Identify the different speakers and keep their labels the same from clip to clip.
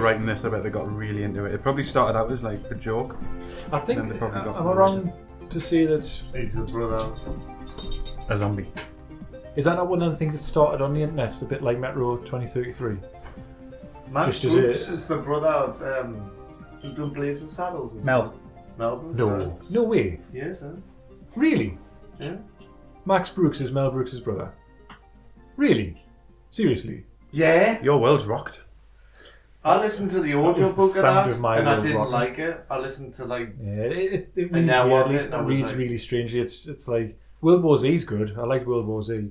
Speaker 1: writing this, I bet they got really into it. It probably started out as like a joke.
Speaker 2: I think.
Speaker 1: Then they probably got
Speaker 2: am I
Speaker 1: more
Speaker 2: wrong to say that?
Speaker 3: He's a brother.
Speaker 1: A zombie.
Speaker 2: Is that not one of the things that started on the internet? A bit like Metro 2033.
Speaker 3: Matt
Speaker 2: Just as
Speaker 3: Brooks
Speaker 2: a-
Speaker 3: is the brother of um, who done Blazing Saddles. and
Speaker 1: Mel.
Speaker 3: stuff. Mel. Brooks, right?
Speaker 2: No way.
Speaker 3: Yes, huh?
Speaker 2: Really?
Speaker 3: Yeah.
Speaker 2: Max Brooks is Mel Brooks' brother. Really? Seriously?
Speaker 3: Yeah.
Speaker 1: Your world's rocked.
Speaker 3: I listened to the
Speaker 2: was the
Speaker 3: audiobook of
Speaker 2: sound
Speaker 3: that,
Speaker 2: of my
Speaker 3: and I
Speaker 2: world
Speaker 3: didn't
Speaker 2: rocking.
Speaker 3: like it. I listened to like
Speaker 2: Yeah, it, it, it reads,
Speaker 3: And now what
Speaker 2: weirdly-
Speaker 3: of it? And I
Speaker 2: it
Speaker 3: was
Speaker 2: reads
Speaker 3: like-
Speaker 2: really strangely. It's it's like World War Z is good. I liked World War Z.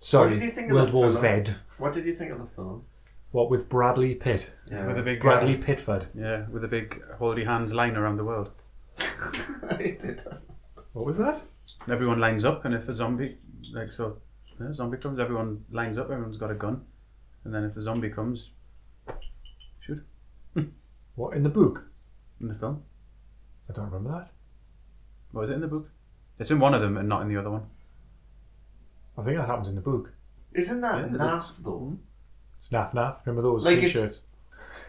Speaker 2: Sorry,
Speaker 3: did you think of
Speaker 2: World
Speaker 3: that
Speaker 2: War
Speaker 3: film?
Speaker 2: Z.
Speaker 3: What did you think of the film?
Speaker 2: What with Bradley Pitt?
Speaker 3: Yeah.
Speaker 1: With a big
Speaker 2: Bradley
Speaker 1: uh,
Speaker 2: Pitford.
Speaker 1: yeah, with a big holy hands line around the world.
Speaker 3: I did.
Speaker 2: What was that?
Speaker 1: And everyone lines up, and if a zombie, like so, yeah, zombie comes, everyone lines up. Everyone's got a gun, and then if the zombie comes, shoot
Speaker 2: What in the book?
Speaker 1: in the film.
Speaker 2: I don't remember that.
Speaker 1: What is it in the book? It's in one of them and not in the other one.
Speaker 2: I think that happens in the book.
Speaker 3: Isn't that
Speaker 1: Yeah, it
Speaker 3: naff
Speaker 1: hmm?
Speaker 3: though?
Speaker 2: It's Naf Naf. Remember those
Speaker 3: Like it's-
Speaker 2: t-shirts?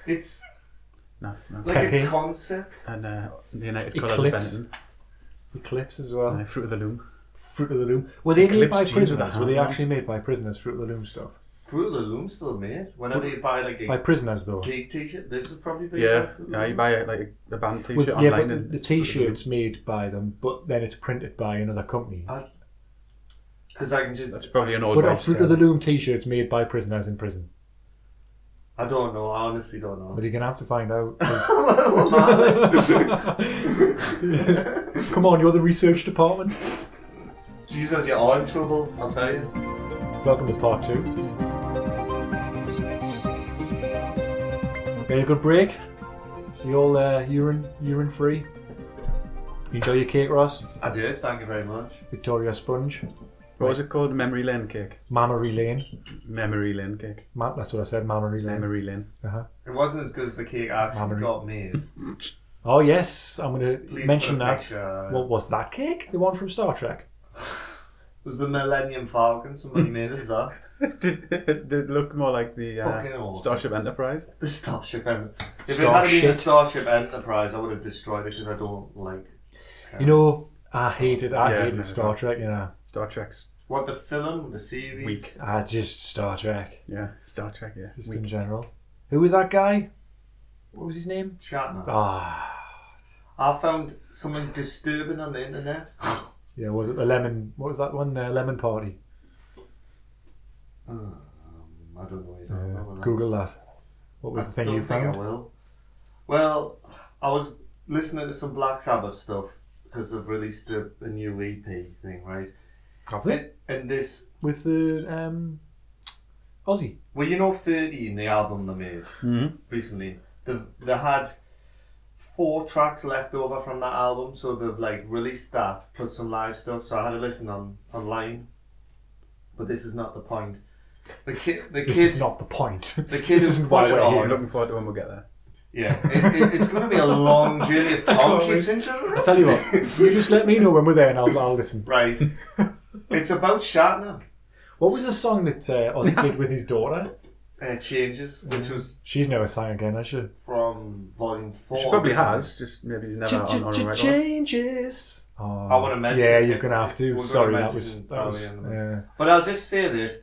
Speaker 3: It's
Speaker 1: No, no.
Speaker 3: like
Speaker 2: Pepe.
Speaker 3: a concept.
Speaker 1: And uh, the United
Speaker 2: Eclipse.
Speaker 1: Colours of Benetton,
Speaker 2: Eclipse as well.
Speaker 1: uh, Fruit of the Loom.
Speaker 2: Fruit of the Loom. Were they made
Speaker 1: Eclipse
Speaker 2: by
Speaker 1: jeans
Speaker 2: prisoners?
Speaker 1: with a
Speaker 2: Were they
Speaker 1: hat on.
Speaker 2: actually made by prisoners? Fruit of the Loom stuff.
Speaker 3: Fruit of the Loom still made. Whenever you buy like a
Speaker 2: By prisoners though.
Speaker 3: big T-shirt, this is probably big.
Speaker 1: Yeah, yeah. You buy like a band T-shirt
Speaker 2: With- yeah,
Speaker 1: online,
Speaker 2: but the,
Speaker 1: and
Speaker 2: the
Speaker 1: it's Fruit of Loom. Oh,
Speaker 2: t-shirt's made by them, but then it's printed by another company.
Speaker 3: Because I can just.
Speaker 1: That's probably an old
Speaker 2: But a
Speaker 1: wives'
Speaker 2: Fruit of the
Speaker 1: tale.
Speaker 2: Loom t-shirts made by prisoners in prison.
Speaker 3: I don't know. I honestly don't know.
Speaker 2: But you're gonna have to find out. 'cause- Come on, you're the research department.
Speaker 3: Jesus, you're all in trouble. I'll tell you.
Speaker 2: Welcome to part two. Been a good break. You all uh, urine urine free. You enjoy your cake, Ross.
Speaker 3: I did. Thank you very much.
Speaker 2: Victoria Sponge,
Speaker 1: What was it called? Memory Lane cake.
Speaker 2: Mammary Lane.
Speaker 1: Memory Lane cake.
Speaker 2: Ma- that's what I said. Mammary Lane.
Speaker 1: Memory Lane.
Speaker 2: Uh-huh.
Speaker 3: It wasn't as good as the cake actually
Speaker 2: Marmarie.
Speaker 3: got made.
Speaker 2: Oh yes, I'm gonna
Speaker 3: Please
Speaker 2: mention
Speaker 3: put a
Speaker 2: that.
Speaker 3: picture.
Speaker 2: What was that cake? The one from Star Trek.
Speaker 3: was the Millennium Falcon? Somebody made us that.
Speaker 1: it, did, it did look more like the
Speaker 3: Fucking
Speaker 1: uh,
Speaker 3: awesome.
Speaker 1: Starship Enterprise.
Speaker 3: The Starship Enterprise. If it had been the
Speaker 2: Starship.
Speaker 3: Starship Enterprise, I would have destroyed it because I don't like
Speaker 2: You know, I hated I
Speaker 1: Yeah, no,
Speaker 2: hated Star
Speaker 1: no.
Speaker 2: Trek. You know,
Speaker 1: Star Trek's
Speaker 3: what the film, the series.
Speaker 1: weak.
Speaker 2: I just Star Trek,
Speaker 1: Yeah, Star Trek. Yeah,
Speaker 2: just
Speaker 1: weak.
Speaker 2: in general. Who was that guy? What was his name?
Speaker 3: Shatner.
Speaker 2: Ah,
Speaker 3: I found something disturbing on the internet.
Speaker 2: yeah, was it the lemon? What was that one? The lemon party.
Speaker 3: Um, I don't know. you
Speaker 2: Uh,
Speaker 3: don't remember that.
Speaker 2: Google that. What was
Speaker 3: I
Speaker 2: the thing
Speaker 3: don't
Speaker 2: you
Speaker 3: think I
Speaker 2: found?
Speaker 3: will. Well, I was listening to some Black Sabbath stuff because they've released a, a new EP thing, right?
Speaker 2: Have
Speaker 3: And, and this,
Speaker 2: with the um, Aussie.
Speaker 3: well, you know, 13, the album they made
Speaker 2: Mm-hmm.
Speaker 1: Mhm.
Speaker 3: recently, they've, they had four tracks left over from that album, so they've like released that plus some live stuff. So I had a listen on online, but this is not the point. The kid, the
Speaker 2: This
Speaker 3: kid,
Speaker 2: is not the point.
Speaker 3: the kid
Speaker 2: this
Speaker 3: who
Speaker 2: isn't why
Speaker 3: put it
Speaker 2: we're
Speaker 3: on-
Speaker 1: Oh, I'm
Speaker 2: here.
Speaker 1: looking forward to when we get there.
Speaker 3: yeah, it, it, it's going to be a long journey if Tom
Speaker 2: Can't
Speaker 3: keeps
Speaker 2: wait.
Speaker 3: into
Speaker 2: I
Speaker 3: it.
Speaker 2: tell you what, you just let me know when we're there, and I'll, I'll listen.
Speaker 3: Right. it's about Shatner.
Speaker 2: What was the song that uh, Ozzy did with his daughter?
Speaker 3: Uh, changes, which was
Speaker 2: She's never sang again, has she?
Speaker 3: from volume four.
Speaker 1: She probably has, just maybe he's never on on a record.
Speaker 2: Changes. Oh,
Speaker 3: I wanna mention
Speaker 2: Yeah,
Speaker 3: it.
Speaker 2: you're gonna have
Speaker 3: We're
Speaker 2: to.
Speaker 3: gonna
Speaker 2: Sorry, that
Speaker 3: mention
Speaker 2: was
Speaker 3: it Oh,
Speaker 2: that was.
Speaker 3: probably
Speaker 2: Yeah.
Speaker 3: But I'll just say this.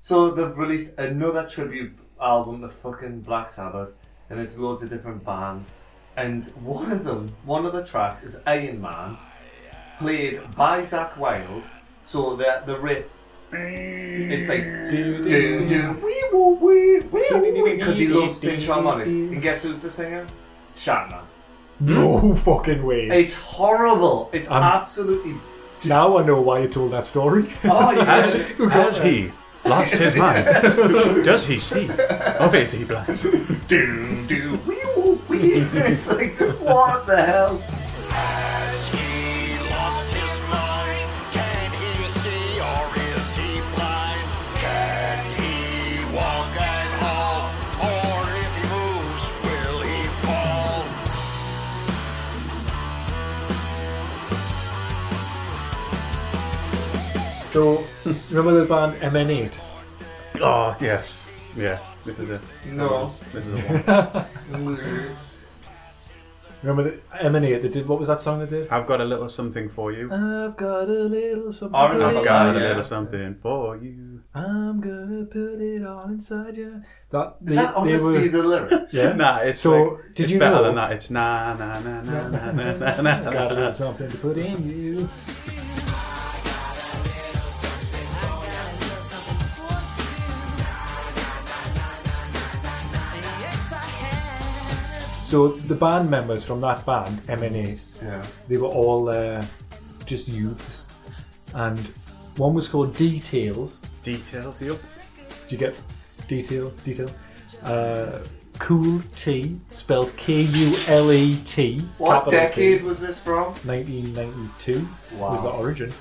Speaker 3: So they've released another tribute album, the fucking Black Sabbath, and it's loads of different bands. And one of them, one of the tracks is Iron Man, played by Zach Wild. So the the riff, it's like do do do wee woo wee wee woo wee because he loves pinch harmonics. And guess who's the singer? Shatner.
Speaker 2: No fucking way.
Speaker 3: It's horrible. It's
Speaker 2: I'm-
Speaker 3: absolutely.
Speaker 2: Now I know why you told that story.
Speaker 3: Oh,
Speaker 1: Has,
Speaker 3: yeah.
Speaker 1: has he lost his mind? Does he see? Or is Oh, he blind?
Speaker 3: do do wee woo wee. It's like what the hell?
Speaker 4: Has he lost his mind? Can he see or is he blind? Can he walk at all? Or if he moves, will he fall?
Speaker 2: So remember the band MN8?
Speaker 1: Oh yes, yeah. This is it.
Speaker 3: No.
Speaker 1: This is the one.
Speaker 2: Remember the Emanate? They did what was that song they did?
Speaker 1: I've got a little something for you.
Speaker 2: I've got a little something.
Speaker 3: I
Speaker 1: I've
Speaker 3: remember Oh,
Speaker 1: got a
Speaker 3: yeah.
Speaker 1: little something for you.
Speaker 2: I'm gonna put it all inside you. That they,
Speaker 3: Is that
Speaker 2: they were.
Speaker 3: honestly the lyric?
Speaker 2: Yeah.
Speaker 1: Nah, it's
Speaker 2: So,
Speaker 1: like,
Speaker 2: did
Speaker 1: it's
Speaker 2: you
Speaker 1: better
Speaker 2: know-
Speaker 1: than that. It's na na na na na na na na.
Speaker 2: I've got
Speaker 1: na.
Speaker 2: a little something to put in you. So the band members from that band, M&A,
Speaker 3: Yeah.
Speaker 2: they were all uh, just youths, and one was called Details.
Speaker 1: Details, yup.
Speaker 2: Do you get details? Detail. Uh, cool T, spelled K-U-L-E-T.
Speaker 3: What
Speaker 2: capital E T,
Speaker 3: decade was this from?
Speaker 2: 1992 was
Speaker 3: Wow.
Speaker 2: the origin.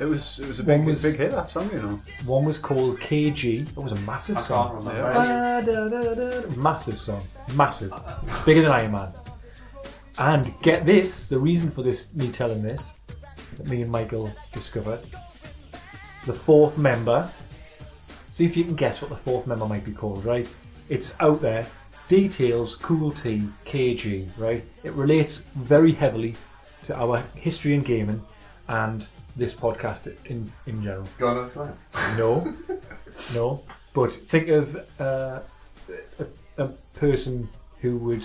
Speaker 1: It was it was a
Speaker 2: One
Speaker 1: big
Speaker 2: was-
Speaker 1: big hit that song, you know.
Speaker 2: One was called KG. That was a massive
Speaker 3: I can't
Speaker 2: song.
Speaker 3: remember.
Speaker 2: Ah, da, da, da, da. Massive song. Massive. Bigger than Iron Man. And get this the reason for this, me telling this, that me and Michael discovered. The fourth member. See if you can guess what the fourth member might be called, right? It's out there. Details, Cool T, KG, right? It relates very heavily to our history in gaming and this podcast in, in general.
Speaker 3: God knows when.
Speaker 2: No, no. But think of uh, a, a person who would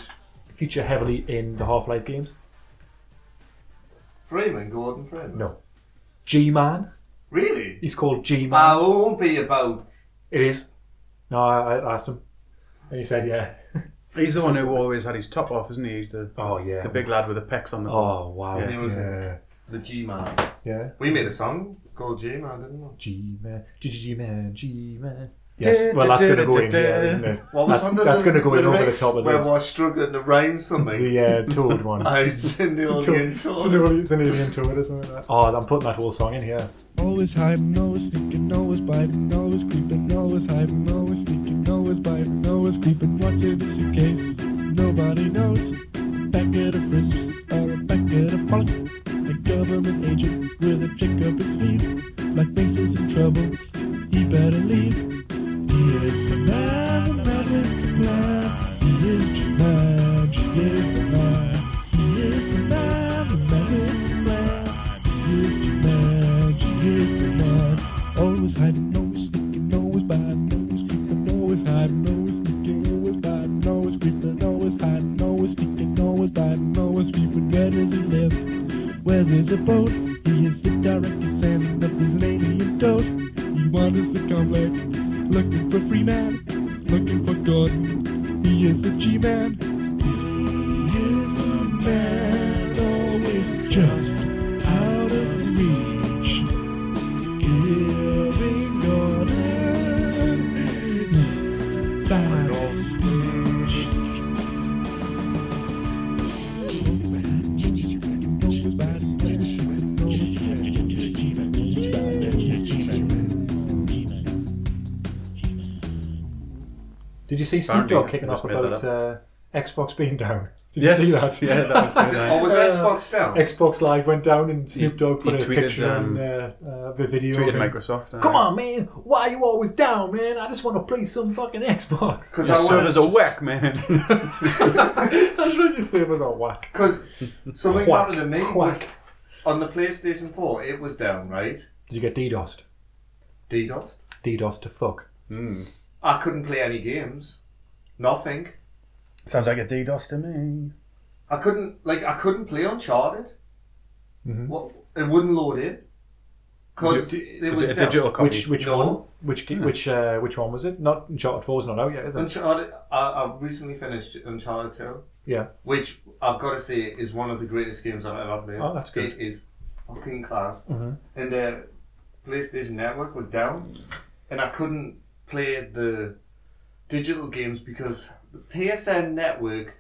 Speaker 2: feature heavily in the Half Life games.
Speaker 3: Freeman, Gordon Freeman.
Speaker 2: No. G Man.
Speaker 3: Really?
Speaker 2: He's called G Man.
Speaker 3: Ah, it won't be about.
Speaker 2: it is. No, I, I asked him. And he said, yeah.
Speaker 1: He's the one who always had his top off, isn't he? He's the
Speaker 2: Oh, yeah.
Speaker 1: the big lad with the pecs on the.
Speaker 2: Oh, wow.
Speaker 1: Yeah,
Speaker 3: he was-
Speaker 2: yeah.
Speaker 3: The G Man.
Speaker 2: yeah.
Speaker 3: We made a song called G Man, didn't we?
Speaker 2: G Man. G Man. G Man. Yes, well, that's going to go in here, isn't it?
Speaker 3: What was
Speaker 2: That's,
Speaker 3: one of
Speaker 2: that's
Speaker 3: the-
Speaker 2: going to go in over the
Speaker 3: lyrics
Speaker 2: top of
Speaker 3: where
Speaker 2: this.
Speaker 3: I was struggling to rhyme something.
Speaker 2: The uh, Toad one.
Speaker 3: I was in the Orient
Speaker 2: It's an
Speaker 3: Tour.
Speaker 2: alien- it's an alien toad or something like that. Oh, I'm putting that whole song in here.
Speaker 5: Always hiding, always sneaking, always biting, always creeping, always hiding, always sneaking, always biting, always creeping. What's in the suitcase? Nobody knows. Packet of crisps or a packet of pollock. A government agent with a chick up his sleeve. Like this is in trouble. He better leave. He is the man, the man with the plan. He is Jumanji. He is the man. He is the man, the man with the plan. He is Jumanji. He is the man. Always hiding, always sneaking, always biting, always creeping, always hiding, always sneaking, always biting, always creeping, always hiding, always sneaking, always biting, always creeping. Where does he live? Where's his abode? He is the director, sending up his alien toad. He wanders the complex looking for free man, looking for Gordon. He is the G-man. He is the man always just out of reach, giving Gordon his final speech.
Speaker 2: Did you see Snoop
Speaker 1: Apparently,
Speaker 2: Dogg
Speaker 1: I
Speaker 2: kicking
Speaker 1: just
Speaker 2: off
Speaker 1: made
Speaker 2: about
Speaker 1: that
Speaker 2: uh, Xbox being down? Did
Speaker 1: Yes,
Speaker 2: you see that?
Speaker 1: yeah, that was good.
Speaker 3: Or
Speaker 1: eh?
Speaker 3: was
Speaker 2: Uh,
Speaker 3: Xbox down?
Speaker 2: Xbox Live went down and Snoop
Speaker 1: He-
Speaker 2: Dogg put
Speaker 1: he
Speaker 2: a
Speaker 1: tweeted,
Speaker 2: picture
Speaker 1: um,
Speaker 2: on uh, uh, the video. of
Speaker 1: Tweeted
Speaker 2: him.
Speaker 1: Microsoft. eh?
Speaker 2: Come on, man! Why are you always down, man? I just want to play some fucking Xbox.
Speaker 3: Because
Speaker 1: Your
Speaker 3: I
Speaker 1: servers
Speaker 3: want.
Speaker 1: are whack, man.
Speaker 2: That's what you say was a whack.
Speaker 3: Because something
Speaker 2: Quack.
Speaker 3: happened to me
Speaker 2: Quack.
Speaker 3: with- on the PlayStation 4. It was down, right?
Speaker 2: Did you get DDoSed?
Speaker 3: DDoS.
Speaker 2: DDoS to fuck.
Speaker 1: Hmm.
Speaker 3: I couldn't play any games. Nothing.
Speaker 1: Sounds like a DDoS to me.
Speaker 3: I couldn't like I couldn't play Uncharted.
Speaker 2: Mhm.
Speaker 3: What? It wouldn't load in. Because
Speaker 1: Was
Speaker 3: it,
Speaker 1: it, was
Speaker 3: was
Speaker 1: it a
Speaker 3: down.
Speaker 1: digital copy? Hmm.
Speaker 2: Which which
Speaker 3: No.
Speaker 2: one? Which ki- which uh, which one was it? Not Uncharted 4's not out yet, is it?
Speaker 3: Uncharted. I, I recently finished Uncharted 2,
Speaker 2: yeah.
Speaker 3: which I've got to say is one of the greatest games I've ever played.
Speaker 2: Oh, that's good.
Speaker 3: It is fucking class.
Speaker 2: Mhm.
Speaker 3: And the PlayStation Network was down, and I couldn't play the digital games because the PSN network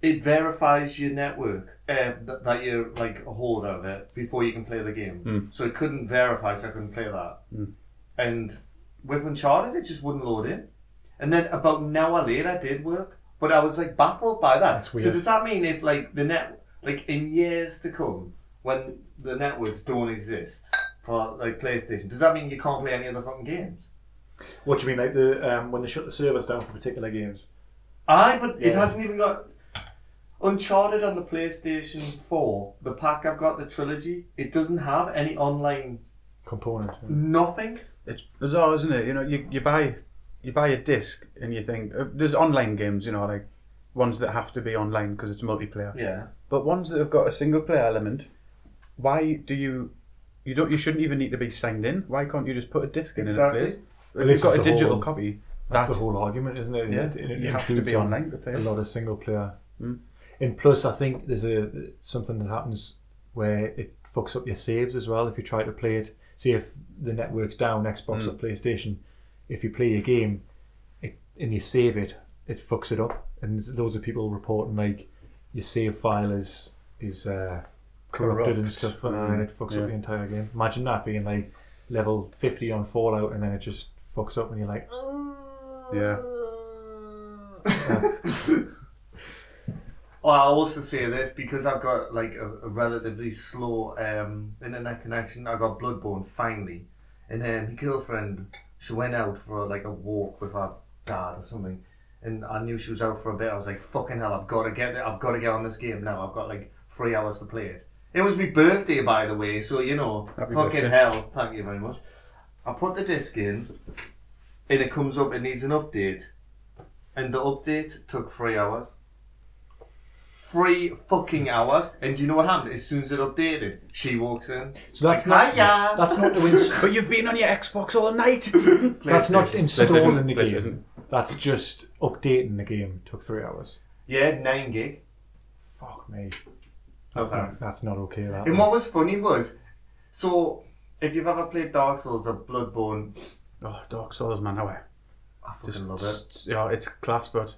Speaker 3: it verifies your network uh, th- that you're like a hold of it before you can play the game.
Speaker 2: Hmm.
Speaker 1: Mm.
Speaker 3: So it couldn't verify, so I couldn't play that.
Speaker 1: Mm.
Speaker 3: And with Uncharted, it just wouldn't load in. And then about an hour later, it did work, but I was like baffled by that.
Speaker 2: That's weird.
Speaker 3: So does that mean if like the net, like in years to come, when the networks don't exist for like PlayStation, does that mean you can't play any other fucking games?
Speaker 2: What do you mean, like the um, when they shut the servers down for particular games?
Speaker 3: Aye, but it
Speaker 2: Yeah.
Speaker 3: hasn't even got Uncharted on the PlayStation 4. The pack I've got, the trilogy, it doesn't have any online
Speaker 2: Component.
Speaker 3: nothing.
Speaker 1: It's bizarre, isn't it? You know, you, you buy you buy a disc and you think uh, there's online games, you know, like ones that have to be online because it's multiplayer.
Speaker 3: Yeah.
Speaker 1: But ones that have got a single player element, why do you you don't you shouldn't even need to be signed in? Why can't you just put a disc in
Speaker 3: Exactly.
Speaker 1: and it plays?
Speaker 2: Well,
Speaker 1: If
Speaker 2: this
Speaker 1: you've got
Speaker 2: is
Speaker 1: a
Speaker 2: the
Speaker 1: digital
Speaker 2: whole-
Speaker 1: copy,
Speaker 2: That's
Speaker 1: that
Speaker 2: the whole argument, isn't it?
Speaker 1: Yeah.
Speaker 2: It, it, it
Speaker 1: You have to
Speaker 2: intrudes
Speaker 1: be
Speaker 2: on
Speaker 1: online to play
Speaker 2: A
Speaker 1: it.
Speaker 2: lot of single player.
Speaker 1: Mm.
Speaker 2: And plus, I think there's a something that happens where it fucks up your saves as well if you try to play it. See if the network's down, Xbox
Speaker 1: Hmm.
Speaker 2: or PlayStation. If you play a game, it, and you save it, it fucks it up. And there's loads of people reporting like your save file is is uh, corrupted and
Speaker 1: Corrupt.
Speaker 2: stuff, and
Speaker 1: Mm,
Speaker 2: it fucks
Speaker 1: yeah.
Speaker 2: up the entire game. Imagine that being like level 50 on Fallout, and then it just fucks up, and you're like.
Speaker 1: yeah.
Speaker 3: Well, I'll also say this because I've got like a, a relatively slow um, internet connection. I got Bloodborne finally, and then my girlfriend she went out for like a walk with her dad or something, and I knew she was out for a bit. I was like, "Fucking hell, I've got to get it. I've got to get on this game now. I've got like three hours to play it." It was my birthday, by the way, so you know,
Speaker 1: Happy
Speaker 3: fucking
Speaker 1: birthday.
Speaker 3: hell. Thank you very much. I put the disc in, and it comes up. It needs an update, and the update took three hours three fucking hours. And do you know what happened? As soon as it updated, she walks in.
Speaker 2: So that's not
Speaker 3: Like, "Hiya."
Speaker 2: that's not to inst-
Speaker 1: But you've been on your Xbox all night.
Speaker 2: that's not
Speaker 1: PlayStation.
Speaker 2: installing the
Speaker 1: PlayStation.
Speaker 2: game. That's just updating the game. Took three hours.
Speaker 3: Yeah, nine gig.
Speaker 2: Fuck me.
Speaker 3: That's
Speaker 2: That's, that's not okay. That.
Speaker 3: And what was funny was, so if you've ever played Dark Souls or Bloodborne,
Speaker 1: Oh, Dark Souls, man, how I
Speaker 3: I fucking
Speaker 1: just
Speaker 3: love it.
Speaker 1: yeah, it's class, but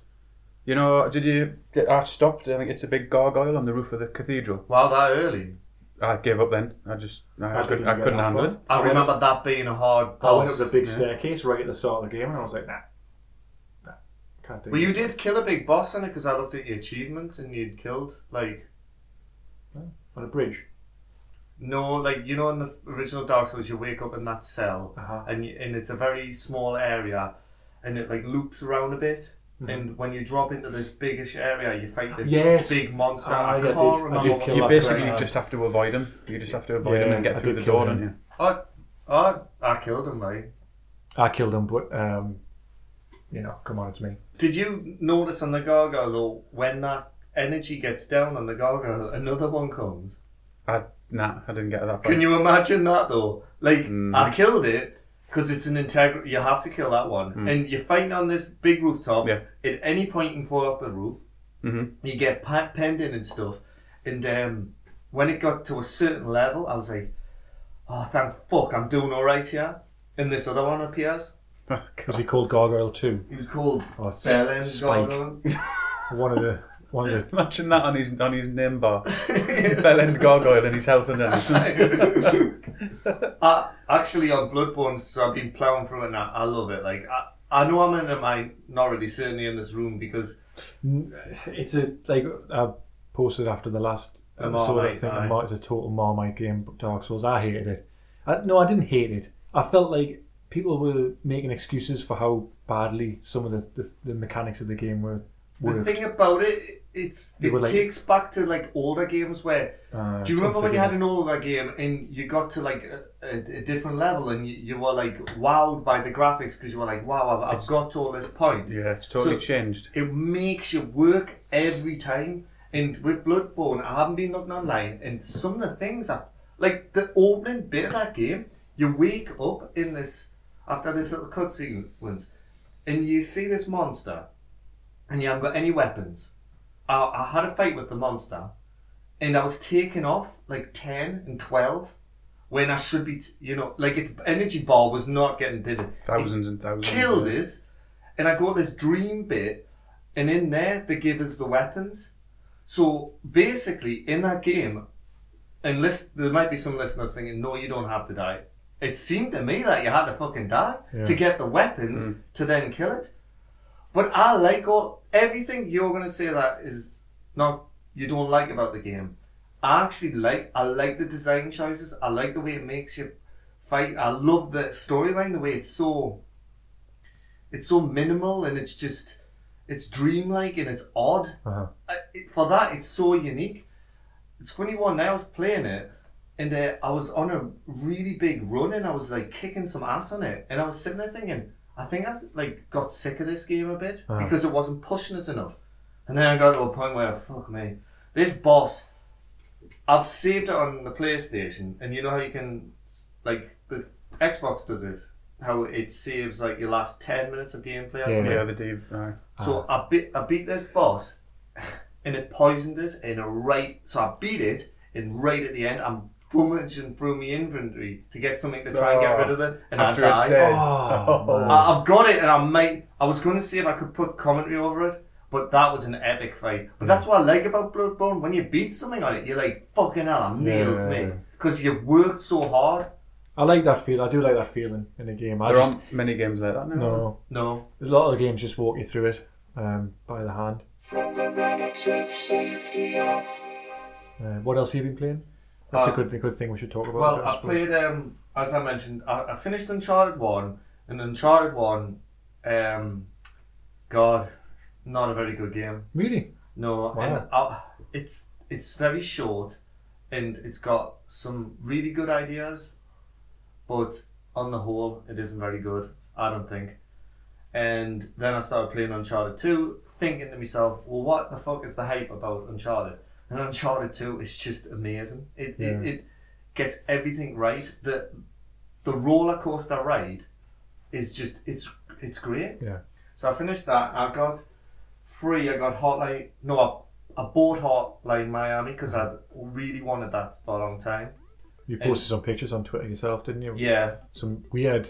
Speaker 1: you know, did you get I stopped? I think it's a big gargoyle on the roof of the cathedral.
Speaker 3: Wow, that early.
Speaker 1: I gave up then. I just I,
Speaker 2: I
Speaker 1: couldn't,
Speaker 2: didn't
Speaker 1: I
Speaker 2: get
Speaker 1: couldn't
Speaker 2: that
Speaker 1: handle
Speaker 2: far.
Speaker 1: it.
Speaker 3: I remember that being a hard
Speaker 2: I
Speaker 3: boss.
Speaker 2: went up the big staircase right at the start of the game, and I was like, nah, nah, can't do
Speaker 3: Well, you
Speaker 2: this.
Speaker 3: did kill a big boss in it because I looked at your achievement and you'd killed like
Speaker 2: on a bridge.
Speaker 3: No, like you know, in the original Dark Souls, you wake up in that cell,
Speaker 2: Uh-huh.
Speaker 3: and you, and it's a very small area, and it like loops around a bit. And when you drop into this biggish area, you fight this
Speaker 2: Mm-hmm. Yes.
Speaker 3: big monster.
Speaker 2: Ah,
Speaker 3: I,
Speaker 2: yeah,
Speaker 3: can't
Speaker 2: I did- I
Speaker 3: remember.
Speaker 2: did
Speaker 3: what
Speaker 2: kill
Speaker 3: you
Speaker 1: You
Speaker 2: that
Speaker 1: basically
Speaker 2: guy.
Speaker 1: just have to avoid him. You just have to avoid him
Speaker 2: Yeah,
Speaker 1: and
Speaker 2: I
Speaker 1: get through
Speaker 2: did
Speaker 1: the
Speaker 2: kill
Speaker 1: door,
Speaker 2: him.
Speaker 1: don't you?
Speaker 3: I, I, I killed him, right?
Speaker 2: I killed him, but um, you know, come on, it's me.
Speaker 3: Did you notice on the gargoyle though, when that energy gets down on the gargoyle, another one comes?
Speaker 1: I nah, I didn't get to that point.
Speaker 3: Can you imagine that though? Like
Speaker 1: Mm.
Speaker 3: I killed it because it's an integral. You have to kill that one, and you're fighting on this big rooftop.
Speaker 1: Yeah.
Speaker 3: At any point, you can fall off the roof.
Speaker 1: Mhm.
Speaker 3: You get pa- penned in and stuff. And um, when it got to a certain level, I was like, "Oh, thank fuck, I'm doing all right here." And this other one appears.
Speaker 1: Oh,
Speaker 2: Was
Speaker 1: God.
Speaker 2: he called Gargoyle too?
Speaker 3: He was called
Speaker 2: Or S-
Speaker 3: Belen
Speaker 2: Spike?
Speaker 3: Gargoyle.
Speaker 2: One of the one of the.
Speaker 1: Imagine that on his on his name bar. Bell end gargoyle and his health and everything.
Speaker 3: I, actually, on Bloodborne, so I've been plowing through it and I, I love it. Like, I, I know I'm in a minority, certainly in this room, because
Speaker 2: It's a like I posted after the last
Speaker 3: A
Speaker 2: episode. I
Speaker 3: Marmite,
Speaker 2: think a
Speaker 3: aye.
Speaker 2: Mar- it's a total Marmite game. but Dark Souls. I hated it. I, no, I didn't hate it. I felt like people were making excuses for how badly some of the, the, the mechanics of the game were
Speaker 3: the
Speaker 2: worked.
Speaker 3: thing about it, it's,
Speaker 2: They
Speaker 3: it
Speaker 2: were like-
Speaker 3: takes back to like older games where.
Speaker 2: Uh,
Speaker 3: Do you remember when you had
Speaker 2: unforgiving.
Speaker 3: an older game and you got to like a, a, a different level and you, you were like wowed by the graphics because you were like, wow, I've, I've got to all this point.
Speaker 1: Yeah, it's totally
Speaker 3: So-
Speaker 1: changed.
Speaker 3: It makes you work every time. And with Bloodborne, I haven't been looking online, and some of the things are like the opening bit of that game. You wake up in this after this little cutscene sequence, and you see this monster, and you haven't got any weapons. I, I had a fight with the monster, and I was taken off like ten and twelve. When I should be, t- you know, like its energy bar was not getting did it. It-
Speaker 1: Thousands and thousands.
Speaker 3: killed us, and I got this dream bit, and in there they give us the weapons. So basically, in that game, and list, there might be some listeners thinking, "No, you don't have to die." It seemed to me that you had to fucking die
Speaker 2: Yeah.
Speaker 3: to get the weapons to then kill it. But I like all everything you're gonna say that is not you don't like about the game. I actually like I like the design choices. I like the way it makes you fight. I love the storyline, the way it's so It's so minimal and it's just it's dreamlike and it's odd.
Speaker 2: Uh-huh.
Speaker 3: I, it, for that, it's so unique. It's funny one day I was playing it, and uh, I was on a really big run, and I was like kicking some ass on it, and I was sitting there thinking, I think I like got sick of this game a bit
Speaker 2: Uh-huh.
Speaker 3: because it wasn't pushing us enough. And then I got to a point where fuck me, this boss, I've saved it on the PlayStation, and you know how you can like the Xbox does it, how it saves like your last ten minutes of gameplay or
Speaker 2: Yeah,
Speaker 3: something.
Speaker 2: yeah.
Speaker 1: Yeah, the deep. Aye.
Speaker 3: So
Speaker 1: Ah.
Speaker 3: I beat I beat this boss, and it poisoned us in a right. So I beat it, and right at the end, I'm rummaging through my inventory to get something to try and get
Speaker 1: Oh.
Speaker 3: rid of it, and
Speaker 1: After
Speaker 3: I
Speaker 1: it's
Speaker 3: die.
Speaker 1: dead.
Speaker 2: Oh, man.
Speaker 3: I, I've got it, and I might. I was going to see if I could put commentary over it, but that was an epic fight. But
Speaker 1: Hmm.
Speaker 3: that's what I like about Bloodborne. When you beat something on it, you're like, "Fucking hell, I nailed
Speaker 2: Yeah.
Speaker 3: me," because you've worked so hard.
Speaker 2: I like that feel. I do like that feeling in a game. I
Speaker 1: There
Speaker 2: just,
Speaker 1: aren't many games like that now.
Speaker 2: no,
Speaker 3: No,
Speaker 2: a lot of the games just walk you through it um, by the hand. Uh, what else have you been playing? That's a
Speaker 3: Uh,
Speaker 2: good, a good thing we should talk about.
Speaker 3: Well, I
Speaker 2: suppose.
Speaker 3: played um as I mentioned, I, I finished Uncharted One, and Uncharted One, um, God, not a very good game.
Speaker 2: Really?
Speaker 3: No,
Speaker 2: Wow.
Speaker 3: and I, it's it's very short, and it's got some really good ideas, but on the whole, it isn't very good. I don't think. And then I started playing Uncharted Two, thinking to myself, well, what the fuck is the hype about Uncharted? And Uncharted Two is just amazing. It it,
Speaker 2: Yeah.
Speaker 3: it gets everything right. The the roller coaster ride is just it's it's great.
Speaker 2: Yeah.
Speaker 3: So I finished that. I got free. I got Hotline. No, I, I bought Hotline Miami because I really wanted that for a long time.
Speaker 2: You posted some pictures on Twitter yourself, didn't you?
Speaker 3: Yeah,
Speaker 2: Some weird.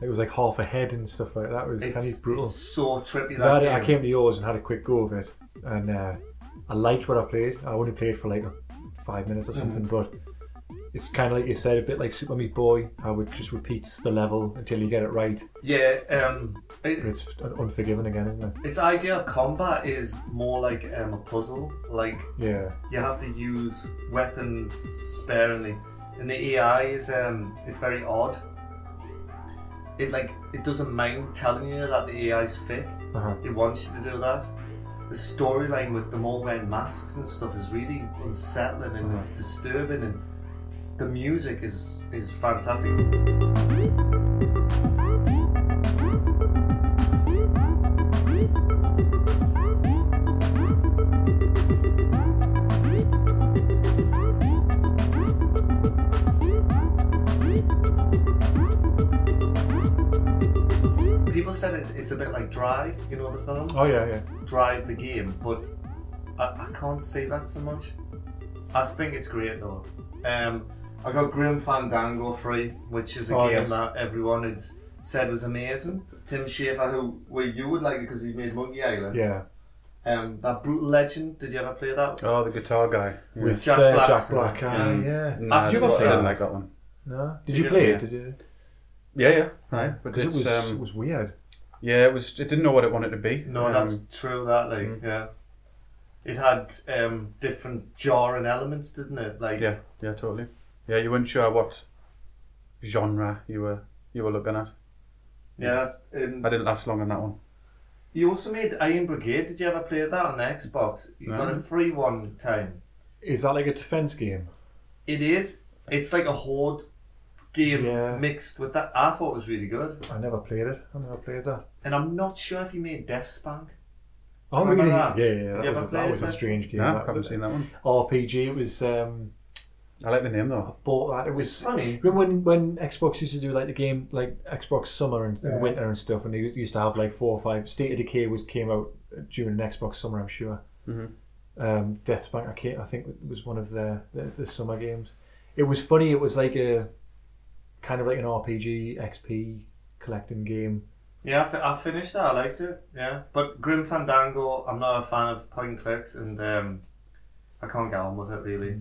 Speaker 2: It was like half a head and stuff like that. It was
Speaker 3: it's,
Speaker 2: kind of brutal.
Speaker 3: it's so trippy. um,
Speaker 2: 'Cause I,
Speaker 3: That
Speaker 2: had- I
Speaker 3: game.
Speaker 2: came to yours and had a quick go of it, and uh, I liked what I played. I only played for like five minutes or something, but it's kind of like you said, a bit like Super Meat Boy. I would just repeats the level until you get it right.
Speaker 3: Yeah, um, it,
Speaker 2: It's un- unforgiven again, isn't it?
Speaker 3: its idea of combat is more like um, a puzzle. Like
Speaker 2: Yeah.
Speaker 3: you have to use weapons sparingly, and the AI is um, it's very odd. It like it doesn't mind telling you that the AI's fake.
Speaker 2: Uh-huh.
Speaker 3: It wants you to do that. The storyline with them all wearing masks and stuff is really unsettling and it's disturbing, and the music is is fantastic. People said it, it's a bit like Drive, you know the film
Speaker 2: Oh yeah, yeah.
Speaker 3: drive the game, but I, I can't say that so much. I think it's great though. Um, I got Grim Fandango free, which is a
Speaker 2: Oh,
Speaker 3: game
Speaker 2: yes.
Speaker 3: that everyone had said was amazing. Tim Schafer, who well, you would like it because he made Monkey Island.
Speaker 2: Yeah.
Speaker 3: Um, that brutal legend. Did you ever play that?
Speaker 1: Oh, the guitar guy. Yeah.
Speaker 2: With
Speaker 3: Jack
Speaker 2: uh,
Speaker 3: Black's
Speaker 2: Jack
Speaker 3: in
Speaker 2: Black.
Speaker 3: it.
Speaker 2: Ah,
Speaker 1: Mm.
Speaker 2: yeah.
Speaker 1: Nah, I
Speaker 2: Did you
Speaker 1: didn't
Speaker 2: watch
Speaker 1: I didn't
Speaker 2: that?
Speaker 1: like that one.
Speaker 2: No. Did
Speaker 3: Did
Speaker 2: you
Speaker 3: you-
Speaker 2: play
Speaker 3: yeah.
Speaker 2: it? Did you?
Speaker 1: Yeah, yeah, right. But
Speaker 2: 'Cause
Speaker 1: it's
Speaker 2: it was it
Speaker 1: um,
Speaker 2: was weird.
Speaker 1: yeah, it was. It didn't know what it wanted to be.
Speaker 3: No,
Speaker 1: um,
Speaker 3: that's true. That like yeah, it had um, different jarring elements, didn't it? Like
Speaker 1: yeah, yeah, totally. Yeah, you weren't sure what genre you were you were looking at.
Speaker 3: yeah. that's- and
Speaker 1: I didn't last long on that one.
Speaker 3: you also made Iron Brigade. Did you ever play that on the Xbox? You got
Speaker 1: No.
Speaker 3: a free one time.
Speaker 2: Is that like a defense game?
Speaker 3: It is. It's like a horde game
Speaker 2: Yeah.
Speaker 3: mixed with that. I thought it was really good.
Speaker 2: I never played it. I never played that.
Speaker 3: And I'm not sure if you made Death Spank.
Speaker 2: Oh
Speaker 3: Remember
Speaker 2: really?
Speaker 3: that?
Speaker 2: Yeah, yeah.
Speaker 3: Did
Speaker 2: That
Speaker 3: you
Speaker 2: was a,
Speaker 3: ever play
Speaker 2: that
Speaker 3: it,
Speaker 2: was a
Speaker 3: Matt?
Speaker 2: strange game.
Speaker 1: no,
Speaker 2: that
Speaker 1: haven't
Speaker 2: was
Speaker 1: seen that one.
Speaker 2: a- RPG. It was. Um,
Speaker 1: I like the name though.
Speaker 2: bought that. It
Speaker 3: It's
Speaker 2: was.
Speaker 3: funny.
Speaker 2: Remember when, when Xbox used to do like the game like Xbox Summer and, and Winter and stuff, and they used to have like four or five. State of Decay was came out during Xbox Summer, I'm sure.
Speaker 1: Mhm.
Speaker 3: Mm-hmm.
Speaker 2: Um, Deathspank, I, can't, I think was one of the, the the summer games. It was funny. It was like a kind of like an RPG XP collecting game.
Speaker 3: Yeah, I, fi- I finished that. I liked it. Yeah, but Grim Fandango. I'm not a fan of point and clicks, and um, I can't get on with it really.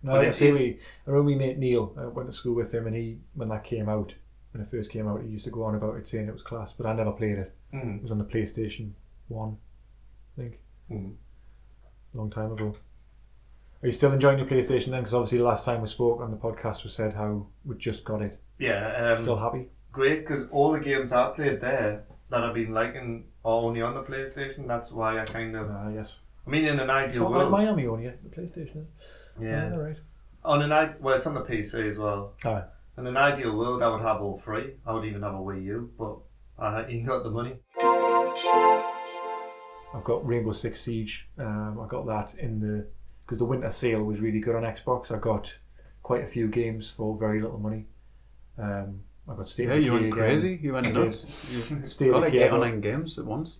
Speaker 2: No,
Speaker 3: But
Speaker 2: I
Speaker 3: it
Speaker 2: see.
Speaker 3: is-
Speaker 2: We, our only mate Neil I went to school with him, and he when that came out, when it first came out, he used to go on about it saying it was class, but I never played it. It
Speaker 3: Mm.
Speaker 2: was on the PlayStation One, I think.
Speaker 3: Mm.
Speaker 2: long time ago. Are you still enjoying your PlayStation then? Because obviously the last time we spoke on the podcast, we said how we just got it.
Speaker 3: Yeah. Um,
Speaker 2: Still happy?
Speaker 3: great because all the games I played there that I've been liking are only on the PlayStation. That's why I kind of.
Speaker 2: Ah, yes.
Speaker 3: I mean, in an
Speaker 2: It's
Speaker 3: ideal
Speaker 2: not like
Speaker 3: world.
Speaker 2: Miami on yet. The PlayStation is.
Speaker 3: yeah.
Speaker 2: all right.
Speaker 3: On an I- well, it's on the PC as well.
Speaker 2: All right.
Speaker 3: In an ideal world, I would have all three. I would even have a Wii U, but I ain't got the money.
Speaker 2: I've got Rainbow Six Siege. Um, I got that in the because the winter sale was really good on Xbox. I got quite a few games for very little money. Um, I got State
Speaker 1: Yeah,
Speaker 2: of
Speaker 1: you
Speaker 2: Decay
Speaker 1: went
Speaker 2: again,
Speaker 1: crazy. You went
Speaker 2: um, I did.
Speaker 1: nuts. You
Speaker 2: State
Speaker 1: got
Speaker 2: of
Speaker 1: like
Speaker 2: Decay,
Speaker 1: eight or nine games at once.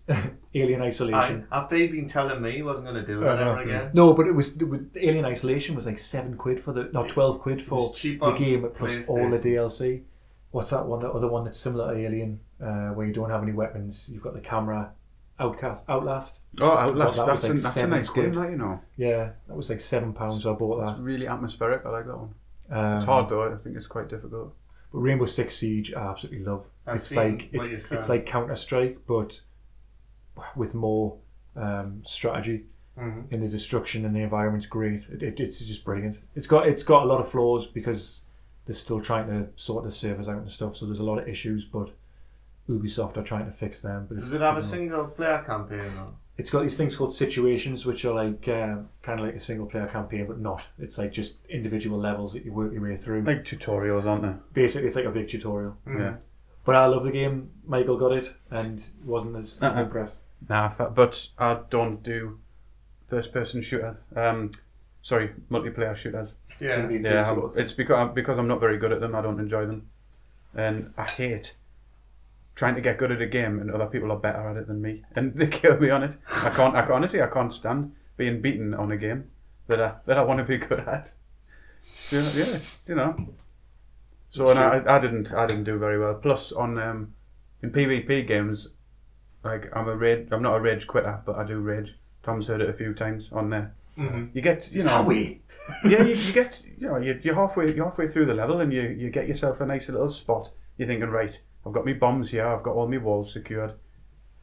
Speaker 2: Alien Isolation.
Speaker 3: I, after he'd been telling me he wasn't going to do it
Speaker 2: Uh,
Speaker 3: ever
Speaker 2: no.
Speaker 3: again.
Speaker 2: No, but it was, it was Alien Isolation was like seven quid for the not twelve quid for
Speaker 3: was cheap
Speaker 2: the
Speaker 3: on
Speaker 2: game plus all the
Speaker 3: PlayStation.
Speaker 2: DLC. What's that one? The other one that's similar to Alien, uh, where you don't have any weapons. You've got the camera. Outcast, Outlast.
Speaker 1: Oh, Outlast.
Speaker 2: that was
Speaker 1: That's, a,
Speaker 2: like
Speaker 1: that's a
Speaker 2: seven
Speaker 1: nice
Speaker 2: quid.
Speaker 1: game, that you know.
Speaker 2: Yeah, that was like seven pounds. So I bought
Speaker 1: It's
Speaker 2: that.
Speaker 1: really atmospheric. I like that one.
Speaker 2: Um,
Speaker 1: It's hard though. I think it's quite difficult.
Speaker 2: But Rainbow Six Siege, I absolutely love.
Speaker 3: I've
Speaker 2: it's
Speaker 3: seen
Speaker 2: like
Speaker 3: what
Speaker 2: it's,
Speaker 3: you're
Speaker 2: it's
Speaker 3: saying.
Speaker 2: like Counter Strike, but with more um, strategy.
Speaker 3: Mhm.
Speaker 2: And the destruction and the environment's great. It, it, it's just brilliant. It's got it's got a lot of flaws because they're still trying to sort the servers out and stuff. So there's a lot of issues, but Ubisoft are trying to fix them. But
Speaker 3: Does
Speaker 2: it's
Speaker 3: it have a
Speaker 2: taking-
Speaker 3: single player campaign though?
Speaker 2: it's got these things called situations, which are like uh, kind of like a single player campaign, but not. It's like just individual levels that you work your way through.
Speaker 1: Like tutorials, aren't there?
Speaker 2: Basically, it's like a big tutorial.
Speaker 3: Mm.
Speaker 1: Yeah.
Speaker 2: But I love the game. Michael got it and wasn't as, as
Speaker 1: Uh-uh.
Speaker 2: impressed.
Speaker 1: Nah, I fa- but I don't do first-person shooter. Um, sorry, multiplayer shooters.
Speaker 3: Yeah.
Speaker 1: Yeah, I- it's because because I'm not very good at them. I don't enjoy them, and I hate trying to get good at a game and other people are better at it than me, and they kill me on it. I can't. I can't, honestly, I can't stand being beaten on a game that I that I want to be good at. You know, yeah, you know. So and I, I didn't I didn't do very well. Plus on um, in PvP games, like I'm a rage. I'm not a rage quitter, but I do rage. Tom's heard it a few times on there.
Speaker 3: Mhm.
Speaker 1: You get you know yeah, you, you get you know you're, you're halfway you're halfway through the level and you you get yourself a nice little spot. You're thinking, right, I've got my bombs here, I've got all my walls secured,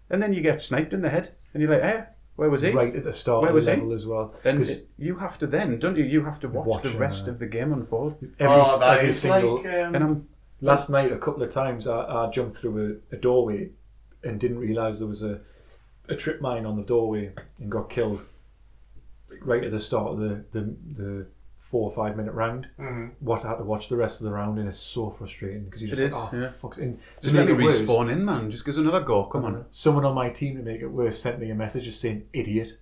Speaker 1: and then you get sniped in the head, and you're like, eh, where was he?
Speaker 2: right at the start
Speaker 1: Where
Speaker 2: of
Speaker 1: was
Speaker 2: the
Speaker 1: he?
Speaker 2: level as well.
Speaker 1: Then
Speaker 2: 'Cause
Speaker 1: it- you have to then, don't you? You have to watch,
Speaker 2: Watch
Speaker 1: the
Speaker 2: him,
Speaker 1: rest
Speaker 2: uh,
Speaker 1: of the game unfold.
Speaker 2: every,
Speaker 3: oh, that
Speaker 2: every
Speaker 3: is
Speaker 2: single
Speaker 3: like. Um,
Speaker 1: And I'm
Speaker 2: last night, a couple of times, I, I jumped through a, a doorway and didn't realise there was a a trip mine on the doorway and got killed right at the start of the the, the four or five minute round.
Speaker 3: mhm.
Speaker 2: What I had to watch the rest of the round and it's so frustrating because you
Speaker 1: It
Speaker 2: just
Speaker 1: is,
Speaker 2: like, oh
Speaker 1: yeah.
Speaker 2: fuck's and
Speaker 1: just
Speaker 2: to
Speaker 1: let me
Speaker 2: make it worse,
Speaker 1: respawn in, man. Just give us another go. Come on.
Speaker 2: Someone on my team to make it worse sent me a message just saying idiot.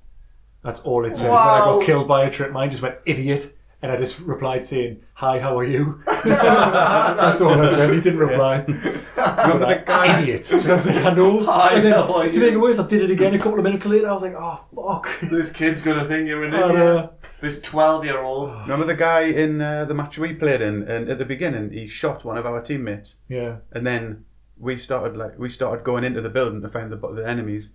Speaker 2: That's all it said. When I
Speaker 3: Wow.
Speaker 2: got killed by a trip mine, just went idiot, and I just replied saying hi, how are you? That's all I said. He didn't reply.
Speaker 1: Remember the
Speaker 2: Like,
Speaker 1: guy?
Speaker 2: idiot. And I was like, I know.
Speaker 3: Hi,
Speaker 2: and
Speaker 3: how are
Speaker 2: to
Speaker 3: you?
Speaker 2: make it worse, I did it again a couple of minutes later. I was like, oh fuck.
Speaker 3: This kid's gonna think you're an
Speaker 2: I
Speaker 3: idiot.
Speaker 2: know.
Speaker 3: This twelve-year-old.
Speaker 1: Remember the guy in uh, the match we played in, and at the beginning he shot one of our teammates.
Speaker 2: Yeah.
Speaker 1: and then we started like we started going into the building to find the, the enemies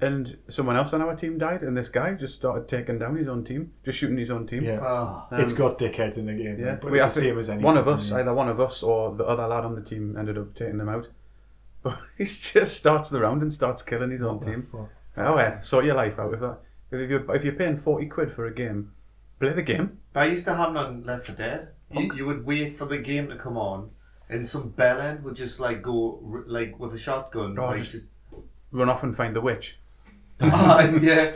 Speaker 1: and someone else on our team died and this guy just started taking down his own team just shooting his own team
Speaker 2: Yeah.
Speaker 3: Oh.
Speaker 1: Um,
Speaker 2: it's got dickheads in the game.
Speaker 1: yeah
Speaker 2: But
Speaker 1: we
Speaker 2: it's
Speaker 1: I
Speaker 2: the
Speaker 1: think
Speaker 2: same as anything.
Speaker 1: one of us
Speaker 2: yeah.
Speaker 1: either one of us or the other lad on the team ended up taking them out but he just starts the round and starts killing his own team
Speaker 2: fuck?
Speaker 1: oh yeah sort your life out with that if you're, if you're paying 40 quid for a game play the game
Speaker 3: That used to happen on Left 4 Dead. You, you would wait for the game to come on, and some bellend would just like go r- like with a shotgun.
Speaker 1: Oh,
Speaker 3: like,
Speaker 1: just-
Speaker 3: just-
Speaker 1: run off and find the witch
Speaker 3: Ah, yeah.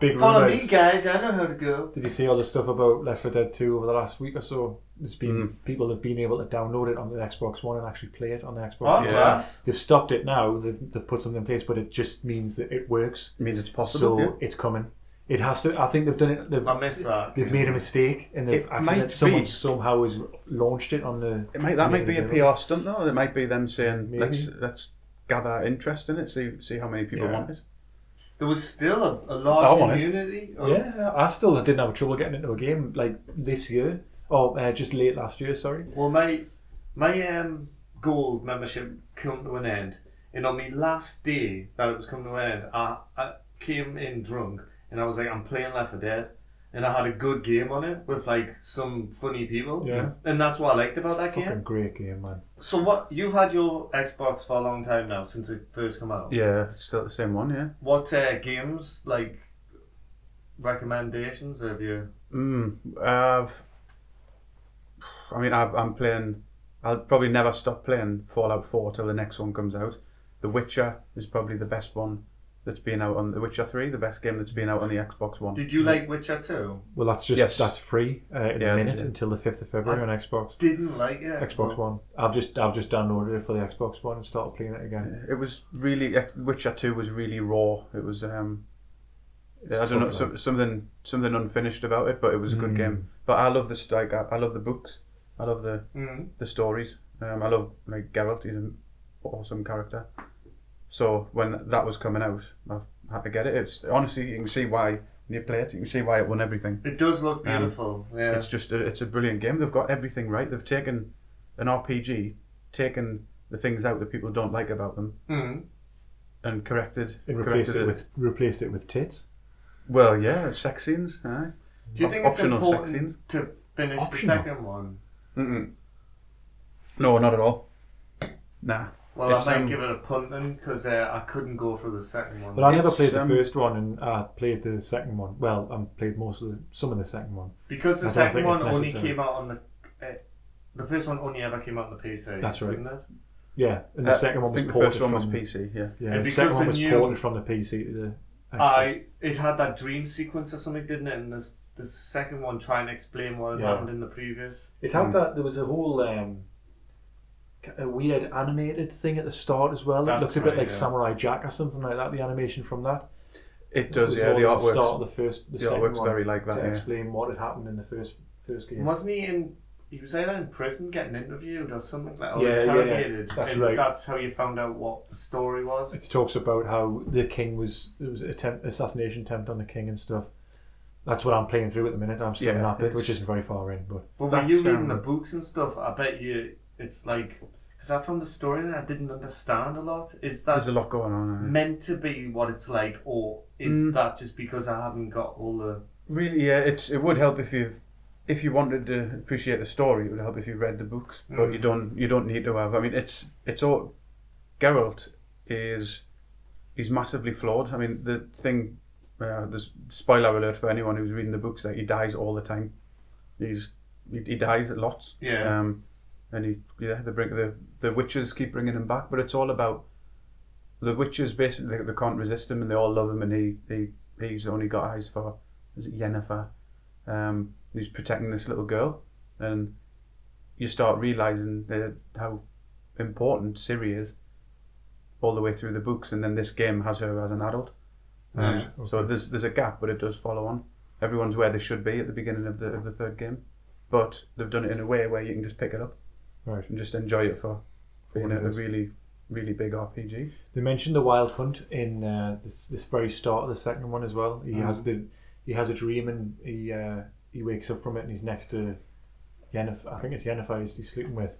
Speaker 2: Big
Speaker 3: Follow
Speaker 2: rumours.
Speaker 3: me, guys. I know how to go.
Speaker 2: Did you see all the stuff about Left 4 Dead 2 over the last week or so? There's
Speaker 1: Hmm.
Speaker 2: been people have been able to download it on the Xbox One and actually play it on the Xbox.
Speaker 3: Oh,
Speaker 2: One.
Speaker 1: Yeah.
Speaker 3: class.
Speaker 2: They've stopped it now. They've, they've put something in place, but it just means that it works.
Speaker 1: means it's possible
Speaker 2: So
Speaker 1: yeah.
Speaker 2: it's coming. It has to. I think they've done it. They've,
Speaker 3: I missed that.
Speaker 2: they've made a mistake and they've
Speaker 1: It
Speaker 2: accident-
Speaker 1: might
Speaker 2: someone
Speaker 1: be-
Speaker 2: somehow has launched it on the.
Speaker 1: It might, that might be a
Speaker 2: available.
Speaker 1: PR stunt though. It might be them saying
Speaker 2: Maybe.
Speaker 1: let's let's gather interest in it, see see how many people
Speaker 2: Yeah.
Speaker 1: want it.
Speaker 3: There was still a, a
Speaker 1: I
Speaker 3: large
Speaker 1: want it.
Speaker 3: community. Of,
Speaker 2: Yeah, I still didn't have trouble getting into a game like this year, or uh, just late last year. Sorry.
Speaker 3: Well, my my um, gold membership come to an end, and on my last day that it was coming to an end, I, I came in drunk, and I was like, I'm playing Left 4 Dead, and I had a good game on it with like some funny people,
Speaker 2: Yeah.
Speaker 3: and that's what I liked about that
Speaker 2: Fucking
Speaker 3: game.
Speaker 2: great game, man.
Speaker 3: So what you've had your Xbox for a long time now since it first came out.
Speaker 1: Yeah, still the same one. Yeah.
Speaker 3: What uh, games like recommendations have you?
Speaker 1: Mm, I've. I mean, I've, I'm playing. I'll probably never stop playing Fallout 4 till the next one comes out. The Witcher is probably the best one that's been out on The Witcher Three, the best game that's been out on the Xbox One.
Speaker 2: Mm.
Speaker 3: Did you like Witcher 2?
Speaker 2: Well, that's just
Speaker 1: Yes.
Speaker 2: that's free uh, at
Speaker 1: Yeah,
Speaker 2: the
Speaker 1: I
Speaker 2: minute
Speaker 1: did it.
Speaker 2: until the fifth of February on Xbox.
Speaker 3: Didn't like it.
Speaker 2: Xbox One. I've just I've just downloaded it for the Xbox One and started playing it again.
Speaker 1: It was really uh, Witcher Two was really raw. It was um, I don't know
Speaker 2: tough,
Speaker 1: so, something something unfinished about it, but it was a good
Speaker 2: Mm.
Speaker 1: game. But I love this like I, I love the books. I love the
Speaker 3: Mm.
Speaker 1: the stories. Um, I love like Geralt. He's an awesome character. So when that was coming out, I had to get it. It's honestly you can see why when you play it, you can see why it won everything.
Speaker 3: It does look
Speaker 2: Um,
Speaker 3: beautiful. yeah.
Speaker 1: It's just a, it's a brilliant game. They've got everything right. They've taken an RPG, taken the things out that people don't like about them,
Speaker 3: Mm.
Speaker 1: and corrected
Speaker 2: And replaced
Speaker 1: corrected
Speaker 2: it with replaced it with tits.
Speaker 1: well, yeah, sex scenes. Aye.
Speaker 3: Do you think it's
Speaker 1: Optional sex scenes.
Speaker 3: important to finish
Speaker 2: Optional.
Speaker 3: the second one?
Speaker 1: Mm-mm. No, not at all. Nah.
Speaker 3: Well,
Speaker 1: It's,
Speaker 3: I might
Speaker 1: um,
Speaker 3: give it a punt then because uh, I couldn't go for the second one.
Speaker 2: But I never
Speaker 1: It's,
Speaker 2: played the
Speaker 1: um,
Speaker 2: first one, and I played the second one. Well, I played most of the, some of the second one.
Speaker 3: because the
Speaker 2: I don't
Speaker 3: second
Speaker 2: think
Speaker 3: one
Speaker 2: it's
Speaker 3: only
Speaker 2: necessary.
Speaker 3: came out on the. Uh, the first one only ever came out on the PC.
Speaker 2: That's right.
Speaker 3: didn't it?
Speaker 2: Yeah, and the
Speaker 1: Uh,
Speaker 2: second one
Speaker 1: I
Speaker 2: was
Speaker 1: think the
Speaker 2: ported
Speaker 1: first one was
Speaker 2: from-
Speaker 1: PC. Yeah.
Speaker 2: Yeah,
Speaker 3: And
Speaker 2: the
Speaker 3: because
Speaker 2: second
Speaker 3: the
Speaker 2: one was
Speaker 3: new-
Speaker 2: ported from the PC to the. Xbox.
Speaker 3: I it had that dream sequence or something, didn't it? And this the second one trying to explain what had
Speaker 2: Yeah.
Speaker 3: happened in the previous.
Speaker 2: It
Speaker 1: Hmm.
Speaker 2: had that. There was a whole um, k- a weird animated thing at the start as well.
Speaker 3: That's
Speaker 2: it looked a
Speaker 3: right,
Speaker 2: bit like
Speaker 3: yeah.
Speaker 2: Samurai Jack or something like that. The animation from that.
Speaker 1: It does.
Speaker 2: It was
Speaker 1: Yeah.
Speaker 2: all
Speaker 1: The
Speaker 2: at The start of
Speaker 1: artwork's
Speaker 2: the first. The,
Speaker 1: the
Speaker 2: second
Speaker 1: artwork's
Speaker 2: one
Speaker 1: very like that.
Speaker 2: to
Speaker 1: Yeah.
Speaker 2: explain what had happened in the first first game.
Speaker 3: Wasn't he in? He was either in prison getting interviewed or something like or
Speaker 2: Yeah, yeah,
Speaker 3: interrogated.
Speaker 2: that's
Speaker 3: and
Speaker 2: right.
Speaker 3: That's how you found out what the story was.
Speaker 2: It talks about how the king was there was attempt assassination attempt on the king and stuff. That's what I'm playing through at the minute. I'm still in
Speaker 1: Yeah,
Speaker 2: that bit, which
Speaker 1: it's-
Speaker 2: isn't very far in, but
Speaker 3: But when
Speaker 1: That's,
Speaker 3: you reading
Speaker 1: um,
Speaker 3: the books and stuff, I bet you it's like because I found the story that I didn't understand a lot. Is that
Speaker 1: There's a lot going on. eh?
Speaker 3: meant to be what it's like, or is
Speaker 1: Mm.
Speaker 3: that just because I haven't got all the?
Speaker 1: Really, yeah. It's it would help if you if you wanted to appreciate the story. It would help if you read the books, but
Speaker 3: Mm.
Speaker 1: you don't you don't need to have. I mean, it's it's all. Geralt is he's massively flawed. I mean, the thing. Uh, there's spoiler alert for anyone who's reading the books that he dies all the time. He's he, he dies lots.
Speaker 3: Yeah.
Speaker 1: Um, and he yeah they bring the the witches keep bringing him back, but it's all about the witches basically they, they can't resist him and they all love him and he, he he's only got eyes for is it Yennefer um he's protecting this little girl and you start realizing that how important Ciri is all the way through the books and then this game has her as an adult
Speaker 3: Right,
Speaker 1: Um, so there's there's a gap but it does follow on everyone's where they should be at the beginning of the of the third game but they've done it in a way where you can just pick it up
Speaker 2: right.
Speaker 1: and just enjoy it for being
Speaker 2: what it
Speaker 1: a, a
Speaker 2: is.
Speaker 1: really really big RPG
Speaker 2: They mentioned the Wild Hunt in uh, this, this very start of the second one as well.
Speaker 1: Mm-hmm.
Speaker 2: He has the he has a dream and he uh, he wakes up from it and he's next to Yennefer. I think it's Yennefer he's, he's sleeping with,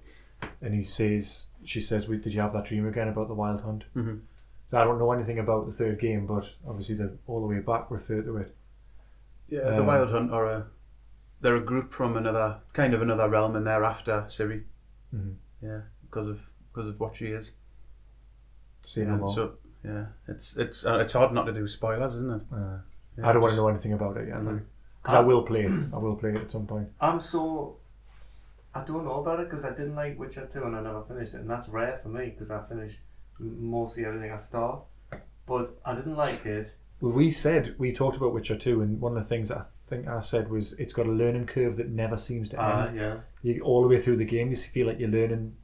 Speaker 2: and he says she says, "We did you have that dream again about the Wild Hunt?"
Speaker 1: Mhm.
Speaker 2: So I don't know anything about the third game, but obviously the all the way back refer to it.
Speaker 1: Yeah, the
Speaker 2: Um,
Speaker 1: Wild Hunt are a they're a group from another kind of another realm, and they're after Ciri.
Speaker 2: Mhm.
Speaker 1: Yeah, because of because of what she is.
Speaker 2: See no
Speaker 1: And
Speaker 2: more.
Speaker 1: so yeah, it's it's uh, it's hard not to do spoilers, isn't it?
Speaker 2: Uh,
Speaker 1: Yeah,
Speaker 2: I don't want
Speaker 1: just-
Speaker 2: to know anything about it yet,
Speaker 1: Mhm.
Speaker 2: because I will play it. I will play it at some point.
Speaker 3: I'm so. I don't know about it because I didn't like Witcher 2 and I never finished it, and that's rare for me because I finish m- mostly everything I start. But I didn't like it.
Speaker 2: Well, we said we talked about Witcher Two, and one of the things I think I said was it's got a learning curve that never seems to
Speaker 3: Uh,
Speaker 2: end.
Speaker 3: yeah.
Speaker 2: You all the way through the game, you feel like you're learning.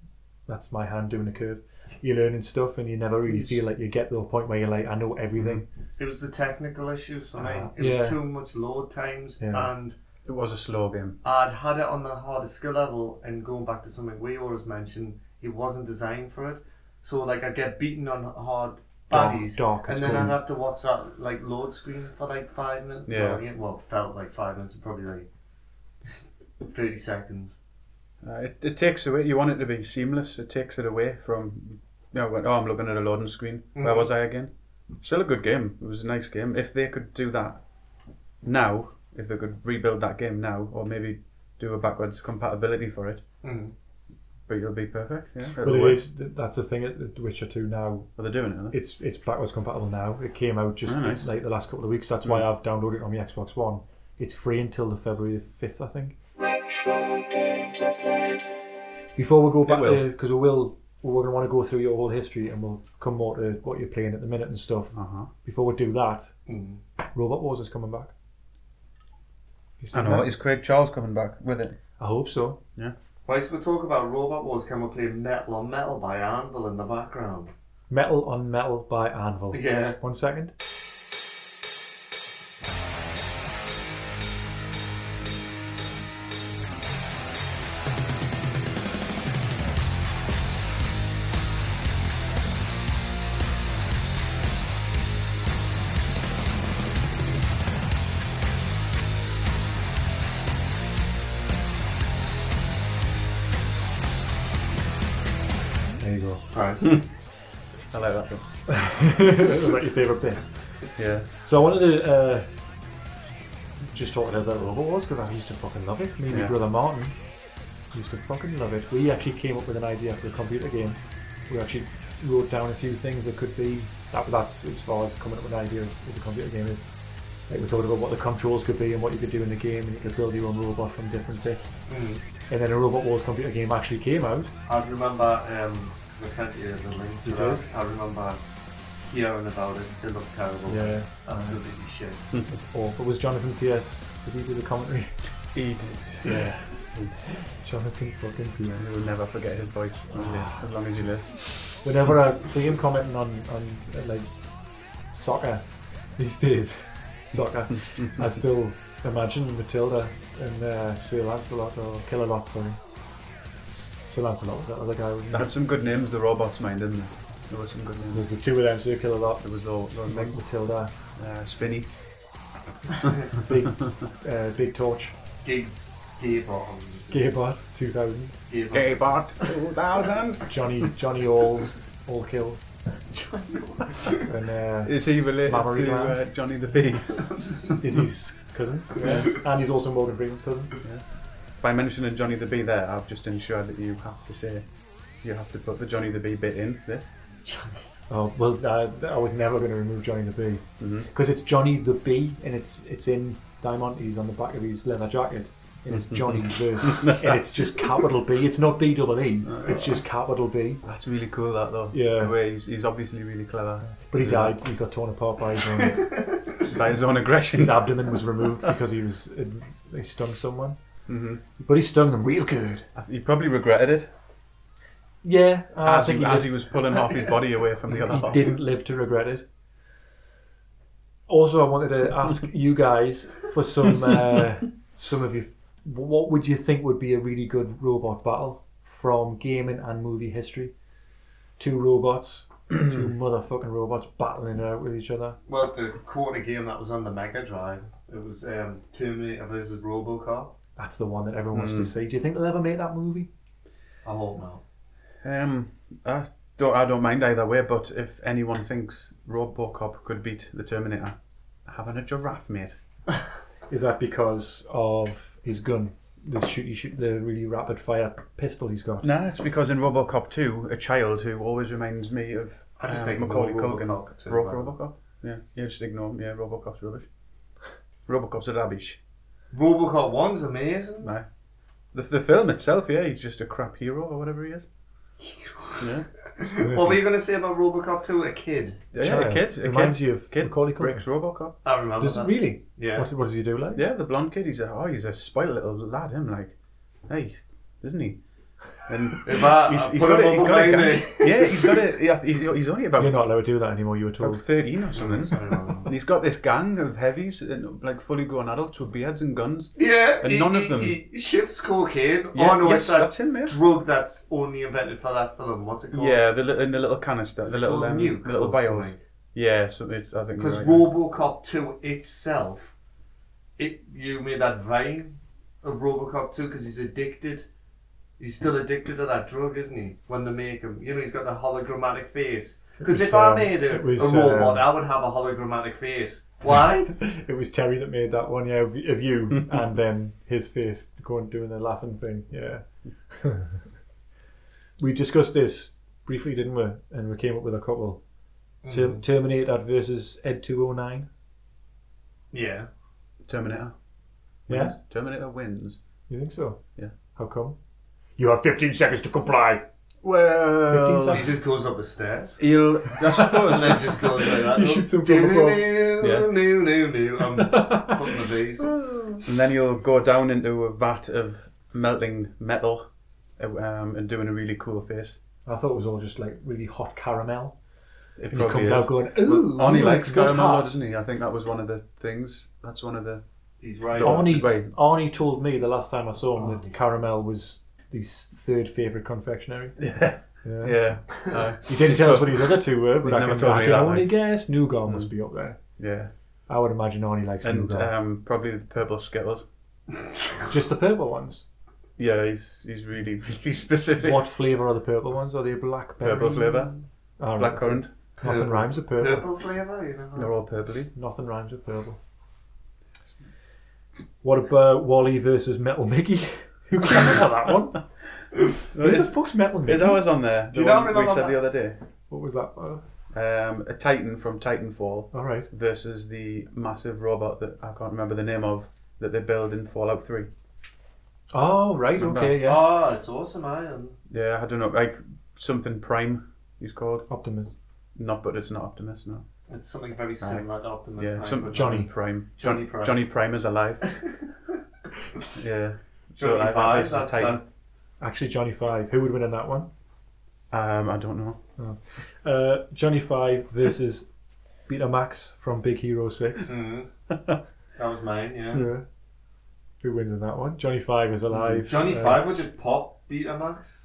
Speaker 2: That's my hand doing a curve. You're learning stuff, and you never really feel like you get to a point where you're like, I know
Speaker 1: Mm-hmm.
Speaker 2: everything.
Speaker 3: It was the technical issues for me.
Speaker 1: Uh-huh.
Speaker 2: Ah,
Speaker 3: it
Speaker 2: yeah.
Speaker 3: was too much load times
Speaker 2: Yeah.
Speaker 3: and
Speaker 1: It was a slow game.
Speaker 3: I'd had it on the harder skill level, and going back to something we always mentioned, it wasn't designed for it. So like I'd get beaten on hard
Speaker 2: Dark-
Speaker 3: baddies,
Speaker 2: dark, it's
Speaker 3: and then I'd
Speaker 2: called.
Speaker 3: have to watch that like load screen for like five minutes.
Speaker 1: Yeah.
Speaker 3: Well, it- well, felt like five minutes, probably like thirty seconds.
Speaker 1: Uh, it, it takes away. You want it to be seamless. It takes it away from. You know, when, oh, I'm looking at a loading screen. Where
Speaker 3: Mhm.
Speaker 1: was I again? Still a good game. It was a nice game. If they could do that now, if they could rebuild that game now, or maybe do a backwards compatibility for it,
Speaker 3: Mm.
Speaker 1: but it'll be perfect. Yeah, it'll
Speaker 2: But it
Speaker 1: work.
Speaker 2: is that's the thing at The Witcher Two now.
Speaker 1: Are they doing it? Are they?
Speaker 2: It's it's backwards compatible now. It came out just
Speaker 1: Oh, nice. Mm.
Speaker 2: like the last couple of weeks. That's why I've downloaded it on my Xbox One. It's free until the February fifth, I think. Before we go back
Speaker 1: will.
Speaker 2: there, because we will we're going to want to go through your whole history and we'll come more to what you're playing at the minute and stuff.
Speaker 1: Uh huh.
Speaker 2: Before we do that,
Speaker 3: Mm.
Speaker 2: Robot Wars is coming back. You seen
Speaker 1: I know.
Speaker 2: that?
Speaker 1: Is Craig Charles coming back with it?
Speaker 2: I hope so.
Speaker 3: Whilst we talk about Robot Wars, can we play Metal on Metal by Anvil in the background?
Speaker 2: Metal on Metal by Anvil.
Speaker 3: Yeah.
Speaker 2: One second. There you go.
Speaker 3: Right.
Speaker 1: I like that. Though.
Speaker 2: Is that your favourite bit?
Speaker 1: Yeah.
Speaker 2: So I wanted to uh, just talk about that Robot Wars because I used to fucking love it. Me and my
Speaker 1: Yeah.
Speaker 2: brother Martin used to fucking love it. We actually came up with an idea for a computer game. We actually wrote down a few things that could be. That, that's as far as coming up with an idea of what the computer game is. Like we talked about what the controls could be and what you could do in the game, and you could build your own robot from different bits.
Speaker 3: Mm.
Speaker 2: And then a Robot Wars computer game actually came out.
Speaker 3: I remember, because I sent you the link to
Speaker 2: You
Speaker 3: that,
Speaker 2: did?
Speaker 3: I remember hearing about it. It looked terrible.
Speaker 2: Yeah,
Speaker 3: Absolutely shit.
Speaker 2: or oh, it was Jonathan P.S. Did he do the commentary?
Speaker 1: He did.
Speaker 2: Yeah, Jonathan fucking P.S.
Speaker 1: You will never forget his voice
Speaker 2: Ah.
Speaker 1: as long as you live.
Speaker 2: Whenever I uh, see him commenting on, on uh, like soccer these days, soccer, I still imagine Matilda and uh, Sir Lancelot or Killer Lot, sorry. Sir Lancelot was that other guy, wasn't
Speaker 1: They
Speaker 2: it?
Speaker 1: had some good names, the robots, mind, didn't they? There were some good names.
Speaker 2: There's the two of them, Sir Killer Lot,
Speaker 1: There was the, the
Speaker 2: Big
Speaker 1: the-
Speaker 2: Matilda,
Speaker 1: uh, Spinny.
Speaker 2: Big, uh, Big Torch,
Speaker 3: Gig, gay bottom.
Speaker 2: Gearbot 2000,
Speaker 3: Gay bottom.
Speaker 1: Bart 2000.
Speaker 2: Johnny Johnny All, All Kill, and uh,
Speaker 1: Is he related
Speaker 2: Mammary
Speaker 1: to uh,
Speaker 2: gland.
Speaker 1: Johnny the Bee?
Speaker 2: is his cousin, yeah. and he's also Morgan Freeman's cousin.
Speaker 1: By mentioning Johnny the Bee there, I've just ensured that you have to say, you have to put the Johnny the Bee bit in this.
Speaker 2: Oh well, I, I was never going to remove Johnny the Bee
Speaker 1: Mhm.
Speaker 2: because it's Johnny the Bee, and it's it's in Diamante's on the back of his leather jacket, and it's Johnny the, and it's just capital B. It's not B double E.
Speaker 1: Uh,
Speaker 2: It's just capital B.
Speaker 1: That's really cool, that though.
Speaker 2: Yeah.
Speaker 1: The way he's, he's obviously really clever.
Speaker 2: But he died. He got torn apart by his own.
Speaker 1: By his own aggression.
Speaker 2: his abdomen was removed because he was he stung someone.
Speaker 1: Mhm.
Speaker 2: But he stung them real good.
Speaker 1: He probably regretted it
Speaker 2: Yeah, uh, I
Speaker 1: as,
Speaker 2: think
Speaker 1: he,
Speaker 2: he
Speaker 1: as
Speaker 2: did.
Speaker 1: he was pulling half his body away from the other
Speaker 2: he
Speaker 1: half.
Speaker 2: didn't live to regret it. Also, I wanted to ask you guys for some uh, some of you. What would you think would be a really good robot battle from gaming and movie history? Two robots, two motherfucking robots battling it out with each other.
Speaker 3: Well, the quarter game that was on the Mega Drive, it was um, Terminator versus Robocop.
Speaker 2: That's the one that everyone
Speaker 1: Hmm.
Speaker 2: wants to see. Do you think they'll ever make that movie?
Speaker 3: I hope not.
Speaker 1: Um, I don't, I don't mind either way, but if anyone thinks Robocop could beat the Terminator, having a giraffe, mate.
Speaker 2: Is that because of his gun, the shoot, shoot, the really rapid fire pistol he's got?
Speaker 1: No, it's because in Robocop 2, a child who always reminds me of
Speaker 3: I just
Speaker 1: um,
Speaker 3: think
Speaker 1: Macaulay
Speaker 3: Robocop
Speaker 1: Culkin.
Speaker 3: too,
Speaker 1: Ro-
Speaker 3: man.
Speaker 1: Robocop? Yeah, yeah, just ignore him. Yeah, Robocop's rubbish. Robocop's rubbish.
Speaker 3: Robocop 1's amazing.
Speaker 1: No. The, the film itself, yeah, he's just a crap hero or whatever he is. Yeah,
Speaker 3: What were you going to say about Robocop 2? A kid.
Speaker 1: yeah, a
Speaker 2: Child.
Speaker 1: kid. A
Speaker 2: Reminds
Speaker 1: kid,
Speaker 2: you of
Speaker 1: kid
Speaker 2: Macaulay Culkin.
Speaker 1: breaks Robocop.
Speaker 3: I remember
Speaker 2: Does
Speaker 3: that.
Speaker 2: really?
Speaker 3: Yeah.
Speaker 2: What, what does he do like?
Speaker 1: Yeah, the blonde kid. He's a oh, he's a spoiled little lad. Him like, hey, isn't he? And
Speaker 3: If I,
Speaker 1: he's,
Speaker 3: I
Speaker 1: he's
Speaker 3: put
Speaker 1: got
Speaker 3: him
Speaker 1: it.
Speaker 3: on
Speaker 1: He's
Speaker 3: my
Speaker 1: got it.
Speaker 3: mind, eh?
Speaker 1: yeah, he's got it. Yeah, he's, he's only about
Speaker 2: You're not allowed to do that anymore. You were told.
Speaker 1: about thirteen or something. And he's got this gang of heavies, and like fully grown adults with beards and guns.
Speaker 3: Yeah,
Speaker 1: And
Speaker 3: he,
Speaker 1: none of
Speaker 3: he-
Speaker 1: them-
Speaker 3: He shifts cocaine.
Speaker 1: Yeah,
Speaker 3: oh no,
Speaker 1: yes,
Speaker 3: it's that
Speaker 1: that's him, yeah.
Speaker 3: drug that's only invented for that film. What's it called?
Speaker 1: Yeah, the li- in the little canister, the little
Speaker 3: called
Speaker 1: um,
Speaker 3: Nuke Oh,
Speaker 1: the little
Speaker 3: or
Speaker 1: vials.
Speaker 3: something.
Speaker 1: Yeah, so it's I think you're
Speaker 3: Because
Speaker 1: right.
Speaker 3: RoboCop 2 itself, it you made that vine of RoboCop 2 because he's addicted. He's still addicted to that drug, isn't he? When they make him, you know, he's got the hologrammatic face. Because
Speaker 2: was,
Speaker 3: if
Speaker 2: um,
Speaker 3: I made a,
Speaker 2: it was,
Speaker 3: a
Speaker 2: um,
Speaker 3: robot, I would have a hologrammatic face. Why?
Speaker 2: it was Terry that made that one. Yeah, of, of you, and then his face going doing the laughing thing. Yeah. we discussed this briefly, didn't we? And we came up with a couple. Ter- Terminator versus Ed Two Hundred Nine.
Speaker 3: yeah.
Speaker 1: Terminator.
Speaker 2: Yeah?
Speaker 1: Wins. Terminator wins.
Speaker 2: You think so?
Speaker 1: Yeah.
Speaker 2: How come? You have fifteen seconds to comply.
Speaker 1: Well,
Speaker 2: 15
Speaker 3: He
Speaker 2: seconds.
Speaker 3: just goes up the stairs.
Speaker 1: He'll, I
Speaker 3: And then
Speaker 1: suppose.
Speaker 3: just goes like that.
Speaker 2: He shoots him from above.
Speaker 1: Yeah.
Speaker 3: No, no, no, no. I'm um, putting the bees.
Speaker 1: and then he'll go down into a vat of melting metal uh, um, and doing a really cool face.
Speaker 2: I thought it was all just like really hot caramel.
Speaker 1: It
Speaker 2: And he
Speaker 1: probably
Speaker 2: comes
Speaker 1: is.
Speaker 2: out going, ooh,
Speaker 1: Arnie
Speaker 2: ooh,
Speaker 1: likes
Speaker 2: it's got
Speaker 1: caramel,
Speaker 2: hot."
Speaker 1: doesn't he? I think that was one of the things. That's one of the.
Speaker 3: He's right.
Speaker 1: Don't-
Speaker 2: Arnie,
Speaker 1: Wait.
Speaker 2: Arnie told me the last time I saw him
Speaker 1: Oh.
Speaker 2: that
Speaker 3: Arnie.
Speaker 2: caramel was his third favourite confectionery.
Speaker 1: Yeah.
Speaker 2: Yeah.
Speaker 1: Yeah. Aye.
Speaker 2: He didn't tell us what his other two were, but
Speaker 1: He's
Speaker 2: I
Speaker 1: never
Speaker 2: can,
Speaker 1: told
Speaker 2: I
Speaker 1: me
Speaker 2: can
Speaker 1: that,
Speaker 2: only
Speaker 1: mate.
Speaker 2: guess Nougat must be up there.
Speaker 1: yeah.
Speaker 2: I would imagine Arnie likes
Speaker 1: And uh,
Speaker 2: Nougat.
Speaker 1: um, probably the purple Skittles.
Speaker 2: Just the purple ones.
Speaker 1: Yeah, he's he's really really specific.
Speaker 2: What flavour are the purple ones? Are they blackberry?
Speaker 1: Purple flavour,
Speaker 2: Oh, right.
Speaker 1: blackcurrant.
Speaker 2: Nothing
Speaker 3: Purple.
Speaker 2: rhymes with purple.
Speaker 3: Purple flavour, you know.
Speaker 1: They're all purpley.
Speaker 2: Nothing rhymes with purple. What about Wally versus Metal Mickey? Who came up with that one? Who the
Speaker 1: It's,
Speaker 2: fuck's Metal Mickey?
Speaker 1: it's always on there.
Speaker 3: Do you
Speaker 1: the one
Speaker 3: not
Speaker 1: we
Speaker 3: remember
Speaker 1: said the
Speaker 3: that?
Speaker 1: other day.
Speaker 2: What was that? Uh,
Speaker 1: Um, a Titan from Titanfall
Speaker 2: all right.
Speaker 1: versus the massive robot that I can't remember the name of that they build in Fallout Three.
Speaker 2: Oh, right.
Speaker 1: Remember.
Speaker 2: Okay, yeah.
Speaker 3: Oh, it's awesome, man.
Speaker 1: Yeah, I don't know, like something Prime. He's called
Speaker 2: Optimus.
Speaker 1: not, but it's not Optimus. No.
Speaker 3: It's something very similar to Optimus
Speaker 1: Yeah,
Speaker 3: Prime,
Speaker 1: some
Speaker 3: but-
Speaker 1: Johnny Prime.
Speaker 3: Johnny
Speaker 1: John-
Speaker 3: Prime.
Speaker 1: Johnny Prime is alive. yeah.
Speaker 3: Johnny
Speaker 1: I- I
Speaker 3: Five,
Speaker 1: was a
Speaker 3: that's
Speaker 1: Titan.
Speaker 2: Actually, Johnny Five. Who would win in that one?
Speaker 1: Um, I don't know.
Speaker 2: Uh, Johnny Five versus Beta Max from Big Hero Six.
Speaker 3: Mhm. That was mine,
Speaker 1: Mm-hmm.
Speaker 3: yeah.
Speaker 2: yeah. Who wins in that one? Johnny Five is alive.
Speaker 3: Johnny
Speaker 2: Uh,
Speaker 3: Five would just pop Beta Max.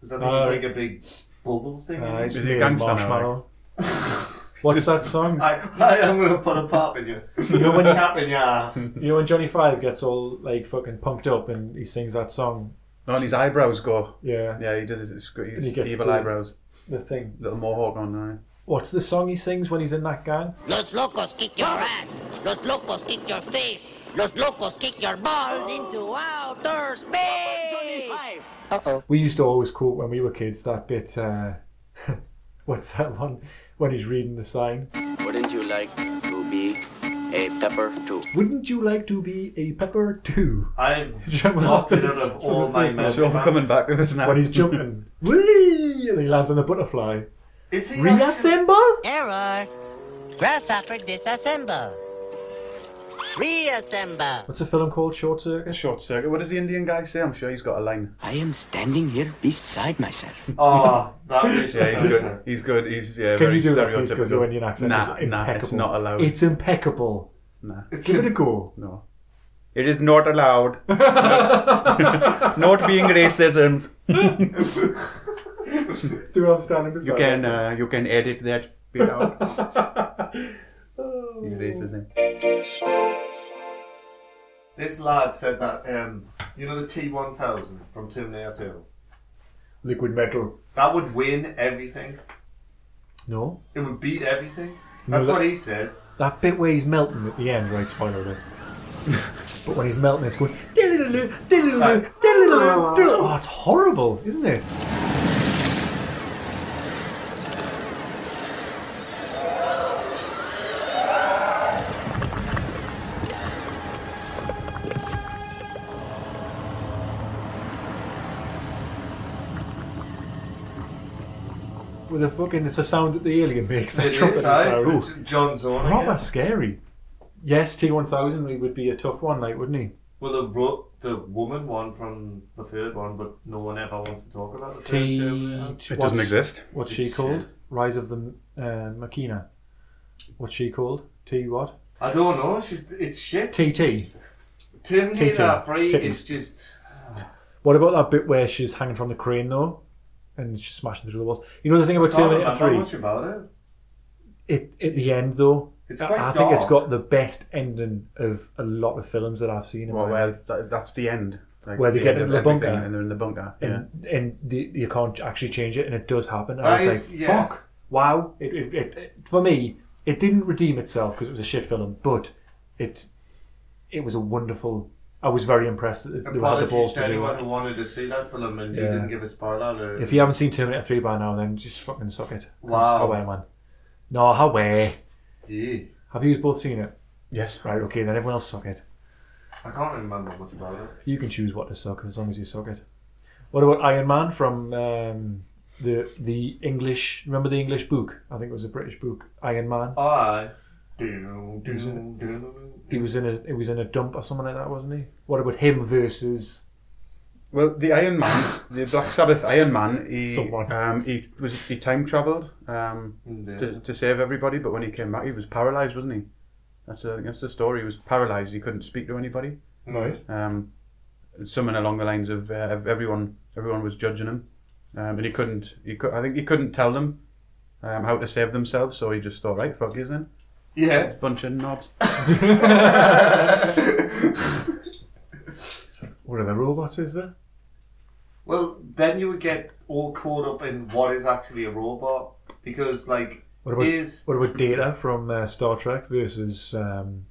Speaker 3: Because I think
Speaker 2: Uh,
Speaker 3: it's like a big bubble thing.
Speaker 2: Uh,
Speaker 3: in
Speaker 2: he's
Speaker 3: it.
Speaker 1: Is he a
Speaker 2: playing
Speaker 1: gangster now,
Speaker 2: marshmallow. What's that song?
Speaker 3: I, I am going to put a pop in you. You know when you pop in your ass.
Speaker 2: You know when Johnny Five gets all like fucking pumped up and he sings that song.
Speaker 1: No, and his eyebrows go.
Speaker 2: Yeah,
Speaker 1: Yeah, he does. It's, he's
Speaker 2: He gets
Speaker 1: evil
Speaker 2: the-
Speaker 1: eyebrows,
Speaker 2: the thing.
Speaker 1: little mohawk on there.
Speaker 2: What's the song he sings when he's in that gang?
Speaker 6: Los locos kick your ass. Los locos kick your face. Los locos kick your balls into outer space.
Speaker 2: We used to always quote when we were kids that bit. Uh, what's that one? When he's reading the sign.
Speaker 7: Wouldn't you like to be a pepper too?
Speaker 2: Wouldn't you like to be a pepper too?
Speaker 3: I've
Speaker 2: Jump
Speaker 3: knocked it out
Speaker 2: offense.
Speaker 3: of all my
Speaker 2: It's
Speaker 1: It's all
Speaker 3: memories.
Speaker 1: coming back to us now.
Speaker 2: When he's jumping, whee, and he lands on a butterfly.
Speaker 3: Is he actually-
Speaker 2: Reassemble.
Speaker 6: Error. Grasshopper disassemble. Reassemble.
Speaker 2: What's a film called? Short Circuit.
Speaker 1: short circuit. What does the Indian guy say? I'm sure he's got a line.
Speaker 7: I am standing here beside myself.
Speaker 3: Oh, that was
Speaker 1: Yeah, he's
Speaker 3: just-
Speaker 1: good. He's good. He's yeah.
Speaker 2: Can
Speaker 1: very
Speaker 2: you do that please? Because
Speaker 1: stereotypical.
Speaker 2: your Indian accent is
Speaker 1: Nah,
Speaker 2: impeccable.
Speaker 1: nah, it's not allowed.
Speaker 2: It's impeccable.
Speaker 1: Nah,
Speaker 3: It's
Speaker 2: Give it a go.
Speaker 1: no. It is not allowed. not being racisms.
Speaker 2: Do I'm standing beside.
Speaker 1: You can uh, you can edit that bit out.
Speaker 2: Oh.
Speaker 1: He's racism.
Speaker 3: This lad said that, um, you know the T-1000 from Terminator 2?
Speaker 2: Liquid metal.
Speaker 3: That would win everything.
Speaker 2: No,
Speaker 3: It would beat everything.
Speaker 2: No,
Speaker 3: That's
Speaker 2: that-
Speaker 3: what he said.
Speaker 2: that bit where he's melting at the end, right? Spoiler alert. but when he's melting, it's going. "Diddle-loo, diddle-loo, diddle-loo, diddle-loo." Oh, it's horrible, isn't it? With a fucking, it's a sound that the alien makes. That
Speaker 3: It is,
Speaker 2: trumpet
Speaker 3: aye,
Speaker 2: sound.
Speaker 3: it's John Zorn
Speaker 2: Proper
Speaker 3: again.
Speaker 2: scary. Yes, T1000 would be a tough one, like, wouldn't he?
Speaker 3: Well, the, ro- the woman one from the third one, but no one ever wants to talk about the third
Speaker 2: T.
Speaker 3: Terminator.
Speaker 1: It doesn't
Speaker 2: what's-
Speaker 1: exist.
Speaker 2: What's she
Speaker 3: It's
Speaker 2: called?
Speaker 3: shit.
Speaker 2: Rise of the uh, Machina. What's she called? T what?
Speaker 3: I don't know. It's just it's shit.
Speaker 2: TT.
Speaker 3: Terminator
Speaker 2: T-T.
Speaker 3: Three
Speaker 2: Titten.
Speaker 3: is just
Speaker 2: What about that bit where she's hanging from the crane, though? And she's smashing through the walls. You know the thing about
Speaker 3: I don't know
Speaker 2: Terminator
Speaker 3: much
Speaker 2: 3?
Speaker 3: about it.
Speaker 2: It, at the end, though,
Speaker 3: It's
Speaker 2: I
Speaker 3: quite
Speaker 2: I think it's
Speaker 3: dark.
Speaker 2: got the best ending of a lot of films that I've seen in
Speaker 1: Well,
Speaker 2: my
Speaker 1: where
Speaker 2: life.
Speaker 1: that, that's the end. Like,
Speaker 2: Where they get
Speaker 1: end
Speaker 2: in
Speaker 1: of
Speaker 2: the
Speaker 1: everything
Speaker 2: bunker.
Speaker 1: and they're in the bunker. yeah.
Speaker 2: and and the, you can't actually change it, and it does happen. And
Speaker 3: That
Speaker 2: I was
Speaker 3: is-
Speaker 2: like,
Speaker 3: yeah.
Speaker 2: "Fuck! Wow!" It, it, it, it- for me, it didn't redeem itself because it was a shit film, but it it was a wonderful. I was very impressed that they had the balls
Speaker 3: Apologies to
Speaker 2: to do
Speaker 3: anyone
Speaker 2: it.
Speaker 3: who wanted to see that film and you
Speaker 2: Yeah.
Speaker 3: didn't give a spoiler alert.
Speaker 2: If you haven't seen Terminator Three by now, then just fucking suck it. 'Cause
Speaker 3: Wow.
Speaker 2: away, man. No, how way?
Speaker 3: Yeah.
Speaker 2: Have you both seen it?
Speaker 1: Yes.
Speaker 2: Right, okay, then everyone else suck it.
Speaker 3: I can't remember much about it.
Speaker 2: You can choose what to suck as long as you suck it. What about Iron Man from um, the the English? Remember the English book? I think it was a British book. Iron Man.
Speaker 3: I do do do.
Speaker 2: He was in a he was in a dump or something like that, wasn't he? What about him versus?
Speaker 1: Well, the Iron Man, the Black Sabbath Iron Man, he
Speaker 2: Someone.
Speaker 1: um, he was he time travelled um, to, to save everybody, but when he came back, he was paralysed, wasn't he? That's a, that's the story. He was paralysed. He couldn't speak to anybody.
Speaker 3: Right.
Speaker 1: Um, something along the lines of uh, ev- everyone everyone was judging him, um, and he couldn't. He could, I think he couldn't tell them um, how to save themselves, so he just thought, right, fuck yous then,
Speaker 3: Yeah.
Speaker 1: bunch of knobs.
Speaker 2: What are the robots? Is there?
Speaker 3: Well, then you would get all caught up in what is actually a robot because, like,
Speaker 2: What about
Speaker 3: is
Speaker 2: what about Data from uh, Star Trek versus um,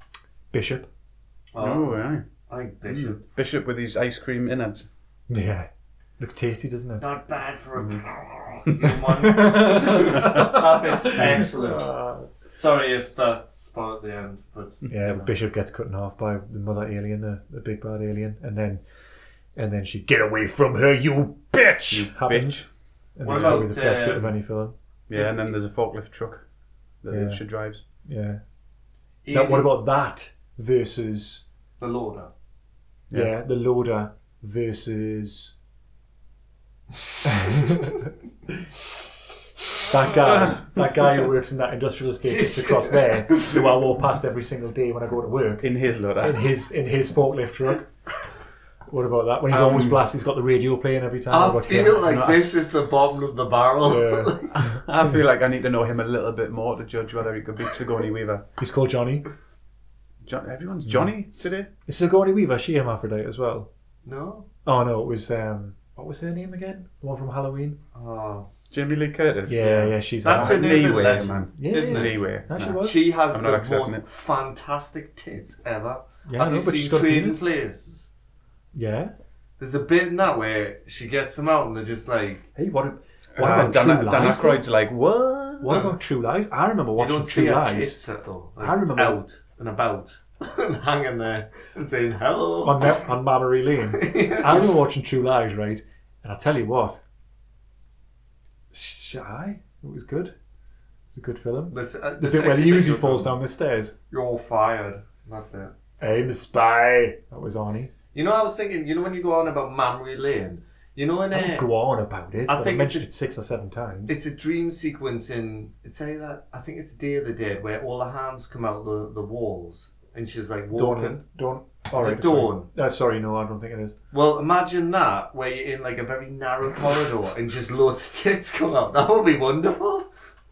Speaker 2: Bishop?
Speaker 1: Oh,
Speaker 3: oh,
Speaker 1: aye.
Speaker 3: I think
Speaker 2: Hmm.
Speaker 3: Bishop.
Speaker 1: Bishop with his ice cream innards.
Speaker 2: Yeah, looks tasty, doesn't it?
Speaker 3: Not bad for
Speaker 2: Hmm.
Speaker 3: a human. that is excellent.
Speaker 2: Uh,
Speaker 3: Sorry if that spoiled the end, but
Speaker 2: Yeah, Bishop gets cut in half by the mother alien, the, the big bad alien, and then and then she get away from her, you bitch. happens. And
Speaker 3: What
Speaker 2: that's probably
Speaker 3: about,
Speaker 2: the best bit of
Speaker 3: um,
Speaker 2: any film.
Speaker 1: Yeah, and then there's a forklift truck that
Speaker 2: Yeah.
Speaker 1: she drives.
Speaker 2: Yeah.
Speaker 3: Edie,
Speaker 2: Now, what about that versus
Speaker 3: the Lorda?
Speaker 2: yeah, the loader versus that guy, that guy who works in that industrial estate just across there, who I walk past every single day when I go to work.
Speaker 1: In his loader.
Speaker 2: in his in his forklift truck. What about that? When he's
Speaker 3: Um,
Speaker 2: always blasted, he's got the radio playing every time. I watch Game of Thrones.
Speaker 3: is the bottom of the barrel.
Speaker 2: Yeah.
Speaker 1: I feel like I need to know him a little bit more to judge whether he could be Sigourney Weaver.
Speaker 2: he's called Johnny.
Speaker 1: John, everyone's Johnny today.
Speaker 2: Is Sigourney Weaver she hermaphrodite as well?
Speaker 3: No.
Speaker 2: Oh no, it was um, what was her name again? The one from Halloween.
Speaker 3: Oh.
Speaker 1: Jamie Lee Curtis.
Speaker 2: Yeah, yeah, she's
Speaker 3: That's
Speaker 2: a
Speaker 3: an urban
Speaker 1: Leeway,
Speaker 3: legend,
Speaker 1: man.
Speaker 2: yeah.
Speaker 3: isn't it?
Speaker 1: Leeway.
Speaker 2: No, she
Speaker 1: Nah.
Speaker 2: was.
Speaker 3: She has
Speaker 1: I'm not
Speaker 3: the most
Speaker 1: accepting it.
Speaker 3: fantastic tits ever.
Speaker 2: Yeah, I
Speaker 3: Have
Speaker 2: know,
Speaker 3: you
Speaker 2: but
Speaker 3: seen
Speaker 2: she's got a
Speaker 3: Trading
Speaker 2: penis.
Speaker 3: Places?
Speaker 2: yeah.
Speaker 3: There's a bit in that where she gets them out and they're just like,
Speaker 2: Hey, what? A, what
Speaker 1: Uh,
Speaker 2: about
Speaker 1: Dan,
Speaker 2: True
Speaker 1: Dan
Speaker 2: Lies?
Speaker 1: Aykroyd's like, what?
Speaker 2: What about True Lies? I remember
Speaker 3: you
Speaker 2: watching
Speaker 3: don't see
Speaker 2: True
Speaker 3: her
Speaker 2: Lies
Speaker 3: tits at all.
Speaker 2: I remember-
Speaker 3: out and about and hanging there and saying hello.
Speaker 2: on Ma- on Mammary Lane. I remember watching True Lies, right? And I tell you what, shy. It was good. It was a good film.
Speaker 3: This- uh,
Speaker 2: The
Speaker 3: this
Speaker 2: bit where the
Speaker 3: actually-
Speaker 2: Uzi falls down the stairs.
Speaker 3: You're fired. That's it.
Speaker 2: I'm a spy. That was Arnie.
Speaker 3: You know, I was thinking. You know, when you go on about Mamre Lane, you know, in
Speaker 2: I don't
Speaker 3: a,
Speaker 2: Oh, go on about it.
Speaker 3: I
Speaker 2: but
Speaker 3: think
Speaker 2: I
Speaker 3: it's
Speaker 2: mentioned
Speaker 3: a-
Speaker 2: it six or seven times.
Speaker 3: it's a dream sequence in. It's either that I think it's Day of the Dead where all the hands come out the, the walls and she's like walking.
Speaker 2: Dawn. Dawn. All
Speaker 3: Is
Speaker 2: right.
Speaker 3: it
Speaker 2: sorry.
Speaker 3: Dawn?
Speaker 2: Uh, sorry, no, I don't think it is.
Speaker 3: Well, imagine that where you're in like a very narrow corridor and just loads of tits come out. That would be wonderful.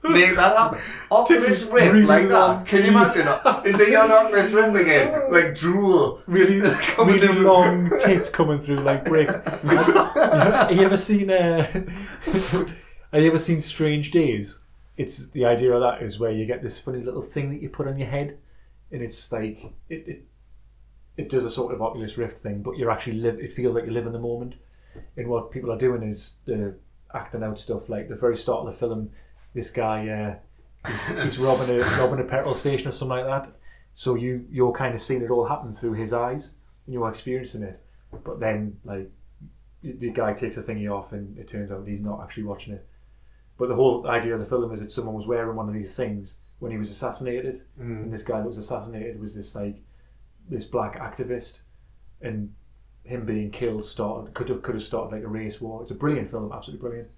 Speaker 3: Make that happen. Oculus
Speaker 2: Titties
Speaker 3: Rift
Speaker 2: really
Speaker 3: like
Speaker 2: long.
Speaker 3: that. Can you imagine? Is it on Oculus Rift again? Like drool.
Speaker 2: Really,
Speaker 3: Just coming
Speaker 2: really
Speaker 3: in.
Speaker 2: long tits coming through like bricks. have you ever seen? Uh, have you ever seen Strange Days? It's the idea of that is where you get this funny little thing that you put on your head, and it's like it it, it does a sort of Oculus Rift thing, but you're actually live. It feels like you live in the moment. And what people are doing is uh, acting out stuff. Like the very start of the film, this guy uh, he's, he's robbing a robbing a petrol station or something like that. So you you're kind of seeing it all happen through his eyes, and you're experiencing it. But then like the guy takes a thingy off, and it turns out he's not actually watching it. But the whole idea of the film is that someone was wearing one of these things when he was assassinated,
Speaker 1: Mm.
Speaker 2: and this guy that was assassinated was this like this black activist, and him being killed started could have could have started like a race war. It's a brilliant film, absolutely brilliant.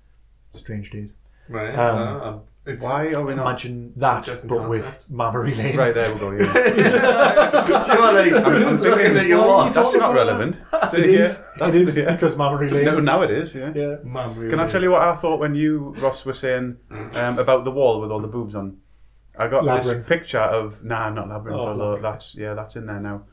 Speaker 2: Strange days.
Speaker 3: Right.
Speaker 2: Um,
Speaker 3: uh, it's,
Speaker 1: Why are we not?
Speaker 2: Imagine that,
Speaker 3: Just in
Speaker 2: but with
Speaker 3: concept.
Speaker 2: Mammary Lane.
Speaker 1: Right there we go. Yeah.
Speaker 3: I'm thinking that you
Speaker 2: Why
Speaker 3: are.
Speaker 2: you
Speaker 1: That's
Speaker 2: talking
Speaker 1: not
Speaker 2: about
Speaker 1: relevant. To
Speaker 2: It
Speaker 1: hear.
Speaker 2: is.
Speaker 1: That's-
Speaker 2: it is
Speaker 1: yeah.
Speaker 2: because Mammary Lane.
Speaker 1: No, now it is. Yeah.
Speaker 2: yeah.
Speaker 1: Can I tell you what I thought when you Ross were saying um, about the wall with all the boobs on? I got
Speaker 2: Labyrinth.
Speaker 1: this picture of nah, not labyrinth.
Speaker 2: Oh,
Speaker 1: although that's yeah, that's in there now.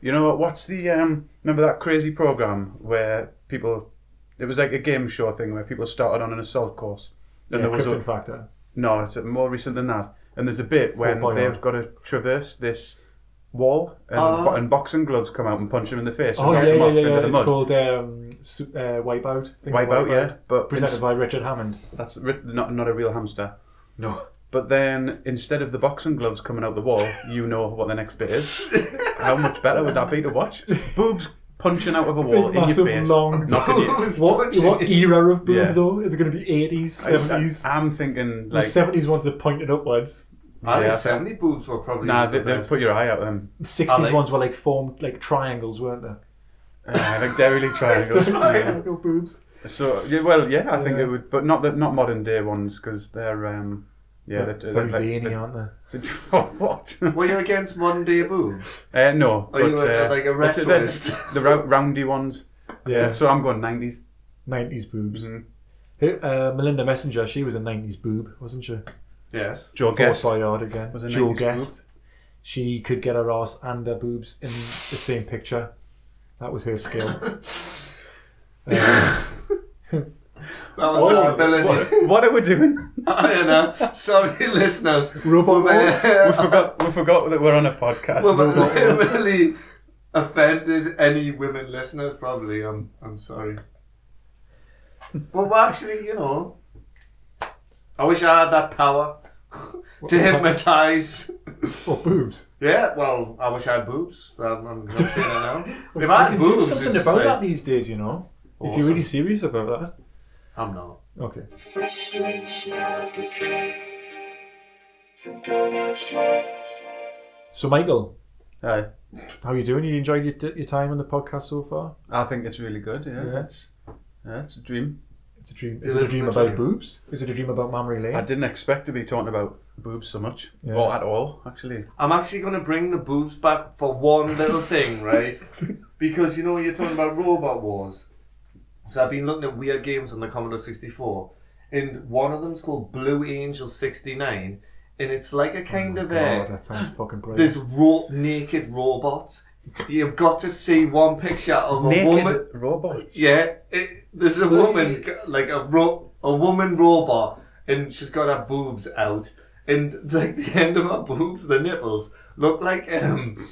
Speaker 1: You know what? What's the um? Remember that crazy program where people? It was like a game show thing where people started on an assault course. And
Speaker 2: yeah,
Speaker 1: there was
Speaker 2: Krypton
Speaker 1: a,
Speaker 2: Factor.
Speaker 1: No, it's more recent than that. And there's a bit when
Speaker 2: by
Speaker 1: they've
Speaker 2: now.
Speaker 1: got to traverse this wall, and,
Speaker 3: Ah.
Speaker 1: bo- and boxing gloves come out and punch him in the face. and
Speaker 2: Oh
Speaker 1: knock
Speaker 2: yeah,
Speaker 1: him
Speaker 2: yeah,
Speaker 1: off
Speaker 2: yeah,
Speaker 1: into
Speaker 2: yeah.
Speaker 1: the
Speaker 2: It's
Speaker 1: mud.
Speaker 2: called um, su- uh, Wipeout. Think of
Speaker 1: Wipeout, yeah. But
Speaker 2: Presented
Speaker 1: ins-
Speaker 2: by Richard Hammond.
Speaker 1: that's ri- not not a real hamster.
Speaker 2: No.
Speaker 1: But then instead of the boxing gloves coming out the wall, you know what the next bit is. How much better would that be to watch? Boobs punching out of a wall in
Speaker 2: Big,
Speaker 1: your
Speaker 2: massive,
Speaker 1: face,
Speaker 2: long-
Speaker 1: knocking you.
Speaker 3: Who's
Speaker 2: What,
Speaker 3: watching?
Speaker 2: what era of boob
Speaker 1: Yeah.
Speaker 2: though? Is it going to be 80s,
Speaker 1: I just-
Speaker 2: 70s?
Speaker 1: I'm thinking
Speaker 2: the
Speaker 1: like
Speaker 2: 70s ones are pointed upwards.
Speaker 3: I think
Speaker 1: Yeah.
Speaker 3: 70 boobs were probably.
Speaker 1: nah,
Speaker 3: the
Speaker 1: they, they
Speaker 3: best.
Speaker 1: put your eye out them.
Speaker 2: 60s
Speaker 3: Are they-
Speaker 2: ones were like formed like triangles, weren't they?
Speaker 1: Uh, like Dairy League triangles. Yeah.
Speaker 2: Triangle boobs.
Speaker 1: So yeah, well, yeah, I think
Speaker 2: Yeah.
Speaker 1: it would, but not the not modern day ones because they're um, yeah, they're,
Speaker 2: Very
Speaker 1: they're,
Speaker 2: veiny,
Speaker 1: they're,
Speaker 2: aren't they?
Speaker 1: what?
Speaker 3: Were you against modern day boobs?
Speaker 1: Uh, no,
Speaker 3: Are you
Speaker 1: but,
Speaker 3: a-
Speaker 1: uh,
Speaker 3: like a
Speaker 1: but they're-
Speaker 3: retroist?
Speaker 1: the rou- roundy ones. Yeah, so I'm going nineties.
Speaker 2: 90s boobs.
Speaker 1: Mhm.
Speaker 2: Who- uh, Melinda Messenger, she was a 90s boob, wasn't she?
Speaker 3: Yes.
Speaker 1: Joe Guest.
Speaker 2: Forsyth Yard again.
Speaker 1: Was a
Speaker 2: Jewel
Speaker 1: 90s boob.
Speaker 2: Guest. She could get her ass and her boobs in the same picture. That was her skill. Uh,
Speaker 3: That was
Speaker 1: Oh,
Speaker 3: an ability.
Speaker 1: What, what are we doing?
Speaker 3: I don't know. Sorry, listeners.
Speaker 2: Robot
Speaker 3: We're-
Speaker 2: wars?
Speaker 1: We forgot. We forgot that we're on a podcast.
Speaker 3: We've really offended any women listeners, probably. I'm, I'm sorry. But well, actually, you know, I wish I had that power to hypnotize.
Speaker 2: or boobs.
Speaker 3: Yeah, well, I wish I had boobs. I'm, I'm not saying I know. If I
Speaker 2: I
Speaker 3: had
Speaker 2: can
Speaker 3: boobs,
Speaker 2: do
Speaker 3: it's
Speaker 2: something
Speaker 3: just
Speaker 2: about
Speaker 3: like-
Speaker 2: that these days, you know. If you're really serious about
Speaker 3: I'm not.
Speaker 2: that. Okay. So, Michael,
Speaker 1: Aye.
Speaker 2: how are you doing? You enjoyed your, your time on the podcast so far?
Speaker 1: I think it's really good. Yeah,
Speaker 2: Yeah.
Speaker 1: It's, yeah, it's a dream.
Speaker 2: It's a dream. Is
Speaker 3: Yeah,
Speaker 2: it a
Speaker 3: it's
Speaker 2: dream
Speaker 3: my
Speaker 2: about
Speaker 3: dream.
Speaker 2: boobs? Is it a dream about mammary
Speaker 1: I
Speaker 2: lane? Oh,
Speaker 1: didn't expect to be talking about boobs so much,
Speaker 2: Yeah.
Speaker 1: or at all, actually.
Speaker 3: I'm actually going to bring the boobs back for one little thing, right? Because you know you're talking about robot wars. So I've been looking at weird games on the Commodore 64, and one of them's called Blue Angel 69, and it's like a kind of
Speaker 2: God,
Speaker 3: a
Speaker 2: that sounds fucking
Speaker 3: there's
Speaker 2: brilliant.
Speaker 3: raw naked robots. You've got to see one picture of a
Speaker 1: Naked
Speaker 3: woman.
Speaker 1: robots.
Speaker 3: Yeah, it, there's a woman like a ro- a woman robot, and she's got her boobs out, and like the end of her boobs, the nipples look like um,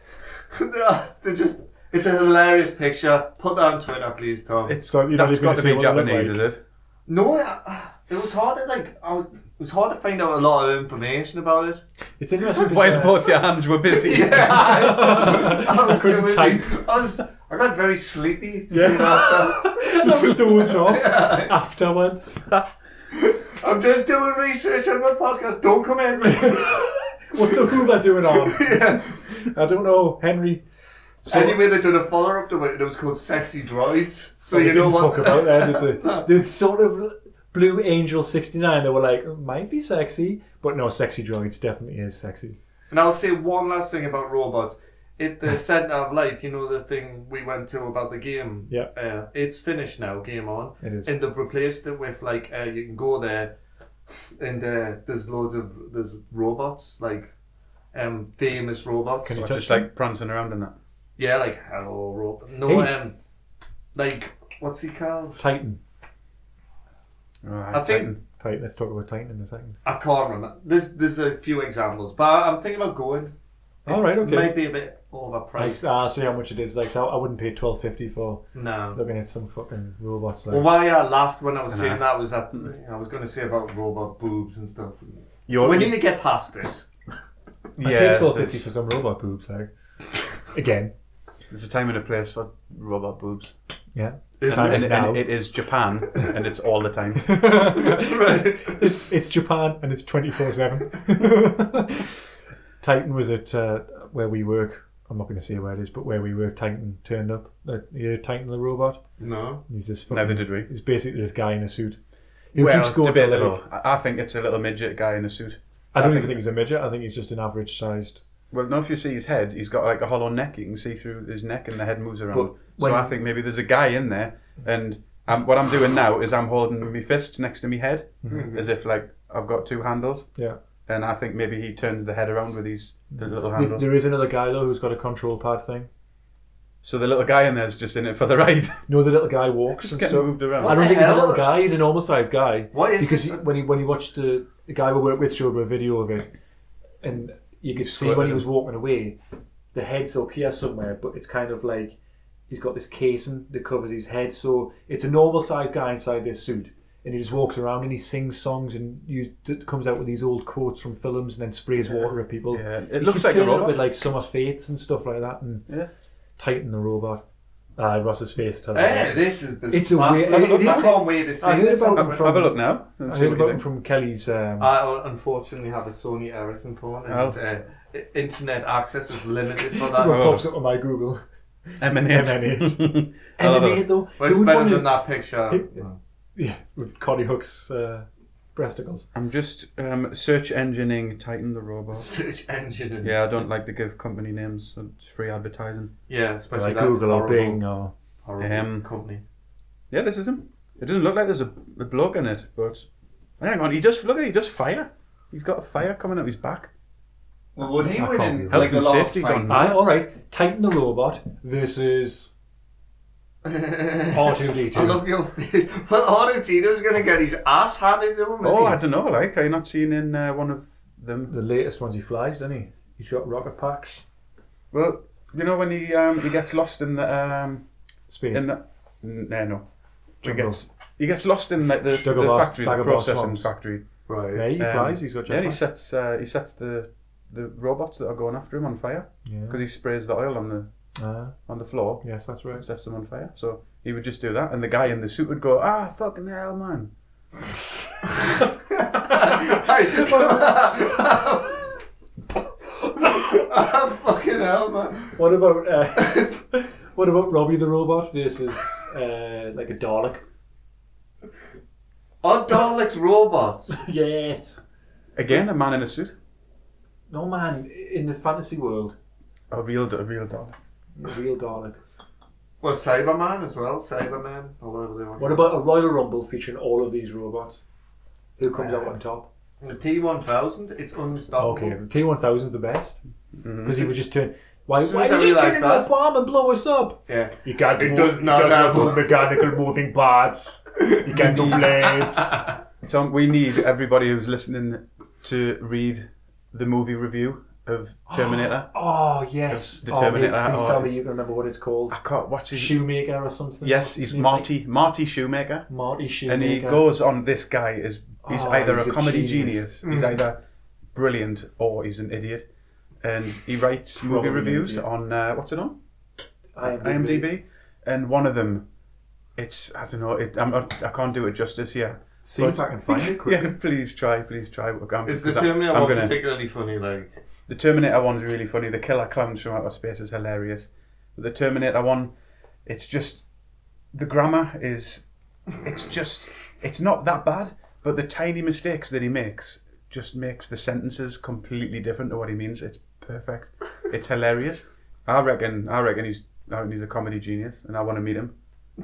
Speaker 3: they're just. It's a hilarious picture. Put that on Twitter, please, Tom.
Speaker 1: It's
Speaker 2: So you're not
Speaker 1: that's
Speaker 2: even gonna
Speaker 1: got to
Speaker 2: say
Speaker 1: be
Speaker 2: what they look
Speaker 1: Japanese,
Speaker 2: like.
Speaker 1: is it?
Speaker 3: no, I, it was hard to like. I was, it was hard to find out a lot of information about it.
Speaker 2: It's interesting because
Speaker 1: While
Speaker 2: uh,
Speaker 1: both your hands were busy.
Speaker 3: Yeah, I,
Speaker 2: I couldn't
Speaker 3: doing-
Speaker 2: type.
Speaker 3: I was. I got very sleepy. soon after.
Speaker 2: we dozed off afterwards.
Speaker 3: I'm just doing research on my podcast. Don't come in.
Speaker 2: What's the Hoover doing on? I don't know, Henry. So
Speaker 3: anyway, they did a follow up to it, and it was called Sexy Droids. So
Speaker 2: they
Speaker 3: you know
Speaker 2: didn't
Speaker 3: what?
Speaker 2: fuck about that, did they? They sort of Blue Angel sixty nine. They were like, "It might be sexy, but no, sexy droids definitely is sexy.
Speaker 3: And I'll say one last thing about robots. At the centre of life, you know the thing we went to about the game.
Speaker 2: Yeah.
Speaker 3: Uh, it's finished now. Game on.
Speaker 2: It is.
Speaker 3: And they've replaced it with like uh, you can go there, and uh, there's loads of there's robots like um famous robots.
Speaker 2: Can you
Speaker 1: Or
Speaker 2: touch
Speaker 1: just like prancing around in that.
Speaker 3: Yeah, like hello robot. No,
Speaker 2: Hey.
Speaker 3: um, like what's he called?
Speaker 2: Titan,
Speaker 1: Right,
Speaker 3: I think
Speaker 1: Titan.
Speaker 2: Titan. Let's talk about Titan in a second.
Speaker 3: I can't remember. There's there's a few examples, but I'm thinking about going.
Speaker 2: All right, okay.
Speaker 3: Maybe a bit overpriced.
Speaker 2: Like, ah, see how much it is. Like, so I wouldn't pay twelve fifty for
Speaker 3: No.
Speaker 2: looking at some fucking robots. Like,
Speaker 3: Well, why I laughed when I was
Speaker 2: Uh-huh.
Speaker 1: Nah.
Speaker 3: saying that was that I was going to say about robot boobs and stuff.
Speaker 1: You're,
Speaker 3: we need to get past this.
Speaker 2: I paid twelve fifty for some robot boobs. Like, again,
Speaker 1: There's a time and a place for robot boobs.
Speaker 2: yeah.
Speaker 1: And,
Speaker 2: Time is
Speaker 1: and-
Speaker 2: now.
Speaker 1: and it is Japan, and it's all the time.
Speaker 2: it's, it's Japan and it's 24 7. Titan was at uh, where we work. I'm not going to say where it is, but where we work, Titan turned up. Uh, yeah, Titan the robot.
Speaker 3: No.
Speaker 2: He's this fucking.
Speaker 1: Neither did we.
Speaker 2: He's basically this guy in a suit. Who
Speaker 1: well,
Speaker 2: keeps going.
Speaker 1: debatable.
Speaker 2: like-
Speaker 1: I I think it's a little midget guy in a suit.
Speaker 2: I don't
Speaker 1: I
Speaker 2: even
Speaker 1: think-
Speaker 2: think he's a midget. I think he's just an average sized.
Speaker 1: Well, no, if you see his head, he's got like a hollow neck. You can see through his neck, and the head moves around.
Speaker 2: But when-
Speaker 1: So I think maybe there's a guy in there, and I'm, what I'm doing now is I'm holding my fists next to my head,
Speaker 2: Mm-hmm.
Speaker 1: as if like I've got two handles,
Speaker 2: Yeah.
Speaker 1: and I think maybe he turns the head around with these the little
Speaker 2: There-
Speaker 1: handles.
Speaker 2: There is another guy, though, who's got a control pad thing.
Speaker 1: So the little guy in there's just in it for the ride,
Speaker 2: No, the little guy walks
Speaker 1: just
Speaker 2: and
Speaker 1: getting
Speaker 2: stuff.
Speaker 1: moved around.
Speaker 2: I
Speaker 3: What
Speaker 2: don't
Speaker 3: the
Speaker 2: think he's a
Speaker 3: hell?
Speaker 2: little guy. He's a normal sized guy.
Speaker 3: What is
Speaker 2: because
Speaker 3: this?
Speaker 2: he- when he when he watched the, the guy we worked with showed me a video of it, and you could see when he
Speaker 1: squirted.
Speaker 2: was walking away, the head's up here somewhere, but it's kind of like he's got this casing that covers his head, so it's a normal sized guy inside this suit, and he just walks around and he sings songs and you, d- comes out with these old quotes from films and then sprays water at people.
Speaker 1: Yeah, it
Speaker 2: He
Speaker 1: looks
Speaker 2: keeps
Speaker 1: like a
Speaker 2: turning up
Speaker 1: robot.
Speaker 2: with like summer fates and stuff like that, and
Speaker 1: Yeah.
Speaker 2: Titan the robot. Uh, Ross's face. to the-
Speaker 3: Hey, Eh, this has been.
Speaker 2: It's a
Speaker 3: I-
Speaker 2: weird-
Speaker 3: I-
Speaker 2: it
Speaker 3: It's
Speaker 2: is-
Speaker 3: one way to see
Speaker 2: I heard
Speaker 3: this.
Speaker 2: about-
Speaker 3: I,
Speaker 1: Have, a-
Speaker 2: from-
Speaker 1: have a look now. and
Speaker 2: I
Speaker 1: see
Speaker 2: heard
Speaker 1: what you
Speaker 2: about him
Speaker 1: think.
Speaker 2: from Kelly's. Um,
Speaker 3: I unfortunately have a Sony Ericsson phone, and
Speaker 1: Oh.
Speaker 3: uh, i- internet access is limited for
Speaker 2: what
Speaker 3: that.
Speaker 1: Well,
Speaker 2: pops up on my Google.
Speaker 1: Emanate.
Speaker 2: Emanate.
Speaker 1: I love it.
Speaker 2: though.
Speaker 3: But it's better than that picture.
Speaker 2: It- Yeah, with Cody Hook's uh, breasticles.
Speaker 1: I'm just um, search engineing Titan the robot.
Speaker 3: Search engine. And,
Speaker 1: Yeah, I don't like to give company names. so It's free advertising.
Speaker 3: Yeah, especially
Speaker 2: Like
Speaker 3: that's
Speaker 2: Google or
Speaker 3: horrible,
Speaker 2: Bing or.
Speaker 3: horrible
Speaker 1: Um,
Speaker 3: company.
Speaker 1: Yeah, this is him. It doesn't look like there's a, a bloke in it, but hang on, he just look at he just fire. He's got a fire coming out his back.
Speaker 3: Well, would he
Speaker 2: I
Speaker 3: win
Speaker 2: can't
Speaker 3: in,
Speaker 2: be-
Speaker 1: Health
Speaker 3: like a
Speaker 1: and
Speaker 3: lot of
Speaker 1: safety gone
Speaker 3: fights?
Speaker 2: Aye, all right. Titan the robot versus R2D2.
Speaker 3: I love your face. Well, Argentino's going to get his ass handed to him.
Speaker 1: Oh, I
Speaker 3: isn't
Speaker 1: don't know. Like, are you not seeing in uh, one of them?
Speaker 2: the latest ones he flies, doesn't he? He's got rocket packs.
Speaker 1: Well, you know when he um, he gets lost in the um,
Speaker 2: Space.
Speaker 1: in the no no. He
Speaker 2: Jungle.
Speaker 1: gets he gets lost in like the, the
Speaker 2: Dagobah-
Speaker 1: factory, the
Speaker 2: Dagobah
Speaker 1: processing
Speaker 2: swamps.
Speaker 1: factory.
Speaker 3: he? right.
Speaker 2: yeah, he
Speaker 1: Um,
Speaker 2: flies. He's got
Speaker 1: Yeah, and he
Speaker 2: jetpacks.
Speaker 1: sets uh, he sets the the robots that are going after him on fire
Speaker 2: Yeah.
Speaker 1: because he sprays the oil on the
Speaker 2: Ah,
Speaker 1: on the floor.
Speaker 2: yes, that's right.
Speaker 1: sets them on fire. So he would just do that, and the guy in the suit would go, "Ah, fucking hell, man!"
Speaker 3: fucking hell, man.
Speaker 2: What about uh, what about Robbie the robot versus uh, like a Dalek?
Speaker 3: Are Oh, Daleks robots?
Speaker 2: Yes.
Speaker 1: Again, a man in a suit,
Speaker 2: No man in the fantasy world,
Speaker 1: a real, a real dog.
Speaker 2: a real Dalek.
Speaker 3: Well, Cyberman as well. Cyberman, or whatever they want.
Speaker 2: What about a Royal Rumble featuring all of these robots? Who comes out on top?
Speaker 3: the T1000? It's unstoppable.
Speaker 2: Uh, Okay, the T one thousand is the best
Speaker 1: Mm-hmm.
Speaker 2: because he would just turn. Why,
Speaker 3: soon
Speaker 2: why
Speaker 3: as I
Speaker 2: did you turn
Speaker 3: realised
Speaker 2: into
Speaker 3: that-
Speaker 2: a bomb and blow us up?
Speaker 3: Yeah.
Speaker 2: You can't.
Speaker 3: It move- does not it does not have- move
Speaker 2: mechanical moving parts. You can do blades.
Speaker 1: Tom, we need everybody who's listening to read the movie review of Terminator.
Speaker 2: Oh yes,
Speaker 1: The
Speaker 2: oh,
Speaker 1: Terminator,
Speaker 2: mate, Please
Speaker 1: or
Speaker 2: tell me
Speaker 1: it's-
Speaker 2: you can remember what it's called.
Speaker 1: I can't. What's his?
Speaker 2: Shoemaker or something.
Speaker 1: yes,
Speaker 2: What's his
Speaker 1: he's
Speaker 2: name?
Speaker 1: Marty, Marty Shoemaker,
Speaker 2: Marty Shoemaker.
Speaker 1: and he goes on. This guy is he's
Speaker 2: Oh,
Speaker 1: either
Speaker 2: he's
Speaker 1: a
Speaker 2: a
Speaker 1: comedy
Speaker 2: genius. Mm.
Speaker 1: genius, he's either brilliant or he's an idiot. And he writes
Speaker 2: Probably
Speaker 1: movie
Speaker 2: an
Speaker 1: reviews
Speaker 2: idiot.
Speaker 1: on uh, what's it on?
Speaker 2: IMDb.
Speaker 1: IMDb, and one of them, it's I don't know, it, I'm not, I can't do it justice here.
Speaker 2: See if I can find it quick.
Speaker 1: Yeah, please try, please try. Look, I'm,
Speaker 3: Is the
Speaker 1: 'cause I-
Speaker 3: Terminator
Speaker 1: I'm
Speaker 3: one
Speaker 1: gonna-
Speaker 3: particularly funny? Like,
Speaker 1: The Terminator one's really funny. The Killer Clowns from Outer Space is hilarious. But the Terminator one, it's just the grammar is, it's just, it's not that bad. But the tiny mistakes that he makes just makes the sentences completely different to what he means. It's perfect. It's hilarious. I reckon. I reckon he's. I reckon he's a comedy genius, and I want to meet him.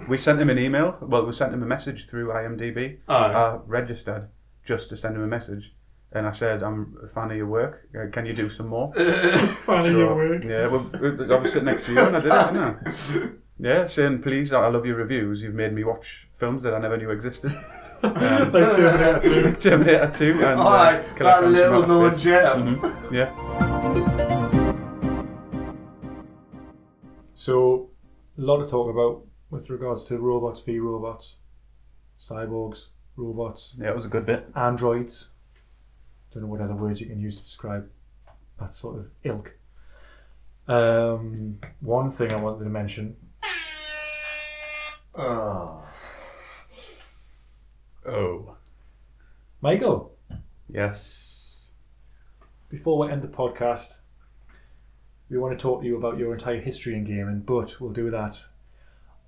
Speaker 1: We sent him an email. Well, we sent him a message through IMDb.
Speaker 3: Aye.
Speaker 1: I registered just to send him a message, and I said, "I'm a fan of your work. Uh, Can you do some more?"
Speaker 2: Finding
Speaker 1: Sure. Yeah, well, I was sitting next to you and I did it, didn't I? Yeah, saying, please, I I love your reviews. You've made me watch films that I never knew existed. Um,
Speaker 2: Like Terminator 2.
Speaker 1: Terminator 2 and... uh,
Speaker 3: alright,
Speaker 1: Killer
Speaker 3: that
Speaker 1: Clowns
Speaker 3: little
Speaker 1: from Outer
Speaker 3: known
Speaker 1: Space.
Speaker 3: gem.
Speaker 1: Mhm, Yeah.
Speaker 2: So, a lot of talk about with regards to robots v robots, cyborgs, robots,
Speaker 1: yeah, it was a good bit.
Speaker 2: androids. Don't know what other words you can use to describe that sort of ilk. Um, one thing I wanted to mention
Speaker 3: Oh.
Speaker 1: Oh.
Speaker 2: Michael,
Speaker 1: Yes.
Speaker 2: before we end the podcast, we want to talk to you about your entire history in gaming, but we'll do that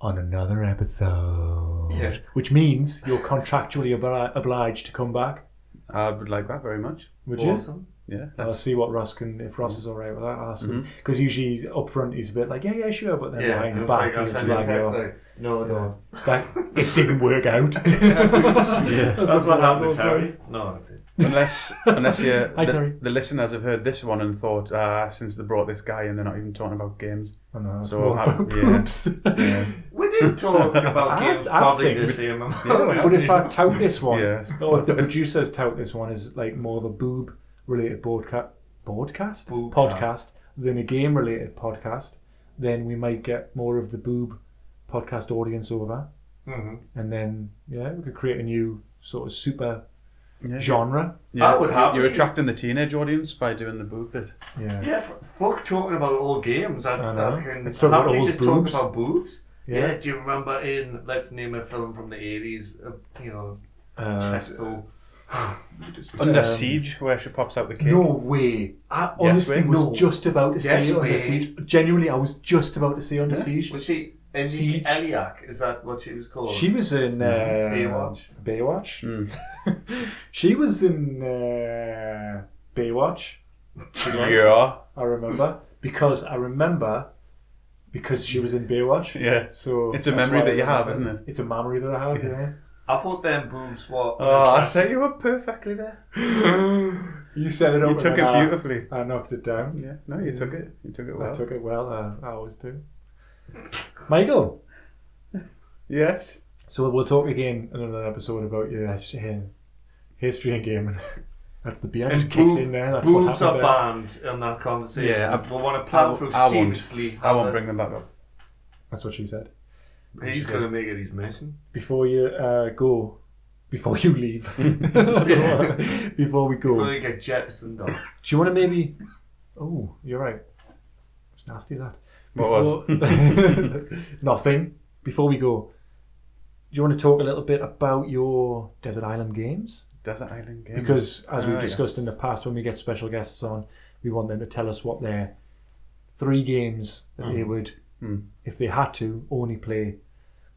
Speaker 2: on another episode.
Speaker 3: Yeah.
Speaker 2: Which means you're contractually obli- obliged to come back,
Speaker 1: I would like that very much.
Speaker 2: would you?
Speaker 3: Awesome.
Speaker 1: Yeah.
Speaker 2: I'll
Speaker 1: That's,
Speaker 2: see what Ross can, if Ross is alright with that, I'll ask him. Because usually up front he's a bit like, yeah, yeah, sure, but then
Speaker 3: Yeah,
Speaker 2: behind the
Speaker 3: it's
Speaker 2: back
Speaker 3: like I
Speaker 2: he's
Speaker 3: send you a
Speaker 2: like,
Speaker 3: text
Speaker 2: oh,
Speaker 3: like, no, no.
Speaker 2: that, it didn't work out. yeah. That's,
Speaker 3: That's
Speaker 2: the plan,
Speaker 3: what happened to
Speaker 2: don't worry.
Speaker 3: Terry. No, I did.
Speaker 1: unless unless you,
Speaker 2: Hi, Terry.
Speaker 1: the, the listeners have heard this one and thought, ah, since they brought this guy in, they're not even talking about games.
Speaker 2: Oh, no, it's
Speaker 1: So
Speaker 2: more
Speaker 1: how-
Speaker 2: about
Speaker 1: yeah.
Speaker 2: boobs.
Speaker 3: We did talk about
Speaker 2: I-
Speaker 3: games
Speaker 2: I
Speaker 3: probably
Speaker 2: think
Speaker 3: this
Speaker 2: we-
Speaker 3: year.
Speaker 2: But if I tout this one,
Speaker 1: Yes.
Speaker 2: or if the producers tout this one as like more of a boob related broadcast, broadcast?
Speaker 3: Boobcast.
Speaker 2: podcast than a game related podcast, then we might get more of the boob podcast audience over.
Speaker 3: Mhm.
Speaker 2: And then, yeah, we could create a new sort of super genre.
Speaker 3: I would
Speaker 1: you-
Speaker 3: happily-
Speaker 1: You're attracting the teenage audience by doing the boob bit.
Speaker 2: Yeah.
Speaker 3: Yeah, f- fuck talking about old games. That's,
Speaker 2: I know.
Speaker 3: that's kind
Speaker 2: Let's talk about
Speaker 3: Haven't we
Speaker 2: old
Speaker 3: just talked
Speaker 2: boobs?
Speaker 3: about boobs.
Speaker 2: Yeah.
Speaker 3: Yeah. do you remember in let's name a film from the eighties? Uh, you know,
Speaker 2: Uh,
Speaker 3: Chestal.
Speaker 1: Under
Speaker 3: Um,
Speaker 1: siege, where she pops out the cake.
Speaker 2: no way. I honestly
Speaker 1: Wayne.
Speaker 2: was
Speaker 3: No.
Speaker 2: just about to
Speaker 3: Yes,
Speaker 2: say Under
Speaker 3: Wayne.
Speaker 2: Siege. Genuinely, I was just about to say Under Siege.
Speaker 3: Was she in
Speaker 2: Siege.
Speaker 3: Eliak? Is that what she was called?
Speaker 2: She was in uh,
Speaker 3: Baywatch.
Speaker 2: Baywatch.
Speaker 1: Hmm.
Speaker 2: she was in uh, Baywatch.
Speaker 1: Yeah.
Speaker 2: I remember because I remember because she was in Baywatch.
Speaker 1: Yeah.
Speaker 2: So
Speaker 1: It's a
Speaker 2: that's
Speaker 1: memory
Speaker 2: why I
Speaker 1: that you have,
Speaker 2: remember.
Speaker 1: isn't
Speaker 2: It's a memory that I have. Yeah.
Speaker 3: I thought them boobs were.
Speaker 1: Oh, I set you up perfectly there.
Speaker 2: you set it up.
Speaker 1: You
Speaker 2: and
Speaker 1: took
Speaker 2: then
Speaker 1: it
Speaker 2: I-
Speaker 1: beautifully.
Speaker 2: I, knocked it down.
Speaker 1: Yeah. No, you took it. You took it
Speaker 2: I
Speaker 1: well.
Speaker 2: took it well. Uh, I always do. Michael.
Speaker 1: Yes.
Speaker 2: So we'll talk again in another episode about your his- uh, history and gaming. That's the beer I just kicked
Speaker 3: boob-
Speaker 2: in there. That's what
Speaker 3: uh, boobs
Speaker 2: happened
Speaker 3: are
Speaker 2: there.
Speaker 3: banned in that conversation.
Speaker 1: Yeah, I-
Speaker 3: we want to
Speaker 1: I
Speaker 3: plan
Speaker 1: w-
Speaker 3: through
Speaker 1: I won't-
Speaker 3: seriously.
Speaker 1: I won't bring them back up.
Speaker 2: That's what she said.
Speaker 3: He's gonna make it his mission.
Speaker 2: Before you uh, go, before you leave, before, before we go,
Speaker 3: Before they get jettisoned off.
Speaker 2: Do you want to maybe? Oh, you're right. It's nasty that.
Speaker 1: What was?
Speaker 2: Before- Nothing. Before we go, do you want to talk a little bit about your Desert Island Games?
Speaker 1: Desert Island Games.
Speaker 2: Because as we've
Speaker 1: Ah,
Speaker 2: discussed in
Speaker 1: yes.
Speaker 2: the past, when we get special guests on, we want them to tell us what their three games that they would,
Speaker 1: Mm.
Speaker 2: if they had to, only play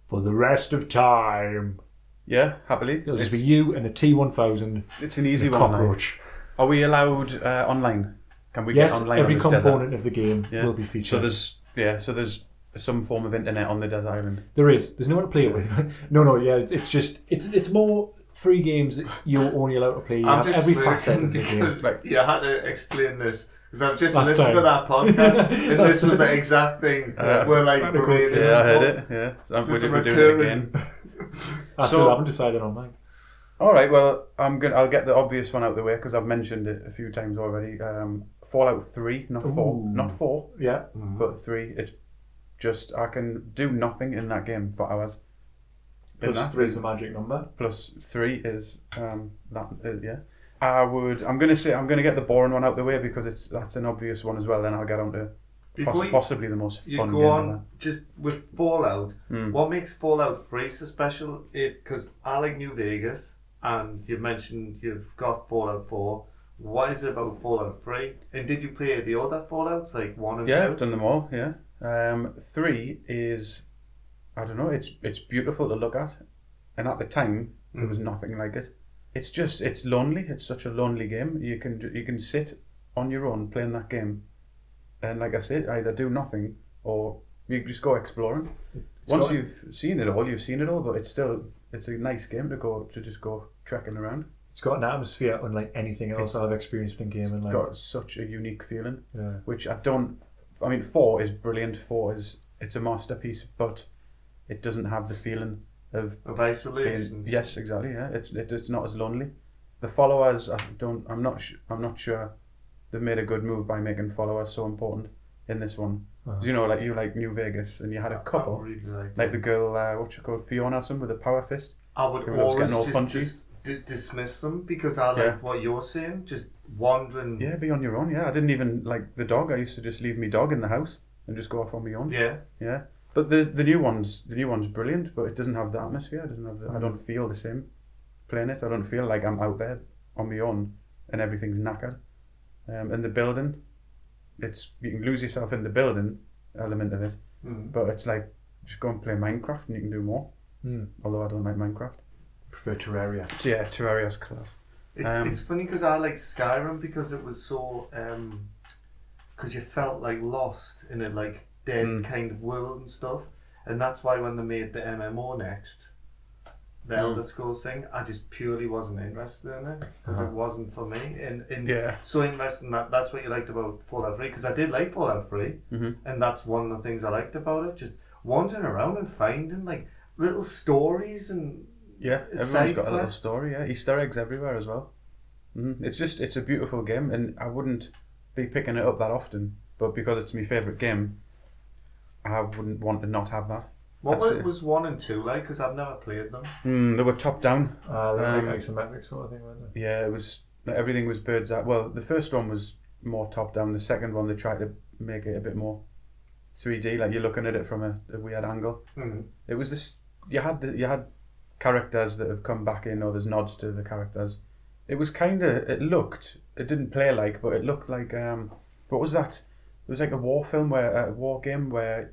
Speaker 2: for the rest of time.
Speaker 1: Yeah, happily.
Speaker 2: It'll
Speaker 1: It's,
Speaker 2: just be you and the T1000
Speaker 1: it's an easy one. like.
Speaker 2: cockroach.
Speaker 1: Are we allowed uh, online? Can we
Speaker 2: Yes,
Speaker 1: get online?
Speaker 2: every
Speaker 1: on this
Speaker 2: component
Speaker 1: Desert?
Speaker 2: of the game
Speaker 1: Yeah.
Speaker 2: will be featured.
Speaker 1: So there's yeah. So there's some form of internet on the desert island.
Speaker 2: There is. There's no one to play it with. no, no, yeah. It's, it's just it's it's more three games that you're only allowed to play. You
Speaker 3: I'm
Speaker 2: have
Speaker 3: just
Speaker 2: every
Speaker 3: smirking
Speaker 2: facet of the game.
Speaker 3: because
Speaker 1: Like-
Speaker 3: you had to explain this because I've just
Speaker 2: Last
Speaker 3: listened to
Speaker 2: time.
Speaker 3: that podcast and
Speaker 2: Last
Speaker 3: this was the
Speaker 2: time.
Speaker 3: exact thing
Speaker 1: Uh,
Speaker 3: we're like
Speaker 2: I
Speaker 3: berating
Speaker 2: recorded
Speaker 3: him
Speaker 1: Yeah, I heard
Speaker 3: for.
Speaker 1: it. Yeah, so
Speaker 3: It's
Speaker 1: we're,
Speaker 3: a
Speaker 1: we're doing it
Speaker 3: recurring-
Speaker 1: again.
Speaker 2: I still
Speaker 1: So-
Speaker 2: haven't decided on mine.
Speaker 1: All right. Well, I'm gonna. I'll get the obvious one out of the way because I've mentioned it a few times already. Um, Fallout Three, not four,
Speaker 2: Ooh.
Speaker 1: not four,
Speaker 2: Yeah,
Speaker 3: Mm-hmm.
Speaker 1: but three. It's just I can do nothing in that game for hours. In
Speaker 2: plus
Speaker 1: that.
Speaker 2: three is the magic number.
Speaker 1: plus three is um, that uh, yeah. I would. I'm gonna say I'm gonna get the boring one out the way because it's that's an obvious one as well. Then I'll get on to
Speaker 3: Before
Speaker 1: poss-
Speaker 3: you,
Speaker 1: possibly the most
Speaker 3: you
Speaker 1: fun
Speaker 3: go
Speaker 1: game
Speaker 3: on,
Speaker 1: ever.
Speaker 3: just with Fallout,
Speaker 1: Mm.
Speaker 3: what makes Fallout 3 so special? If Because I like New Vegas and you've mentioned you've got Fallout 4. What is it about Fallout 3? And did you play the other Fallouts, like 1 and
Speaker 1: Yeah,
Speaker 3: 2?
Speaker 1: I've done them all. Yeah. Um, three is, I don't know. It's it's beautiful to look at, and at the time there was nothing like it. It's just it's lonely. It's such a lonely game. You can ju- you can sit on your own playing that game, and like I said, either do nothing or you just go exploring. Once
Speaker 2: got-
Speaker 1: you've seen it all, you've seen it all. But it's still it's a nice game to go to just go trekking around.
Speaker 2: It's got an atmosphere unlike anything else I've experienced in gaming. Like,
Speaker 1: Got such a unique feeling.
Speaker 2: yeah.
Speaker 1: which I don't. I mean, four is brilliant. Four is it's a masterpiece, but it doesn't have the feeling of
Speaker 3: Of
Speaker 1: being.
Speaker 3: Isolation.
Speaker 1: Yes, exactly. Yeah, it's it, it's not as lonely. The followers, I don't. I'm not. Sh- I'm not sure. They've made a good move by making followers so important in this one. 'Cause You know, like you like New Vegas, and you had a couple,
Speaker 3: Really like
Speaker 1: like the girl, uh, what's she called, Fiona, or something, with a power fist.
Speaker 3: I would
Speaker 1: Everyone's
Speaker 3: always
Speaker 1: getting all
Speaker 3: just
Speaker 1: punchy.
Speaker 3: dis- d- dismiss them because I like
Speaker 1: Yeah.
Speaker 3: what you're saying, just wandering.
Speaker 1: Yeah, be on your own. Yeah, I didn't even like the dog. I used to just leave my dog in the house and just go off on my own.
Speaker 3: Yeah.
Speaker 1: Yeah, but the the new one's the new one's brilliant, but it doesn't have the atmosphere. It doesn't have. The, I don't feel the same playing it. I don't feel like I'm out there on my own and everything's knackered. Um, and the building, it's you can lose yourself in the building element of it,
Speaker 3: Mm.
Speaker 1: but it's like just go and play Minecraft and you can do more.
Speaker 2: Mm.
Speaker 1: Although I don't like Minecraft.
Speaker 2: Prefer Terraria.
Speaker 1: So yeah, Terraria's class.
Speaker 3: It's,
Speaker 1: Um,
Speaker 3: it's funny because I like Skyrim because it was so. Because you felt like lost in a like dead
Speaker 1: Mm.
Speaker 3: kind of world and stuff. And that's why when they made the MMO next, the
Speaker 1: Hmm.
Speaker 3: Elder Scrolls thing, I just purely wasn't interested in it because it wasn't for me. And, and
Speaker 1: Uh-huh. Yeah.
Speaker 3: so interesting that that's what you liked about Fallout 3 because I did like Fallout 3
Speaker 1: Mm-hmm.
Speaker 3: and that's one of the things I liked about it just wandering around and finding like little stories and
Speaker 1: Yeah, everyone's
Speaker 3: Side
Speaker 1: got a little
Speaker 3: quest. Mm-hmm.
Speaker 1: story. Yeah, Easter eggs everywhere as well. Mhm. It's just it's a beautiful game, and I wouldn't be picking it up that often. But because it's my favorite game, I wouldn't want to not have that.
Speaker 3: What
Speaker 1: That's
Speaker 3: was,
Speaker 1: it.
Speaker 3: was one and two like? Because I've never played them.
Speaker 1: Mm, they were top down.
Speaker 2: Uh, they're
Speaker 1: Um,
Speaker 2: like isometric sort of thing, weren't they?
Speaker 1: Yeah, it was everything was bird's eye. Well, the first one was more top down. The second one they tried to make it a bit more 3D, like you're looking at it from a, a weird angle.
Speaker 3: Mhm.
Speaker 1: It was this you had the, you had characters that have come back in, or there's nods to the characters. It was kind of it looked it didn't play like, but it looked like um what was that? It was like a war film where a war game where.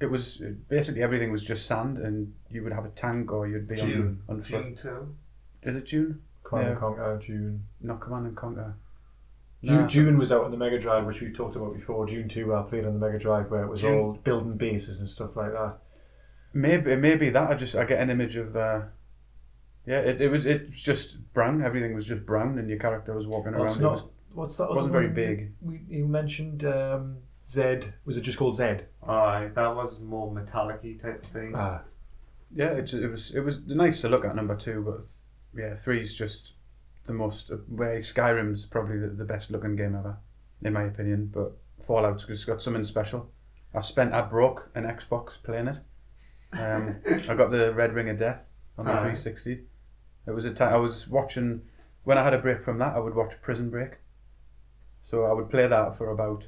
Speaker 1: It was basically everything was just sand, and you would have a tank or you'd be
Speaker 3: June,
Speaker 1: on on foot.
Speaker 3: June two.
Speaker 1: Is it June?
Speaker 2: Command
Speaker 1: yeah.
Speaker 2: and Conquer, oh, June.
Speaker 1: Not Command and Conquer.
Speaker 2: June,
Speaker 1: Nah.
Speaker 2: June was out on the Mega Drive, which we've talked about before. June 2, I played on the Mega Drive, where it was
Speaker 1: June-
Speaker 2: all building bases and stuff like that.
Speaker 1: Maybe maybe that. I just I get an image of. Uh, yeah, it, it was it was just brown. Everything was just brown, and your character was walking
Speaker 2: Well,
Speaker 1: around.
Speaker 2: Oh, it's
Speaker 1: It was-
Speaker 2: not- What's that?
Speaker 1: wasn't
Speaker 2: other
Speaker 1: very big.
Speaker 2: We, you mentioned um, Zed. Was it just called Zed?
Speaker 3: Alright, that was more metallic-y type thing.
Speaker 2: Ah,
Speaker 1: yeah, it, it was it was nice to look at number two, but yeah, three's just the most. Where Skyrim's probably the, the best looking game ever, in my opinion. But Fallout's just got something special. I spent I broke an Xbox playing it. Um, I got the Red Ring of Death on the
Speaker 3: Aye.
Speaker 1: 360. It was a time I was watching when I had a break from that. I would watch Prison Break. So I would play that for about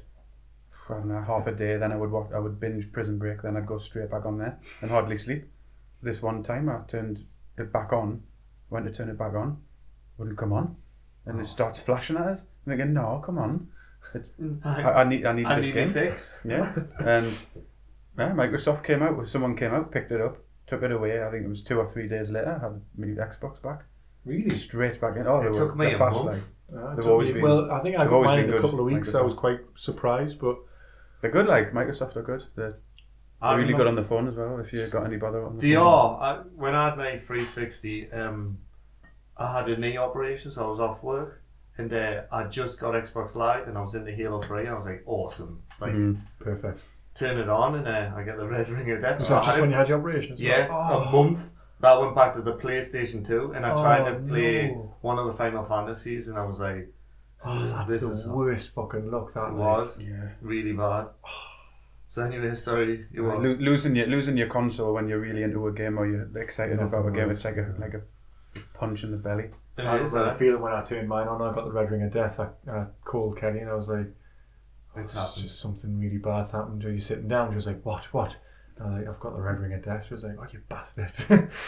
Speaker 1: I don't know, half a day. Then I would watch, I would binge Prison Break. Then I'd go straight back on there and hardly sleep. This one time I turned it back on, went to turn it back on, wouldn't come on, and it starts flashing at us. I'm thinking, no, come on, I, I need I need
Speaker 3: Mm. I
Speaker 1: this
Speaker 3: need
Speaker 1: game.
Speaker 3: a fix.
Speaker 1: Yeah, and yeah, Microsoft came out. Someone came out, picked it up, took it away. I think it was two or three days later. I had my Xbox back
Speaker 2: really?
Speaker 1: straight back in. Oh, they
Speaker 3: It
Speaker 1: were
Speaker 3: took me
Speaker 1: they're
Speaker 3: a
Speaker 1: fast,
Speaker 3: month.
Speaker 1: like.
Speaker 2: Ah, it
Speaker 1: They've
Speaker 2: took
Speaker 1: always
Speaker 2: me-
Speaker 1: been-
Speaker 2: well, I think I
Speaker 1: they've
Speaker 2: got
Speaker 1: always
Speaker 2: mine
Speaker 1: been
Speaker 2: in a
Speaker 1: good,
Speaker 2: couple of weeks. so I
Speaker 1: Microsoft.
Speaker 2: was quite surprised, but
Speaker 1: They're good, like Microsoft are good. They're,
Speaker 3: I
Speaker 1: they're really
Speaker 3: remember-
Speaker 1: good on the phone as well. If you got any bother on the
Speaker 3: They
Speaker 1: phone.
Speaker 3: are. I, when I had my 360, um, I had a knee operation, so I was off work. And uh, I just got Xbox Live and I was in the Halo 3 and I was like, awesome. Like,
Speaker 1: Mm.
Speaker 2: perfect.
Speaker 3: turn it on and uh, I get the Red Ring of Death.
Speaker 2: Was
Speaker 3: So I
Speaker 2: that just
Speaker 1: Uh,
Speaker 3: had it-
Speaker 2: when you had your operation? as well?
Speaker 3: yeah, a
Speaker 2: Oh,
Speaker 3: month. That went back to the PlayStation 2 and I tried
Speaker 2: Oh,
Speaker 3: to play
Speaker 2: no.
Speaker 3: one of the Final Fantasies and I was like,
Speaker 2: oh, that's
Speaker 3: this
Speaker 2: the
Speaker 3: is
Speaker 2: worst fucking luck that
Speaker 3: it
Speaker 2: night.
Speaker 3: was
Speaker 1: Yeah.
Speaker 3: really bad. So anyway, sorry. You
Speaker 1: Lo-
Speaker 3: were,
Speaker 1: losing your losing your console when you're really into a game or you're excited
Speaker 2: Nothing
Speaker 1: about a game,
Speaker 2: worse.
Speaker 1: it's like a like a punch in the belly.
Speaker 2: I
Speaker 3: It is,
Speaker 2: remember the
Speaker 3: uh,
Speaker 2: feeling when I turned mine on. I got the red ring of death. I, I called Kenny and I was like,
Speaker 3: it's
Speaker 2: "It's
Speaker 3: happened.
Speaker 2: just something really bad's happened." Are you sitting down? She was like, "What? What?" And I was like, "I've got the red ring of death." She was like, "Oh, you bastard!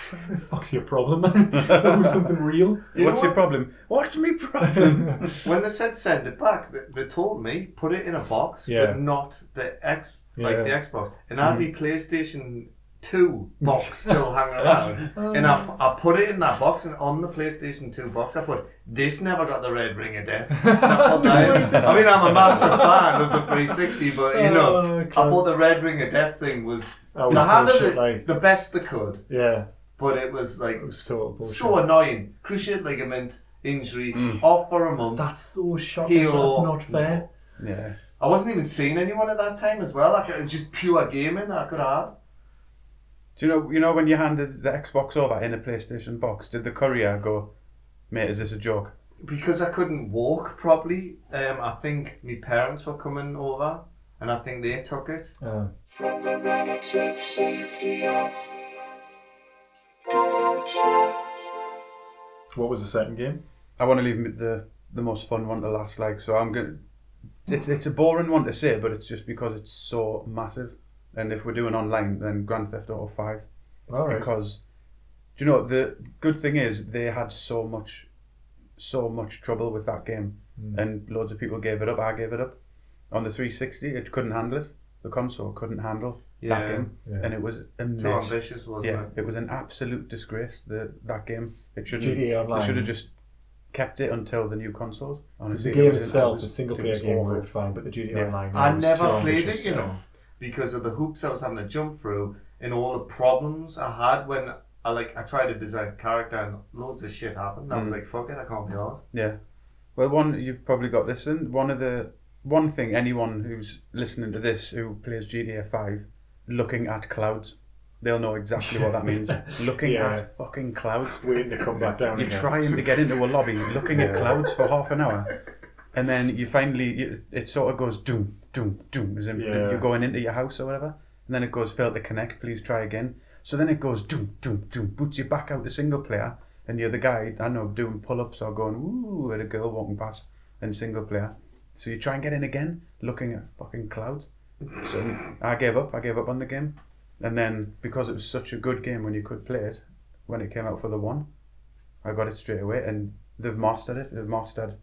Speaker 2: Fuck's your problem, man? that was something real."
Speaker 1: What's your problem? What's me problem?
Speaker 3: When they said send it back, they, they told me put it in a box,
Speaker 2: Yeah.
Speaker 3: but not the X, like
Speaker 2: Yeah. Mm.
Speaker 3: the Xbox. And I had my PlayStation Two box still hanging around,
Speaker 2: Oh.
Speaker 3: and I, I put it in that box, and on the PlayStation Two box, I put this never got the red ring of death. And I, put that in. I mean, I'm a massive fan of the 360, but you know,
Speaker 2: Oh,
Speaker 3: I
Speaker 2: clown.
Speaker 3: thought the red ring of death thing was,
Speaker 2: That was
Speaker 3: they handled
Speaker 2: bullshit,
Speaker 3: it
Speaker 2: like-
Speaker 3: the best they could,
Speaker 2: Yeah,
Speaker 3: but it was like
Speaker 2: it was total bullshit.
Speaker 3: so annoying. Cruciate ligament injury, off for a month.
Speaker 2: That's so shocking.
Speaker 3: Halo.
Speaker 2: That's not fair.
Speaker 1: yeah.
Speaker 3: I wasn't even seeing anyone at that time as well. Like it was just pure gaming. I could have.
Speaker 1: Do you know you know when you handed the Xbox over in a PlayStation box? Did the courier go, mate? Is this a joke?
Speaker 3: because I couldn't walk properly. Um, I think my parents were coming over, and I think they took it.
Speaker 2: Uh, what was the second game?
Speaker 1: I want to leave m- the the most fun one to last. Like so, I'm gonna. It's it's a boring one to say, but it's just because it's so massive. And if we're doing online, then Grand Theft Auto Five.
Speaker 2: All right.
Speaker 1: because do you know the good thing is they had so much so much trouble with that game
Speaker 2: Hmm.
Speaker 1: and loads of people gave it up i gave it up on the 360 it couldn't handle it the console couldn't handle that
Speaker 3: Yeah.
Speaker 1: game
Speaker 2: Yeah.
Speaker 1: and it was a
Speaker 3: Too
Speaker 1: mess
Speaker 3: ambitious, wasn't
Speaker 1: yeah
Speaker 3: it?
Speaker 1: it was an absolute disgrace the, that game it shouldn't
Speaker 2: GTA Online.
Speaker 1: it should have just kept it until the new consoles
Speaker 2: The
Speaker 1: honestly it
Speaker 2: game
Speaker 1: was- it
Speaker 2: itself,
Speaker 1: was-
Speaker 2: the single
Speaker 1: it
Speaker 2: player
Speaker 1: was
Speaker 2: game,
Speaker 1: awful.
Speaker 2: worked fine, but the GTA
Speaker 1: Yeah.
Speaker 2: Online.
Speaker 3: I
Speaker 2: was uh,
Speaker 3: never
Speaker 2: too
Speaker 3: played
Speaker 2: ambitious.
Speaker 3: it, you know, because of the hoops I was having to jump through and all the problems I had when I like I tried to design a character and loads of shit happened. I was like, fuck it, I can't be arsed.
Speaker 1: Yeah. Well, one you've probably got this in. One of the one thing anyone who's listening to this who plays GTA Five, looking at clouds, they'll know exactly what that means. looking
Speaker 2: Yeah.
Speaker 1: at fucking clouds.
Speaker 2: Waiting to come back down
Speaker 1: You're
Speaker 2: again.
Speaker 1: trying to get into a lobby, looking at clouds for half an hour, and then you finally you, it sort of goes doom doom doom as in
Speaker 2: Yeah.
Speaker 1: you're going into your house or whatever, and then it goes fail to connect. Please try again. So then it goes doom doom doom, boots you back out to single player, and you're the guy I know doing pull ups or going woo at a girl walking past in single player. So you try and get in again, looking at fucking clouds. So I gave up. I gave up on the game, and then because it was such a good game when you could play it, when it came out for the one, I got it straight away, and they've mastered it. They've mastered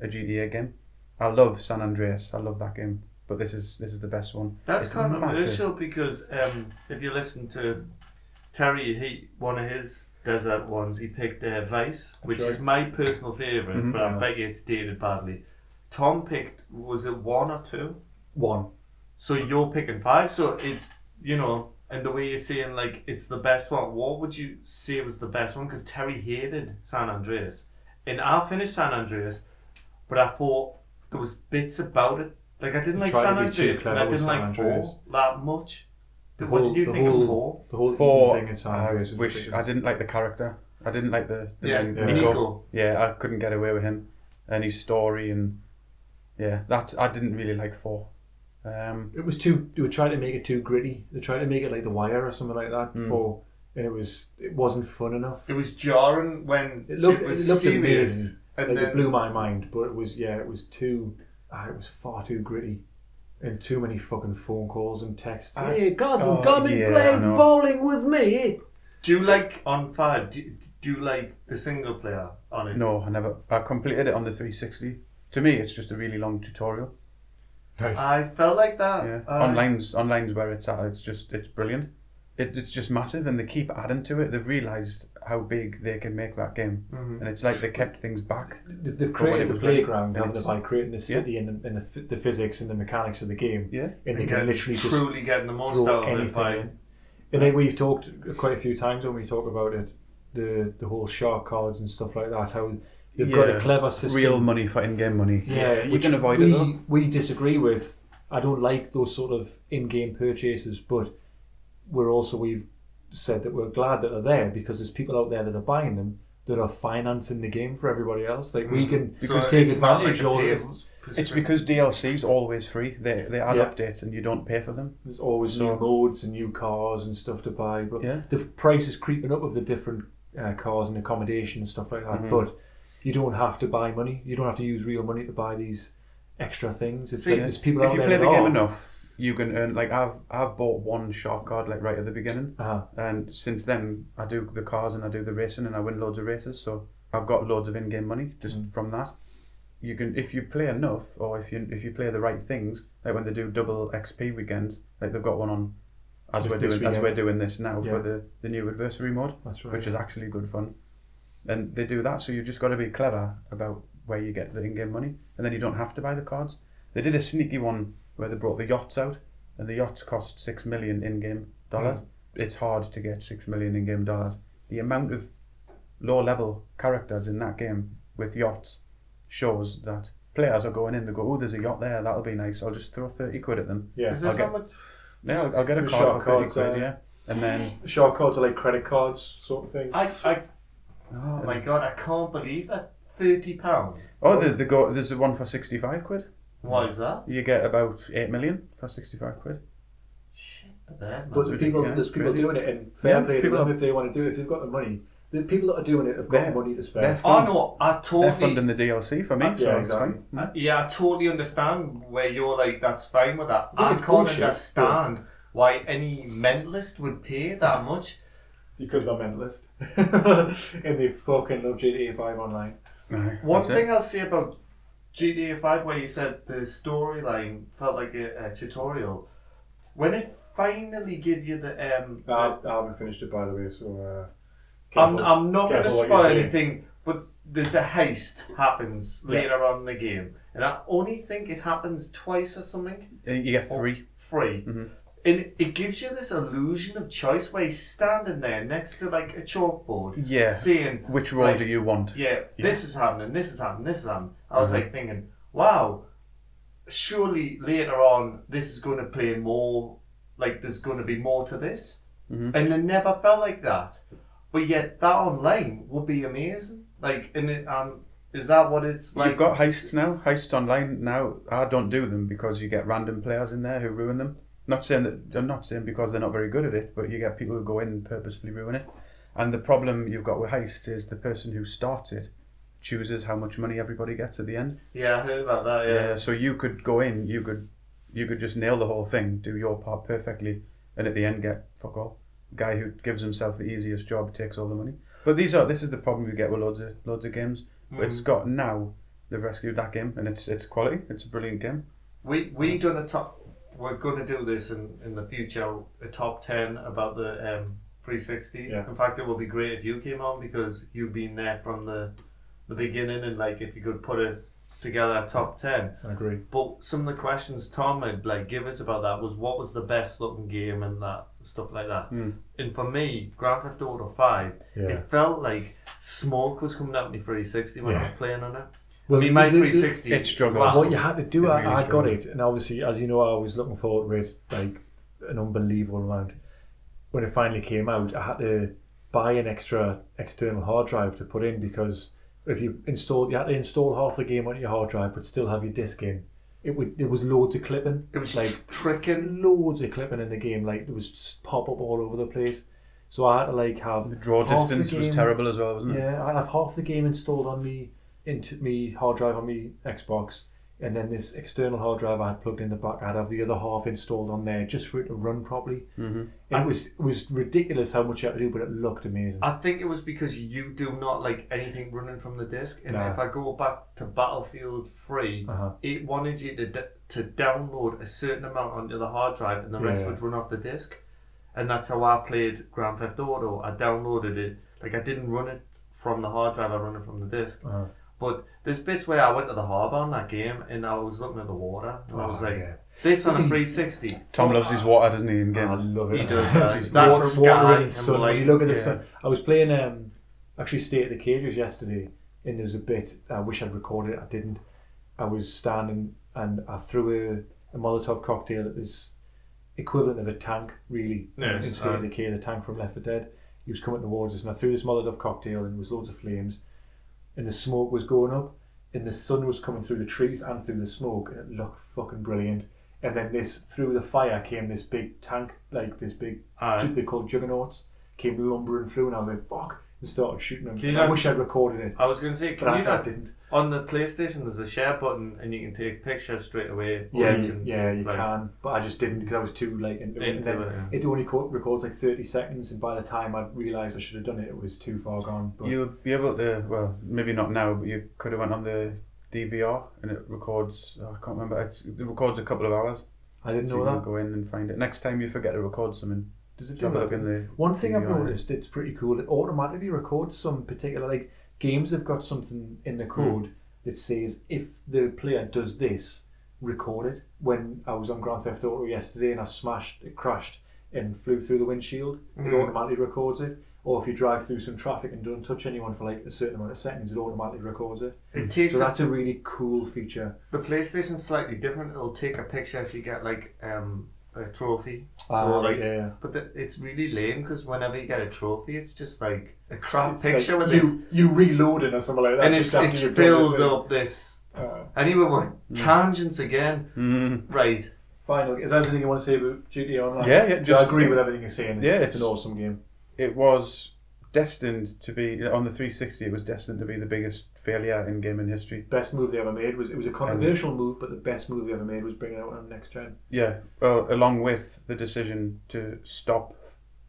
Speaker 1: a GTA game. I love San Andreas. I love that game, but this is this is the best one.
Speaker 3: That's
Speaker 1: It's massive.
Speaker 3: controversial because um, if you listen to Terry Heat, one of his desert ones, he picked uh, Vice, which
Speaker 2: right.
Speaker 3: is my personal favorite
Speaker 1: Mhm.
Speaker 3: but I bet you it's dated badly. Tom picked, was it one or two?
Speaker 2: One.
Speaker 3: So you're picking five, so it's, you know, and the way you're saying, like, it's the best one, what would you say was the best one? Because Terry hated San Andreas. And I finished San Andreas, but I thought there was bits about it. Like, I didn't like
Speaker 2: tried to
Speaker 3: San
Speaker 2: be too
Speaker 3: Andreas, and I
Speaker 2: clever with
Speaker 3: didn't
Speaker 2: San
Speaker 3: like
Speaker 2: Andreas.
Speaker 3: four that much. what did you
Speaker 2: the
Speaker 3: think
Speaker 2: whole,
Speaker 3: of four?
Speaker 2: The whole
Speaker 1: Four,
Speaker 2: thing in San
Speaker 1: I
Speaker 2: Andreas was
Speaker 1: wish I
Speaker 2: ridiculous.
Speaker 1: didn't like the character. I didn't like the, the
Speaker 3: Yeah,
Speaker 1: main-
Speaker 2: yeah.
Speaker 1: Nico.
Speaker 3: Nico.
Speaker 1: Yeah, I couldn't get away with him and his story and yeah, that I didn't really like four. Um,
Speaker 2: It was too. They were trying to make it too gritty. They tried to make it like The Wire or something like that. For and it was it wasn't fun enough.
Speaker 3: It was jarring when
Speaker 2: It looked it,
Speaker 3: was
Speaker 2: looked
Speaker 3: serious,
Speaker 2: amazing.
Speaker 3: and
Speaker 2: like
Speaker 3: then
Speaker 2: it blew my mind, but it was yeah, it was too. ah, it was far too gritty, and too many fucking phone calls and texts. hey, cousin,
Speaker 1: oh,
Speaker 2: come and
Speaker 1: yeah, I
Speaker 2: play
Speaker 1: know.
Speaker 2: bowling with me.
Speaker 3: Do you like on five? Do, do you like the single player on it?
Speaker 1: no, I never. I completed it on the 360. To me, it's just a really long tutorial.
Speaker 3: I felt like that. Uh,
Speaker 1: Yeah,
Speaker 2: Uh,
Speaker 3: I-
Speaker 1: online's online's where it's at. It's just it's brilliant. It, it's just massive, and they keep adding to it. They've realised how big they can make that game,
Speaker 2: Mm-hmm.
Speaker 1: and it's like they kept things back.
Speaker 2: They've, they've
Speaker 1: But when
Speaker 2: created
Speaker 1: it
Speaker 2: the
Speaker 1: was ready,
Speaker 2: playground, haven't they,
Speaker 1: it's-
Speaker 2: by creating the city and, the, and the, ph- the physics and the mechanics of the game.
Speaker 1: Yeah.
Speaker 2: and they
Speaker 3: You
Speaker 2: can
Speaker 3: get
Speaker 2: literally just
Speaker 3: truly getting the most
Speaker 2: throw
Speaker 3: out of it
Speaker 2: anything
Speaker 3: by
Speaker 2: in. And then we've talked quite a few times when we talk about it, the the whole shark cards and stuff like that. How they've got a
Speaker 1: Yeah,
Speaker 2: clever system.
Speaker 1: Real money for in-game money.
Speaker 2: yeah,
Speaker 1: you
Speaker 2: which
Speaker 1: can avoid
Speaker 2: we,
Speaker 1: it though.
Speaker 2: We disagree with. I don't like those sort of in-game purchases, but we're also we've said that we're glad that they're there because there's people out there that are buying them that are financing the game for everybody else. Like
Speaker 1: Mm-hmm.
Speaker 2: we can
Speaker 3: So
Speaker 2: take
Speaker 3: it's not like
Speaker 2: advantage
Speaker 3: a
Speaker 2: of it.
Speaker 3: payable
Speaker 1: It's
Speaker 3: subscription.
Speaker 1: because DLC's always free. They they add
Speaker 2: Yeah.
Speaker 1: updates and you don't pay for them.
Speaker 2: There's always new
Speaker 1: So-
Speaker 2: modes and new cars and stuff to buy, but
Speaker 1: Yeah.
Speaker 2: the price is creeping up of the different uh, cars and accommodation and stuff like that.
Speaker 1: Mm-hmm.
Speaker 2: But you don't have to buy money. You don't have to use real money to buy these extra things. It's
Speaker 3: See,
Speaker 2: like there's people
Speaker 1: if
Speaker 2: out
Speaker 1: you
Speaker 2: there
Speaker 1: play
Speaker 2: that
Speaker 1: the game
Speaker 2: are-
Speaker 1: enough, you can earn. Like I've I've bought one shark card like right at the beginning,
Speaker 2: Uh-huh.
Speaker 1: and since then I do the cars and I do the racing and I win loads of races. So I've got loads of in-game money just
Speaker 2: Mm.
Speaker 1: from that. You can if you play enough, or if you if you play the right things, like when they do double XP weekends, like they've got one on as
Speaker 2: Just
Speaker 1: we're
Speaker 2: this
Speaker 1: doing as
Speaker 2: weekend.
Speaker 1: we're doing this now
Speaker 2: Yeah.
Speaker 1: for the the new adversary mode,
Speaker 2: That's right,
Speaker 1: which is actually good fun. And they do that, so you've just got to be clever about where you get the in-game money, and then you don't have to buy the cards. They did a sneaky one where they brought the yachts out, and the yachts cost six million in-game dollars.
Speaker 2: Hmm.
Speaker 1: It's hard to get six million in-game dollars. The amount of low-level characters in that game with yachts shows that players are going in. They go, "Oh, there's a yacht there. That'll be nice. I'll just throw thirty quid at them.
Speaker 2: Yeah.
Speaker 3: Is that
Speaker 1: I'll get-
Speaker 3: how much?
Speaker 1: Yeah, I'll, I'll get a
Speaker 2: The
Speaker 1: card for
Speaker 2: shark
Speaker 1: thirty
Speaker 2: cards,
Speaker 1: quid.
Speaker 2: uh,
Speaker 1: yeah, and then
Speaker 2: Shark cards are like credit cards sort of thing.
Speaker 3: I, I, oh my god, I can't believe that. Thirty pound.
Speaker 1: oh, the, the go. There's a one for sixty-five quid.
Speaker 3: Why is that?
Speaker 1: You get about eight million for sixty-five quid.
Speaker 3: There, man.
Speaker 2: But the people,
Speaker 1: yeah,
Speaker 2: there's people
Speaker 1: crazy.
Speaker 2: doing it, and fair
Speaker 1: Yeah,
Speaker 2: play to
Speaker 1: people
Speaker 2: them
Speaker 1: are-
Speaker 2: if they want to do it. If they've got the money, the people that are doing it have got
Speaker 1: They're-
Speaker 2: money to
Speaker 1: they're
Speaker 2: spare.
Speaker 3: oh
Speaker 1: fun.
Speaker 3: no, I
Speaker 1: They're
Speaker 3: totally
Speaker 1: funding the DLC for me,
Speaker 2: Yeah,
Speaker 1: so it's
Speaker 2: exactly.
Speaker 1: fine.
Speaker 3: Uh, Yeah, I totally understand where you're like, that's fine with that.
Speaker 2: think
Speaker 3: I
Speaker 2: it's
Speaker 3: can't
Speaker 2: bullshit,
Speaker 3: understand why any mentalist would pay that much.
Speaker 2: Because they're mentalist, and they fucking love GTA Five online.
Speaker 1: Aye,
Speaker 3: One
Speaker 1: that's it.
Speaker 3: thing I'll say about GTA 5 where you said the storyline felt like a, a tutorial, when it finally gave you the. Um,
Speaker 2: I,
Speaker 1: Ah,
Speaker 2: I haven't finished it by the way, so. Uh,
Speaker 3: I'm,
Speaker 2: careful-
Speaker 3: I'm not going to
Speaker 2: careful what you
Speaker 3: spoil
Speaker 2: say.
Speaker 3: anything, but there's a heist happens later on in the game. And I only think it happens twice or something.
Speaker 1: Uh, You
Speaker 3: Oh,
Speaker 1: get three.
Speaker 3: free.
Speaker 1: Mm-hmm.
Speaker 3: And it gives you this illusion of choice where he's standing there next to like a chalkboard.
Speaker 1: Yeah.
Speaker 3: Saying
Speaker 1: Which role
Speaker 3: like,
Speaker 1: do you want?
Speaker 3: Yeah, this is happening, this is happening, this is happening. I was like thinking, wow, surely later on this is gonna play more like there's gonna be more to this. And it never felt like that. But yet that online would be amazing. Like and it, um is that what it's like?
Speaker 1: You've got heists now, heists online now. I don't do them because you get random players in there who ruin them. Not saying that I'm not saying because they're not very good at it, but you get people who go in and purposefully ruin it. And the problem you've got with heist is the person who starts it chooses how much money everybody gets at the end.
Speaker 3: Yeah, I heard about that.
Speaker 1: Uh, so you could go in, you could you could just nail the whole thing, do your part perfectly, and at the end get fuck all. Guy who gives himself the easiest job takes all the money. But these are this is the problem you get with loads of loads of games.
Speaker 2: Mm.
Speaker 1: But it's got now they've rescued that game and it's it's quality. It's a brilliant game.
Speaker 3: We we done a top. We're gonna do this in, in the future. A top ten about the um, 360.
Speaker 2: Yeah.
Speaker 3: In fact, it would be great if you came on because you've been there from the the beginning, and like if you could put it together a top ten.
Speaker 2: I agree.
Speaker 3: But some of the questions Tom had like give us about that was what was the best looking game and that stuff like that. And for me, Grand Theft Auto Five,
Speaker 2: Hmm. Yeah.
Speaker 3: it felt like smoke was coming out of my 360 when I
Speaker 2: Yeah.
Speaker 3: was playing on it.
Speaker 2: Well,
Speaker 3: I mean, my
Speaker 2: the- the-
Speaker 3: 360.
Speaker 1: it struggled.
Speaker 3: wow.
Speaker 2: What you had to do,
Speaker 1: It
Speaker 2: I,
Speaker 1: really
Speaker 2: I got
Speaker 1: struggled.
Speaker 2: it, and obviously, as you know, I was looking forward to it like an unbelievable amount. When it finally came out, I had to buy an extra external hard drive to put in because if you installed, you had to install half the game on your hard drive, but still have your disc in. It would, it was loads of clipping.
Speaker 3: It was
Speaker 2: like
Speaker 3: like tricking.
Speaker 2: loads of clipping in the game. Like it was just pop up all over the place. So I had to like have
Speaker 1: The draw
Speaker 2: half
Speaker 1: distance was
Speaker 2: game-
Speaker 1: terrible as well, wasn't it?
Speaker 2: yeah, I have half the game installed on me into me hard drive on me Xbox, and then this external hard drive I had plugged in the back. I'd have the other half installed on there just for it to run properly. Mm-hmm. It was it was ridiculous how much you had to do, but it looked amazing.
Speaker 3: I think it was because you do not like anything running from the disc. And
Speaker 2: No.
Speaker 3: if I go back to Battlefield 3,
Speaker 2: Uh-huh.
Speaker 3: it wanted you to, d- to download a certain amount onto the hard drive and the rest
Speaker 2: Yeah.
Speaker 3: would run off the disc. And that's how I played Grand Theft Auto. I downloaded it. Like, I didn't run it from the hard drive, I run it from the disk
Speaker 2: Uh-huh.
Speaker 3: But there's bits where I went to the harbour on that game and I was looking at the water. And I
Speaker 2: Oh,
Speaker 3: was like,
Speaker 2: yeah.
Speaker 3: this on a 360.
Speaker 1: Tom loves his water, doesn't he? In
Speaker 2: I
Speaker 1: games.
Speaker 2: love it.
Speaker 3: He does that.
Speaker 2: Just
Speaker 3: That
Speaker 2: water,
Speaker 3: sky
Speaker 2: water and
Speaker 3: and
Speaker 2: sun.
Speaker 3: light,
Speaker 2: when you look at the
Speaker 3: yeah.
Speaker 2: sun. I was playing um, actually State of the Cages yesterday, and there was a bit. I wish I'd recorded it. I didn't. I was standing and I threw a, a Molotov cocktail at this equivalent of a tank, really.
Speaker 3: Yeah,
Speaker 2: in
Speaker 3: it's
Speaker 2: State of
Speaker 3: fine.
Speaker 2: the Cage, the tank from Left 4 Dead. He was coming towards us, and I threw this Molotov cocktail, and there was loads of flames, and the smoke was going up, and the sun was coming through the trees and through the smoke, and it looked fucking brilliant. And then this through the fire came this big tank, like this big
Speaker 3: Aye.
Speaker 2: they called juggernauts, came lumbering through, and I was like, "Fuck!" and started shooting them.
Speaker 3: Can you
Speaker 2: I
Speaker 3: not-
Speaker 2: wish I'd recorded it,
Speaker 3: I was going to say,
Speaker 2: but
Speaker 3: can
Speaker 2: I,
Speaker 3: you
Speaker 2: I
Speaker 3: not
Speaker 2: didn't.
Speaker 3: On the PlayStation, there's a share button, and you can take pictures straight away. or
Speaker 2: Yeah, you, yeah, you
Speaker 3: like,
Speaker 2: can, but I just didn't because I was too late into, it. And
Speaker 3: Into
Speaker 2: then
Speaker 3: it, yeah.
Speaker 2: it only co- records like thirty seconds, and by the time I realised I should have done it, it was too far gone. But
Speaker 1: You'll be able to, well, maybe not now, but you could have went on the DVR and it records. oh, I can't remember. It's, it records a couple of hours.
Speaker 2: I didn't
Speaker 1: So you
Speaker 2: know
Speaker 1: can
Speaker 2: that.
Speaker 1: go in and find it. Next time you forget to record something,
Speaker 2: Does it
Speaker 1: do have a look in the.
Speaker 2: One thing I've
Speaker 1: DVR.
Speaker 2: noticed it's pretty cool. It automatically records some particular like games have got something in
Speaker 3: Hmm.
Speaker 2: the code that says if the player does this, record it. When I was on Grand Theft Auto yesterday and I smashed, it crashed and flew through the windshield,
Speaker 3: Hmm.
Speaker 2: it automatically records it. Or if you drive through some traffic and don't touch anyone for like a certain amount of seconds, it automatically records it.
Speaker 3: It takes
Speaker 2: So that's a really cool feature.
Speaker 3: the PlayStation's slightly different. It'll take a picture if you get like um, a trophy.
Speaker 2: Ah,
Speaker 3: like,
Speaker 2: yeah.
Speaker 3: But the, it's really lame because whenever you get a trophy, it's just like a crap
Speaker 2: It's
Speaker 3: picture
Speaker 2: like
Speaker 3: with this,
Speaker 2: you, you reloading or something like that.
Speaker 3: and it's
Speaker 2: just
Speaker 3: it's
Speaker 2: after you've done the
Speaker 3: filled
Speaker 2: thing.
Speaker 3: up this.
Speaker 2: Uh,
Speaker 3: Anyway, we're tangents again.
Speaker 1: Mm.
Speaker 3: Right.
Speaker 2: Final. Is there anything you want to say about GTA Online?
Speaker 1: Yeah, yeah,
Speaker 2: Do
Speaker 1: just-
Speaker 2: I agree with everything you're saying. It's,
Speaker 1: Yeah,
Speaker 2: it's,
Speaker 1: it's-
Speaker 2: an awesome game.
Speaker 1: It was destined to be on the 360. It was destined to be the biggest failure in gaming history.
Speaker 2: Best move they ever made was it was a controversial move, but the best move they ever made was bringing it out on next gen.
Speaker 1: Yeah, well, along with the decision to stop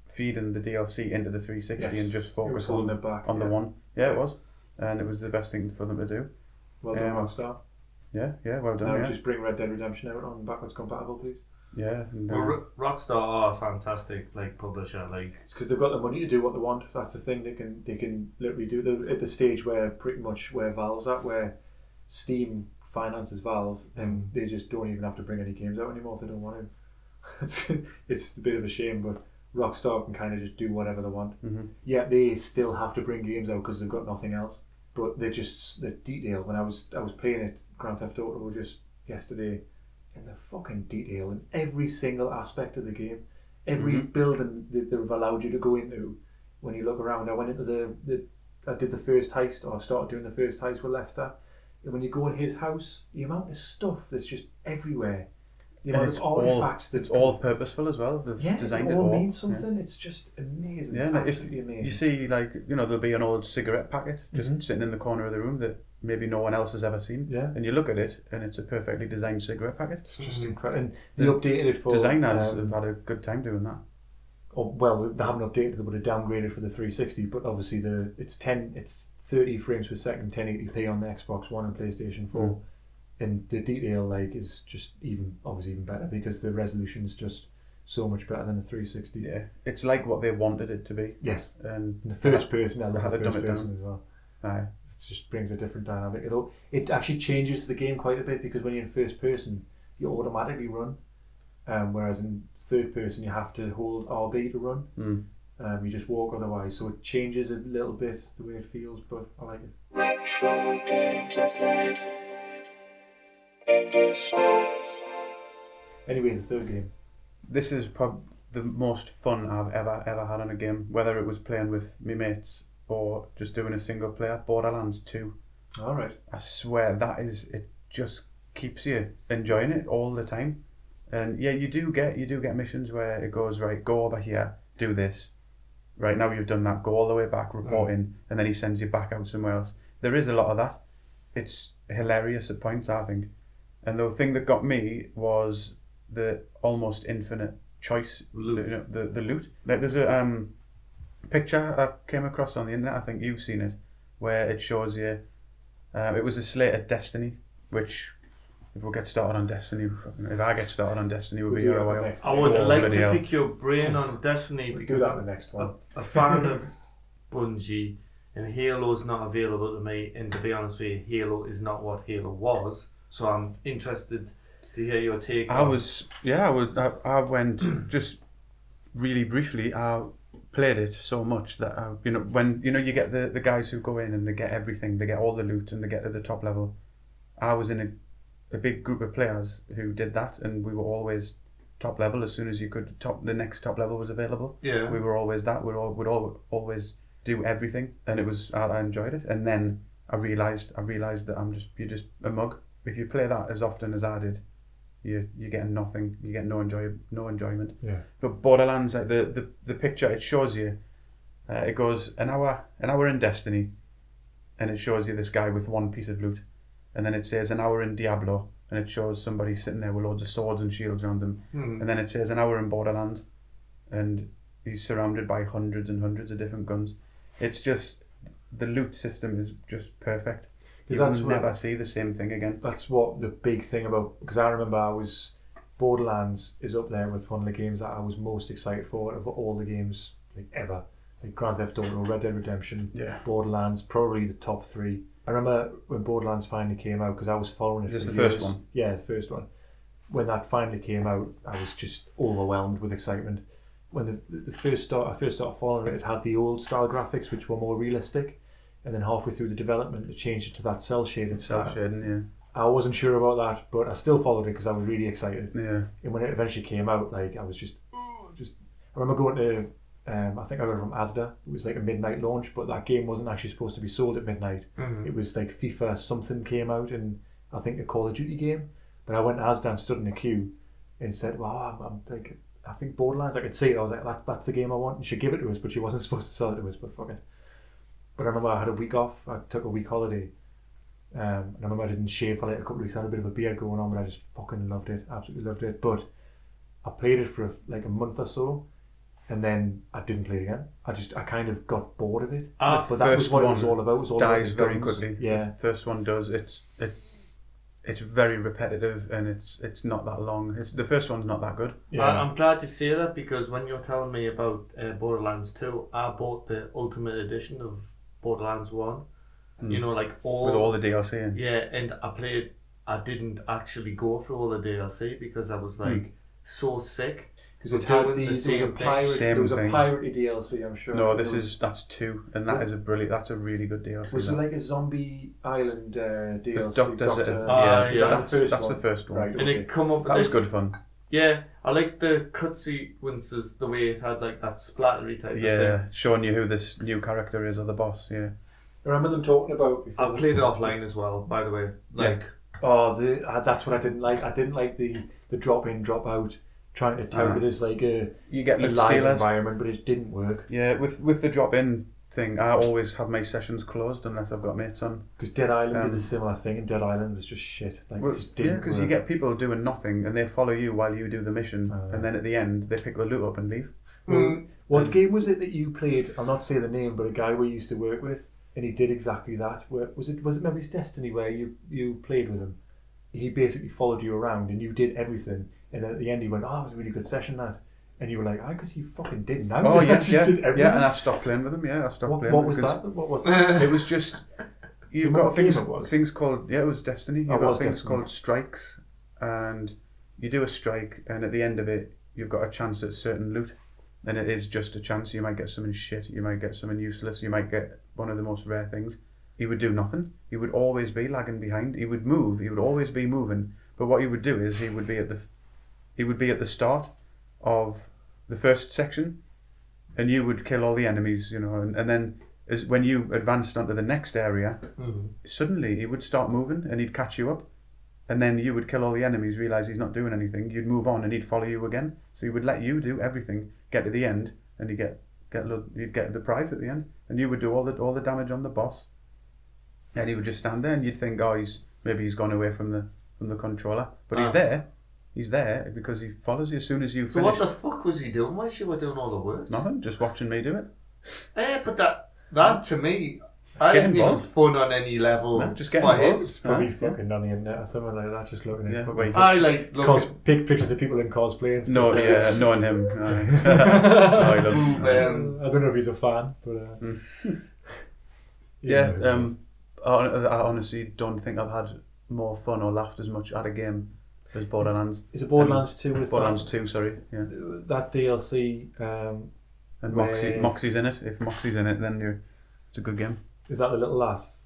Speaker 1: feeding the DLC into the 360 and just
Speaker 2: it was
Speaker 1: focus
Speaker 2: holding
Speaker 1: on,
Speaker 2: it back
Speaker 1: on the
Speaker 2: yeah.
Speaker 1: one. Yeah, it was, and it was the best thing for them to do.
Speaker 2: Well done,
Speaker 1: Yeah.
Speaker 2: Rockstar.
Speaker 1: Yeah, yeah, well done.
Speaker 2: Now
Speaker 1: yeah.
Speaker 2: just bring Red Dead Redemption out on backwards compatible, please.
Speaker 1: yeah, and, uh,
Speaker 3: Well, Ro- Rockstar are a fantastic like publisher. Like
Speaker 2: It's because they've got the money to do what they want. That's the thing. They can they can literally do. They're at the stage where pretty much where Valve's at, where Steam finances Valve, and
Speaker 1: Mm.
Speaker 2: they just don't even have to bring any games out anymore if they don't want to. It's it's a bit of a shame, but Rockstar can kind of just do whatever they want.
Speaker 1: Mhm.
Speaker 2: Yeah, they still have to bring games out because they've got nothing else. But they just the detail. When I was I was playing it Grand Theft Auto just yesterday, and the fucking detail in every single aspect of the game, every
Speaker 1: Mm-hmm.
Speaker 2: building that they've allowed you to go into. When you look around, I went into the, the I did the first heist, or I started doing the first heist with Lester. And when you go in his house, the amount of stuff that's just everywhere. The amount
Speaker 1: And
Speaker 2: of artifacts
Speaker 1: all,
Speaker 2: that
Speaker 1: it's all purposeful as well. They've
Speaker 2: yeah,
Speaker 1: designed
Speaker 2: it
Speaker 1: it
Speaker 2: all
Speaker 1: all.
Speaker 2: means
Speaker 1: Yeah.
Speaker 2: something. It's just amazing.
Speaker 1: Yeah, like if
Speaker 2: absolutely amazing.
Speaker 1: you see, like you know, there'll be an old cigarette packet just
Speaker 2: Mhm.
Speaker 1: sitting in the corner of the room that maybe no one else has ever seen.
Speaker 2: Yeah.
Speaker 1: And you look at it, and it's a perfectly designed cigarette packet.
Speaker 2: it's just incredible. And they
Speaker 1: The uh,
Speaker 2: updated it for
Speaker 1: Designers
Speaker 2: um,
Speaker 1: have had a good time doing that.
Speaker 2: or well, they haven't updated. They would have downgraded for the 360, but obviously the it's 10, it's 30 frames per second, 1080p on the Xbox One and PlayStation 4,
Speaker 1: Hmm.
Speaker 2: and the detail like is just even obviously even better because the resolution is just so much better than the 360.
Speaker 1: Yeah. It's like what they wanted it to be.
Speaker 2: Yes.
Speaker 1: And uh,
Speaker 2: And the first person, I love
Speaker 1: Rather
Speaker 2: the
Speaker 1: dumb
Speaker 2: first
Speaker 1: it down.
Speaker 2: person as well.
Speaker 1: aye.
Speaker 2: It just brings a different dynamic. It it actually changes the game quite a bit because when you're in first person, you automatically run, um, whereas in third person you have to hold RB to run.
Speaker 1: Mm.
Speaker 2: Um, you just walk otherwise, so it changes a little bit the way it feels, but I like it. Anyway, the third game.
Speaker 1: this is prob the most fun I've ever ever had on a game, whether it was playing with my mates or just doing a single player. Borderlands Two,
Speaker 2: All right.
Speaker 1: I swear that is it. Just keeps you enjoying it all the time, and yeah, you do get you do get missions where it goes right. Go over here, do this. Right now you've done that. Go all the way back, report in, and then he sends you back out somewhere else. There is a lot of that. It's hilarious at points, I think. And the thing that got me was the almost infinite choice
Speaker 3: Loot.
Speaker 1: you know, the the loot. Like, there's a um, picture I came across on the internet. I think you've seen it, where it shows you. Uh, it was a slate of Destiny, which if we get started on Destiny, fucking- if I get started on Destiny, we'll,
Speaker 2: We'll
Speaker 1: be
Speaker 2: do
Speaker 1: here
Speaker 2: it
Speaker 1: a
Speaker 2: on
Speaker 1: while.
Speaker 2: next.
Speaker 3: I would
Speaker 1: Or
Speaker 3: like
Speaker 1: video.
Speaker 3: to pick your brain on Destiny
Speaker 2: We'll do
Speaker 3: because
Speaker 2: that
Speaker 3: I'm
Speaker 2: in the next
Speaker 3: a,
Speaker 2: one.
Speaker 3: a fan of Bungie, and Halo's not available to me. And to be honest with you, Halo is not what Halo was. So I'm interested to hear your take.
Speaker 1: I
Speaker 3: on-
Speaker 1: was yeah, I was I, I went just really briefly. I played it so much that I, you know when you know you get the the guys who go in and they get everything, they get all the loot and they get to the top level. I was in a a big group of players who did that, and we were always top level as soon as you could top the next top level was available.
Speaker 3: Yeah.
Speaker 1: we were always that. We all would all always do everything, and it was I, I enjoyed it. And then I realized I realized that I'm just you're just a mug if you play that as often as I did you you get nothing. You get no enjoy no enjoyment.
Speaker 2: Yeah.
Speaker 1: But Borderlands, like the the, the picture it shows you, uh, it goes an hour an hour in Destiny, and it shows you this guy with one piece of loot, and then it says an hour in Diablo, and it shows somebody sitting there with loads of swords and shields around them,
Speaker 3: Hmm.
Speaker 1: and then it says an hour in Borderlands, and he's surrounded by hundreds and hundreds of different guns. It's just the loot system is just perfect. You
Speaker 2: that's
Speaker 1: will
Speaker 2: what-
Speaker 1: never see the same thing again.
Speaker 2: That's what the big thing about because I remember I was Borderlands is up there with one of the games that I was most excited for of all the games like ever, like Grand Theft Auto, Red Dead Redemption,
Speaker 1: Yeah.
Speaker 2: Borderlands, probably the top three. I remember when Borderlands finally came out because I was following
Speaker 1: Is
Speaker 2: it.
Speaker 1: this
Speaker 2: for
Speaker 1: the first
Speaker 2: years.
Speaker 1: one?
Speaker 2: Yeah, the first one. When that finally came out, I was just overwhelmed with excitement. When the, the first start, I first started following it, it had the old style graphics which were more realistic, and then halfway through the development, they changed it to that cell shaded
Speaker 1: Cell
Speaker 2: style.
Speaker 1: shading,
Speaker 2: I wasn't sure about that, but I still followed it because I was really excited.
Speaker 1: yeah, yeah.
Speaker 2: And when it eventually came out, like I was just, "Ooh," just. I remember going to, um, I think I got it from ASDA. It was like a midnight launch, but that game wasn't actually supposed to be sold at midnight. It was like FIFA something came out, and I think a Call of Duty game. But I went to ASDA and stood in a queue, and said, "Wow, I'm, I'm like, I think Borderlands. I could see it. I was like, that, that's the game I want." And she gave it to us, but she wasn't supposed to sell it to us. But fuck it. But I remember I had a week off. I took a week holiday. Um, and I remember I didn't shave for like a couple of weeks. I had a bit of a beard going on, but I just fucking loved it. Absolutely loved it. But I played it for like a month or so, and then I didn't play it again. I just I kind of got bored of it.
Speaker 3: Ah,
Speaker 2: but that was
Speaker 1: first
Speaker 2: what it
Speaker 1: one
Speaker 2: was all about. It was all
Speaker 1: dies
Speaker 2: about the
Speaker 1: very
Speaker 2: guns.
Speaker 1: quickly.
Speaker 2: Yeah,
Speaker 1: The first one does. It's it, it's very repetitive and it's it's not that long. It's the first one's not that good.
Speaker 2: yeah.
Speaker 3: I, I'm glad you say that because when you're telling me about uh, Borderlands 2, I bought the Ultimate Edition of Borderlands 1. You know, like all,
Speaker 1: Hmm. With all the DLC and
Speaker 3: Yeah, and I played. I didn't actually go for all the DLC because I was
Speaker 1: Hmm.
Speaker 3: like so sick.
Speaker 2: Because it
Speaker 3: of
Speaker 2: had
Speaker 3: doing
Speaker 2: the,
Speaker 3: same
Speaker 2: there was a
Speaker 3: thing.
Speaker 2: pirate,
Speaker 1: Same
Speaker 2: there was a
Speaker 1: thing.
Speaker 2: piratey DLC. I'm sure.
Speaker 1: no, this
Speaker 2: There was-
Speaker 1: is that's two, and that is a brilliant. That's a really good DLC.
Speaker 2: Was it
Speaker 1: that.
Speaker 2: like a zombie island uh, DLC?
Speaker 1: Doctor Z- yeah,
Speaker 3: Ah,
Speaker 2: is
Speaker 3: yeah,
Speaker 2: that
Speaker 1: that's- that's the first one.
Speaker 2: Right,
Speaker 1: And
Speaker 3: And
Speaker 2: okay.
Speaker 3: it come up.
Speaker 1: that was
Speaker 3: it's-
Speaker 1: good fun.
Speaker 3: Yeah, I like the cutscenes, the way it had like that splattery type. Of thing.
Speaker 1: Yeah, showing you who this new character is or the boss. Yeah,
Speaker 2: I remember them talking about before.
Speaker 3: I played it offline as well, by the way. Like
Speaker 2: oh, the, uh, that's what I didn't like. I didn't like the, the drop in, drop out, trying to tout
Speaker 1: Uh-huh.
Speaker 2: it as like a,
Speaker 1: You get
Speaker 2: a
Speaker 1: Luke
Speaker 2: live
Speaker 1: Steelers.
Speaker 2: environment, but it didn't work
Speaker 1: Yeah, with with the drop in thing, I always have my sessions closed unless I've got mates on.
Speaker 2: because Dead Island
Speaker 1: Um,
Speaker 2: did a similar thing, and Dead Island was just shit. Like,
Speaker 1: Well,
Speaker 2: it just
Speaker 1: yeah,
Speaker 2: didn't
Speaker 1: because you
Speaker 2: work.
Speaker 1: get people doing nothing and they follow you while you do the mission,
Speaker 2: Oh, yeah.
Speaker 1: and then at the end they pick the loot up and leave. Hmm.
Speaker 3: Mm.
Speaker 2: What game was it that you played? I'll not say the name, but a guy we used to work with, and he did exactly that. Where was it? Was it Memories Destiny where you you played with him? He basically followed you around, and you did everything. And then at the end, he went, "Oh, it was a really good session, that." And you were like, "I because you fucking did now.
Speaker 1: Oh
Speaker 2: I
Speaker 1: yeah,
Speaker 2: just
Speaker 1: yeah,
Speaker 2: did everything."
Speaker 1: yeah, and I stopped playing with them. Yeah, I stopped
Speaker 2: what,
Speaker 1: playing.
Speaker 2: what
Speaker 1: with
Speaker 2: was
Speaker 1: 'cause
Speaker 2: that? What was that?
Speaker 1: It was just you've
Speaker 2: Remember
Speaker 1: got
Speaker 2: what game
Speaker 1: things
Speaker 2: it was?
Speaker 1: things called yeah, it was Destiny. You've
Speaker 2: Oh, it
Speaker 1: got
Speaker 2: was
Speaker 1: things
Speaker 2: Destiny.
Speaker 1: called strikes, and you do a strike, and at the end of it, you've got a chance at certain loot, and it is just a chance. You might get something shit, you might get something useless, you might get one of the most rare things. He would do nothing. He would always be lagging behind. He would move. He would always be moving. But what he would do is he would be at the he would be at the start of the first section, and you would kill all the enemies, you know, and, and then as when you advanced onto the next area, suddenly he would start moving and he'd catch you up, and then you would kill all the enemies, realize he's not doing anything, you'd move on and he'd follow you again. So he would let you do everything, get to the end, and you get get lo- you'd get the prize at the end, and you would do all the all the damage on the boss. And he would just stand there, and you'd think, oh, he's maybe he's gone away from the from the controller, but
Speaker 3: Ah.
Speaker 1: he's there. He's there because he follows you as soon as you
Speaker 3: So
Speaker 1: finish.
Speaker 3: what the fuck was he doing while she were doing all the work?
Speaker 1: Nothing, just watching me do it.
Speaker 3: Eh, but that that to me, that
Speaker 1: Get
Speaker 3: isn't
Speaker 1: involved.
Speaker 3: even fun on any level.
Speaker 1: No, just get
Speaker 3: for him.
Speaker 1: involved.
Speaker 2: Probably
Speaker 1: Ah, yeah.
Speaker 2: fucking on the internet or something like that, just looking at
Speaker 1: Yeah,
Speaker 2: fucking
Speaker 1: wait.
Speaker 3: I like look
Speaker 2: cos-
Speaker 3: at
Speaker 2: pic- pictures of people in cosplay and
Speaker 1: No,
Speaker 2: stuff.
Speaker 1: yeah, knowing him. aye. No, he loves-
Speaker 3: Boo,
Speaker 1: aye.
Speaker 3: man.
Speaker 2: Um, I don't know if he's a fan, but uh,
Speaker 1: hmm.
Speaker 2: you
Speaker 1: Yeah,
Speaker 2: know who he is.
Speaker 1: um, I, I honestly don't think I've had more fun or laughed as much at a game as Borderlands.
Speaker 2: Is it Borderlands 2 with
Speaker 1: Borderlands
Speaker 2: that,
Speaker 1: 2, sorry. Yeah.
Speaker 2: that DLC? Um,
Speaker 1: And Moxie,
Speaker 2: Where-
Speaker 1: Moxie's in it. If Moxie's in it, then you're, it's a good game.
Speaker 2: is that the little lass?